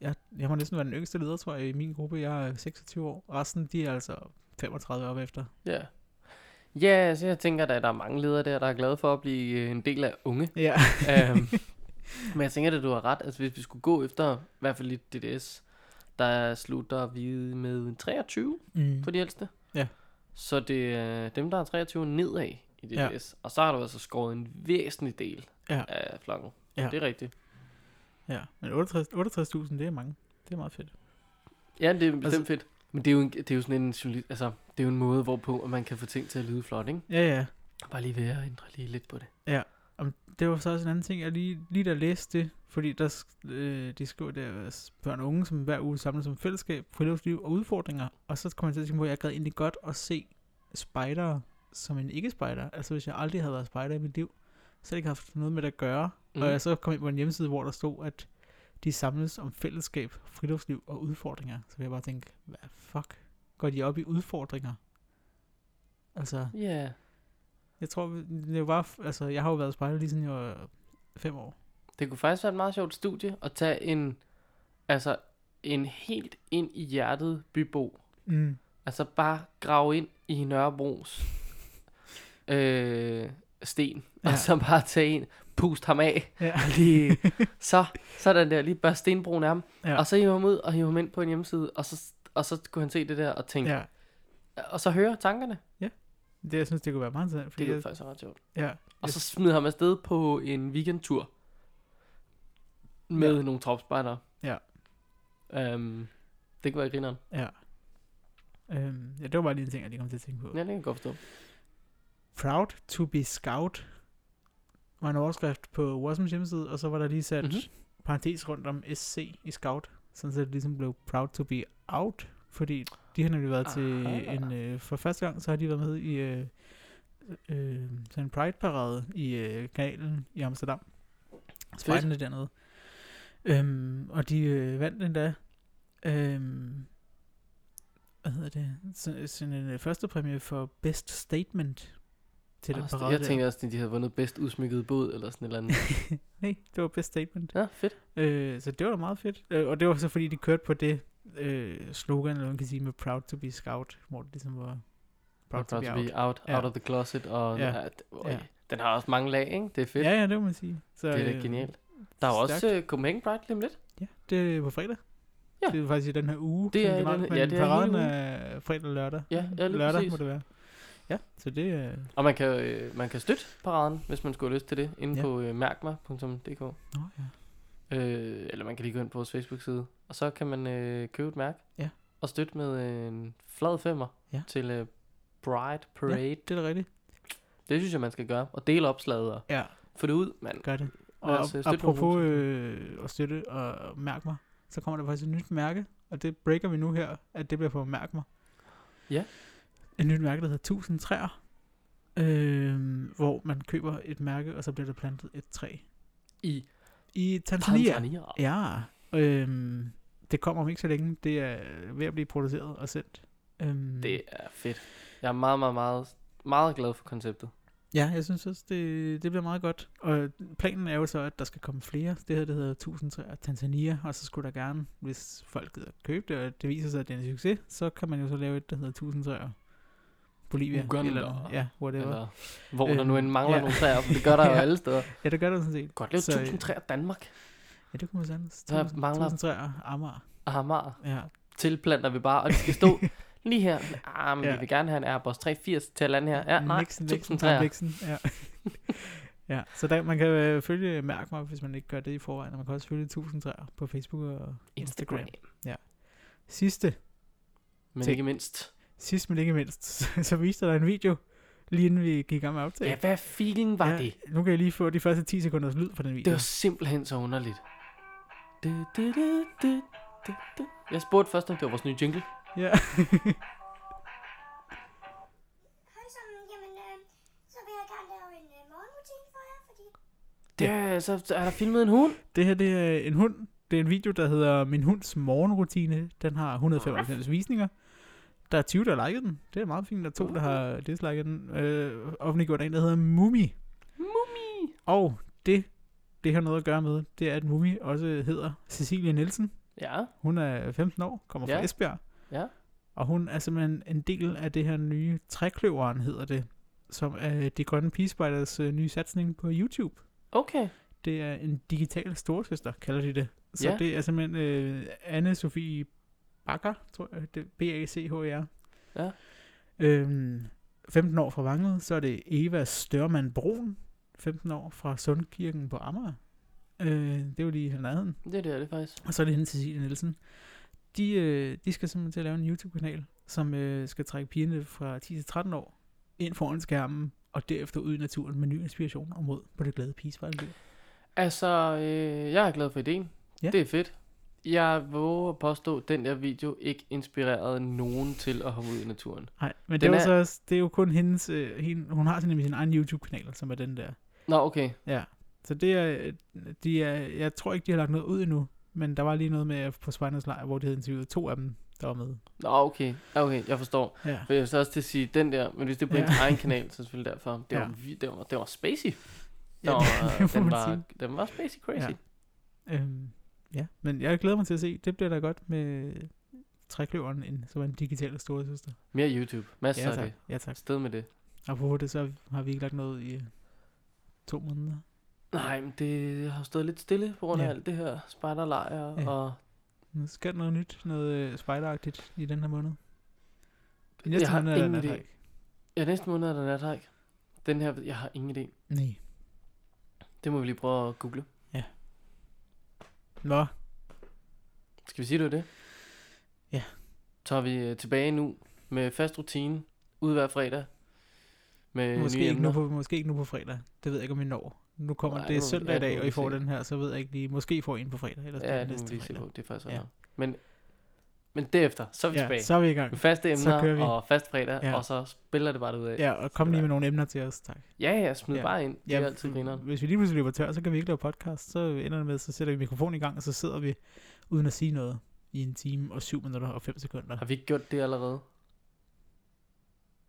Speaker 2: Jeg, jeg må næsten være den yngste leder, tror jeg, i min gruppe. Jeg er 26 år. Resten, de er altså 35 op efter.
Speaker 1: Ja. Ja, så jeg tænker, at der er mange ledere der, der er glade for at blive øh, en del af unge.
Speaker 2: Ja.
Speaker 1: um, men jeg tænker, at du har ret. Altså, hvis vi skulle gå efter, i hvert fald lidt DDS, der slutter vi med 23
Speaker 2: Mm.
Speaker 1: på de ældste.
Speaker 2: Ja.
Speaker 1: Så det er dem, der er 23 nedad i DDS.
Speaker 2: Ja.
Speaker 1: Ja. Og så har du altså skåret en væsentlig del
Speaker 2: Ja.
Speaker 1: af flokken.
Speaker 2: Ja.
Speaker 1: Det er rigtigt.
Speaker 2: Ja, men 68 68.000, det er mange. Det er meget fedt.
Speaker 1: Ja, det er bestemt
Speaker 2: Altså-
Speaker 1: altså, fedt. Men det er jo, en, det er jo sådan en, journalist- altså, det er jo en måde, hvorpå at man kan få ting til at lyde flot, ikke?
Speaker 2: Ja, ja.
Speaker 1: Bare lige ved at ændre lige lidt på det.
Speaker 2: det var så også en anden ting, jeg lige, lige der læste det, fordi der, sk- øh, de skriver der at børn og unge, som hver uge samles som fællesskab, friluftsliv og udfordringer, og så kommer jeg til at tænke på, at jeg gad egentlig godt at se spejdere som en ikke-spejder, altså hvis jeg aldrig havde været spejder i mit liv, så havde jeg ikke haft noget med det at gøre, mm. og jeg så kom ind på en hjemmeside, hvor der stod, at de samles om fællesskab, friluftsliv og udfordringer, så vil jeg bare tænke, hvad fuck, går de op i udfordringer? Altså,
Speaker 1: Ja. Yeah.
Speaker 2: jeg tror, det var, bare- altså, jeg har jo været spejder lige siden jeg var fem år.
Speaker 1: Det kunne faktisk være et meget sjovt studie at tage en, altså en helt ind i hjertet bybo.
Speaker 2: Mm.
Speaker 1: Altså bare grave ind i Nørrebros øh, sten, ja.
Speaker 2: Ja.
Speaker 1: og så bare tage en, pust ham af,
Speaker 2: Ja.
Speaker 1: og lige, så, sådan der, lige bare stenbrun af ham,
Speaker 2: Ja.
Speaker 1: ja. og så hive ham ud og hive ham ind på en hjemmeside, og så, og så kunne han se det der og tænke, ja.
Speaker 2: ja.
Speaker 1: og så høre tankerne.
Speaker 2: Det, jeg synes, det kunne være meget interessant.
Speaker 1: Det
Speaker 2: Fordi
Speaker 1: kunne
Speaker 2: det jeg,
Speaker 1: faktisk være ret sjovt.
Speaker 2: ja,
Speaker 1: Og så smide ham afsted på en weekendtur med
Speaker 2: Ja.
Speaker 1: ja. nogle tropspejdere.
Speaker 2: Ja.
Speaker 1: Um, det kunne være grineren.
Speaker 2: ja. Øhm, ja, det var bare lige en ting, jeg lige kom til at tænke på.
Speaker 1: Ja, det kan jeg godt forstå.
Speaker 2: Proud to be scout var en overskrift på Wasms hjemmeside, og så var der lige
Speaker 1: Mhm.
Speaker 2: sat mm-hmm. parentes rundt om SC i scout, sådan så det ligesom blev proud to be out, fordi de har nemlig været til
Speaker 1: Ah.
Speaker 2: en, øh, for første gang, så har de været med i øh, øh, sådan en Pride-parade i øh, kanalen i Amsterdam. Spejderne dernede. Øhm, og de øh, vandt endda øhm, hvad hedder det? Så- Sådan en øh, første præmie for Best Statement til den
Speaker 1: Også,
Speaker 2: parade.
Speaker 1: jeg
Speaker 2: der.
Speaker 1: tænkte også, at de havde vundet bedst udsmykket båd eller sådan et eller andet.
Speaker 2: Nej, det var Best Statement.
Speaker 1: Ja, fedt.
Speaker 2: Øh, så det var da meget fedt. Øh, og det var så fordi, de kørte på det øh, slogan, eller hvad man kan sige, med Proud to be Scout, hvor det ligesom var
Speaker 1: Proud, proud to be out,
Speaker 2: Ja.
Speaker 1: ja. out of the closet. Og
Speaker 2: Ja.
Speaker 1: ja. Ja, d-
Speaker 2: Ja.
Speaker 1: ja. Den har også mange lag, ikke? Det er fedt. Ja,
Speaker 2: Ja, ja, det må man sige. Så,
Speaker 1: det er da
Speaker 2: øh,
Speaker 1: genialt. Der er jo
Speaker 2: stærkt.
Speaker 1: også uh, Copenhagen Pride lige om lidt.
Speaker 2: Ja, det er på fredag.
Speaker 1: Ja.
Speaker 2: Det er faktisk i den her uge.
Speaker 1: Det
Speaker 2: sådan
Speaker 1: er i
Speaker 2: generelt,
Speaker 1: den-
Speaker 2: men
Speaker 1: ja, det er i
Speaker 2: paraden
Speaker 1: hele ugen.
Speaker 2: er fredag og lørdag.
Speaker 1: Ja, ja, lige
Speaker 2: lørdag
Speaker 1: præcis.
Speaker 2: må det være. Ja, så det er...
Speaker 1: Og man kan, øh, man kan støtte paraden, hvis man skulle have lyst til det, inde
Speaker 2: Ja.
Speaker 1: ja. på øh, mærkmig.dk.
Speaker 2: Nå, ja.
Speaker 1: Øh, eller man kan lige gå ind på vores Facebook-side. Og så kan man øh, købe et mærke.
Speaker 2: Ja.
Speaker 1: Og støtte med øh, en flad femmer
Speaker 2: Ja.
Speaker 1: til øh, Pride Parade. Ja.
Speaker 2: Det er da rigtigt.
Speaker 1: Det synes jeg, man skal gøre. Og dele opslaget og
Speaker 2: Ja,
Speaker 1: få det ud, mand.
Speaker 2: gør det. Og
Speaker 1: os, øh,
Speaker 2: altså,
Speaker 1: støtte nogle
Speaker 2: apropos
Speaker 1: roser.
Speaker 2: øh, at støtte og mærk mig, så kommer der faktisk et nyt mærke, og det breaker vi nu her, at det bliver på mærk mig.
Speaker 1: Ja.
Speaker 2: Et nyt mærke, der hedder 1000 træer, øh, hvor man køber et mærke, og så bliver der plantet et træ.
Speaker 1: I
Speaker 2: I Tanzania. Mm. Tanzania.
Speaker 1: Tanzania.
Speaker 2: Ja, øhm, det kommer om ikke så længe. Det er ved at blive produceret og sendt. Øhm,
Speaker 1: Det er fedt. Jeg er meget, meget, meget, meget glad for konceptet.
Speaker 2: Ja, jeg synes også, det, det bliver meget godt. Og planen er jo så, at der skal komme flere. Det her det hedder 1000 træer Tanzania, og så skulle der gerne, hvis folk gider købe det, og det viser sig, at det er en succes, så kan man jo så lave et, der hedder 1000 træer Bolivia.
Speaker 1: Uganda.
Speaker 2: Eller, noget. ja, whatever. Eller.
Speaker 1: Eller, hvor der
Speaker 2: Øhm,
Speaker 1: nu end mangler
Speaker 2: ja.
Speaker 1: ja. nogle træer, for det gør der jo
Speaker 2: Ja.
Speaker 1: alle steder.
Speaker 2: Ja, det gør det sådan set.
Speaker 1: Godt lave
Speaker 2: Så, øh,
Speaker 1: 1000 træer Danmark.
Speaker 2: Ja, det kunne man sagtens.
Speaker 1: Der
Speaker 2: 1000,
Speaker 1: mangler-
Speaker 2: 1000 træer Amager.
Speaker 1: Og Amager
Speaker 2: Ja,
Speaker 1: tilplanter vi bare, og de skal stå lige her. Ah, men
Speaker 2: Ja.
Speaker 1: ja. vi vil gerne have en Airbus 380 til at lande her. Ja, nej,
Speaker 2: Nixon,
Speaker 1: 1000
Speaker 2: Nixon,
Speaker 1: træer.
Speaker 2: Tom Nixon. Ja. ja, så der, man kan øh, følge Mærk mig, hvis man ikke gør det i forvejen, og man kan også følge 1000 træer på Facebook og
Speaker 1: Instagram.
Speaker 2: Instagram. Instagram. Sidste,
Speaker 1: Men
Speaker 2: Til-
Speaker 1: ikke mindst.
Speaker 2: sidst men ikke mindst, så- så viste der en video, lige inden vi gik i gang med optaget.
Speaker 1: Ja, hvad filen var ja. det?
Speaker 2: Nu kan jeg lige få de første 10 sekunders lyd fra den video.
Speaker 1: Det var simpelthen så underligt. Du, du, du, du, du, du. Jeg spurgte først, om det var vores nye jingle.
Speaker 2: Ja.
Speaker 5: Hej sammen, jamen øh, så vil jeg gerne lave en øh, morgenrutine for jer, fordi
Speaker 1: Det, er- så, så er der filmet en hund.
Speaker 2: det her, det er en hund. Det er en video, der hedder Min hunds morgenrutine. Den har 195 visninger. Der er 20, der har liket den. Det er meget fint. Der er to, der har disliket den. Øh, offentliggjort er en, der hedder Mumi.
Speaker 1: Mumi.
Speaker 2: Og det, det har noget at gøre med, det er, at Mumi også hedder Cecilie Nielsen.
Speaker 1: Ja,
Speaker 2: Hun er 15 år, kommer fra
Speaker 1: Ja.
Speaker 2: Esbjerg.
Speaker 1: Ja.
Speaker 2: Og hun er simpelthen en del af det her nye trækløveren, hedder det, som er De Grønne Pigespejderes øh, nye satsning på YouTube.
Speaker 1: okay.
Speaker 2: Det er en digital storsøster, kalder de det. Så
Speaker 1: Ja.
Speaker 2: det er simpelthen øh, anne Sofie Bakker, tror jeg, det B-A-C-H-R.
Speaker 1: Ja.
Speaker 2: E Øhm, 15 år fra Vanget, så er det Eva Størman Brun, 15 år fra Sundkirken på Amager. Øh, det er jo lige i nærheden.
Speaker 1: Det er det, er det faktisk.
Speaker 2: Og så er det hende Cecilie Nielsen. De, øh, de skal simpelthen til at lave en YouTube-kanal, som øh, skal trække pigerne fra 10 til 13 år ind foran skærmen, og derefter ud i naturen med ny inspiration og mod på det glade pigespejleliv.
Speaker 1: Altså, øh, jeg er glad for ideen.
Speaker 2: Ja.
Speaker 1: Ja. Det er fedt. Jeg våger at påstå, at den der video ikke inspirerede nogen til at hoppe ud i naturen.
Speaker 2: Nej, men det
Speaker 1: Den
Speaker 2: er, jo
Speaker 1: er-
Speaker 2: så også, det er jo kun hendes, øh, hende, hun har sådan sin egen YouTube-kanal, som er den der.
Speaker 1: Nå, okay.
Speaker 2: Ja, så det er, øh, de er, jeg tror ikke, de har lagt noget ud endnu, men der var lige noget med på Spejlernes Lejr, hvor de havde interviewet to af dem, der var med.
Speaker 1: Nå, okay. Ja, Okay, jeg forstår.
Speaker 2: Ja.
Speaker 1: For jeg vil så også til at sige, den der, men hvis det er på
Speaker 2: Ja.
Speaker 1: ja. egen kanal, så selvfølgelig derfor. Det
Speaker 2: Ja.
Speaker 1: var, vi- det var, det var spacey. Ja,
Speaker 2: Ja,
Speaker 1: var,
Speaker 2: det- det må
Speaker 1: øh, den,
Speaker 2: man
Speaker 1: var,
Speaker 2: sige.
Speaker 1: den var spacey crazy.
Speaker 2: Ja. Øhm, ja, men jeg glæder mig til at se. Det bliver da godt med trækløveren, en, som er en digital storesøster.
Speaker 1: Mere YouTube. Masser
Speaker 2: Ja
Speaker 1: af
Speaker 2: tak.
Speaker 1: det.
Speaker 2: ja, tak.
Speaker 1: Sted med det.
Speaker 2: Og på det, så har vi ikke lagt noget i øh, to måneder.
Speaker 1: Nej, men det har jo stået lidt stille på grund af
Speaker 2: Ja.
Speaker 1: ja. alt det her spejderlejr
Speaker 2: Ja.
Speaker 1: ja. og
Speaker 2: Nu skal der noget nyt, noget øh, spejderagtigt i den her måned. I
Speaker 1: Jeg har
Speaker 2: måned er der
Speaker 1: ingen idé.
Speaker 2: nathajk.
Speaker 1: Ja, næste måned er der nathajk. Den her, jeg har ingen idé.
Speaker 2: Nej.
Speaker 1: Det må vi lige prøve at google.
Speaker 2: Nå,
Speaker 1: Skal vi sige, det var det?
Speaker 2: Ja.
Speaker 1: Så er vi øh, tilbage nu med fast rutine, ud hver fredag. Med nye
Speaker 2: måske ikke,
Speaker 1: emner.
Speaker 2: nu på, måske ikke nu på fredag. Det ved jeg ikke, om vi når. Nu kommer
Speaker 1: Nej,
Speaker 2: Nej, det er
Speaker 1: nu-
Speaker 2: søndag
Speaker 1: ja,
Speaker 2: i dag,
Speaker 1: nu må
Speaker 2: og I
Speaker 1: vi
Speaker 2: får
Speaker 1: se.
Speaker 2: den her, så ved jeg ikke lige. Måske får I en på fredag, eller
Speaker 1: Ja,
Speaker 2: ja,
Speaker 1: det må vi
Speaker 2: næste
Speaker 1: lige se
Speaker 2: fredag.
Speaker 1: på. Det er faktisk
Speaker 2: Ja.
Speaker 1: ja. Men, men derefter, så er vi ja,
Speaker 2: Ja,
Speaker 1: tilbage.
Speaker 2: så er vi i gang.
Speaker 1: Med faste
Speaker 2: så kører vi.
Speaker 1: emner og fast fredag,
Speaker 2: Ja.
Speaker 1: ja. og så spiller det bare ud af.
Speaker 2: Ja, og kom lige med nogle emner til os, tak.
Speaker 1: ja, ja smid
Speaker 2: Ja. mm.
Speaker 1: ja. bare ind. Det
Speaker 2: Ja,
Speaker 1: er altid grineren.
Speaker 2: hvis vi lige pludselig løber tør, så kan vi ikke lave podcast. Så ender det med, så sætter vi mikrofonen i gang, og så sidder vi uden at sige noget i en time og syv minutter og fem sekunder.
Speaker 1: Har vi ikke gjort det allerede?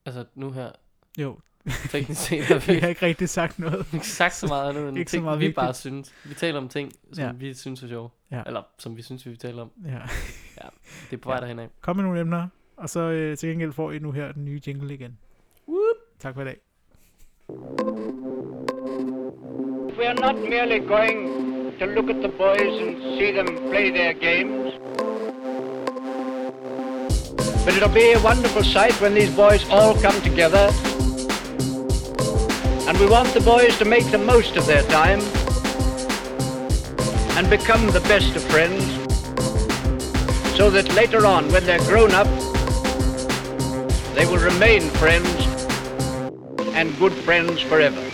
Speaker 1: Altså nu her,
Speaker 2: Jo,
Speaker 1: teknisk set, har vi
Speaker 2: vi har ikke rigtig sagt noget.
Speaker 1: ikke sagt så meget andet end
Speaker 2: Ikke så
Speaker 1: ting,
Speaker 2: meget
Speaker 1: vi
Speaker 2: vigtigt.
Speaker 1: bare synes. Vi taler om ting, som
Speaker 2: Ja.
Speaker 1: ja. vi synes er sjove.
Speaker 2: Ja.
Speaker 1: Eller som vi synes, vi taler om.
Speaker 2: Ja.
Speaker 1: Det er på vej ja.
Speaker 2: Ja.
Speaker 1: derhen af.
Speaker 2: Kom med nogle emner, og så øh, til gengæld får I nu her den nye jingle igen. Whoop. Tak for i dag.
Speaker 3: We are not merely going to look at the boys and see them play their games. But it'll be a wonderful sight when these boys all come together. And we want the boys to make the most of their time and become the best of friends. So that later on, when they're grown up, they will remain friends and good friends forever.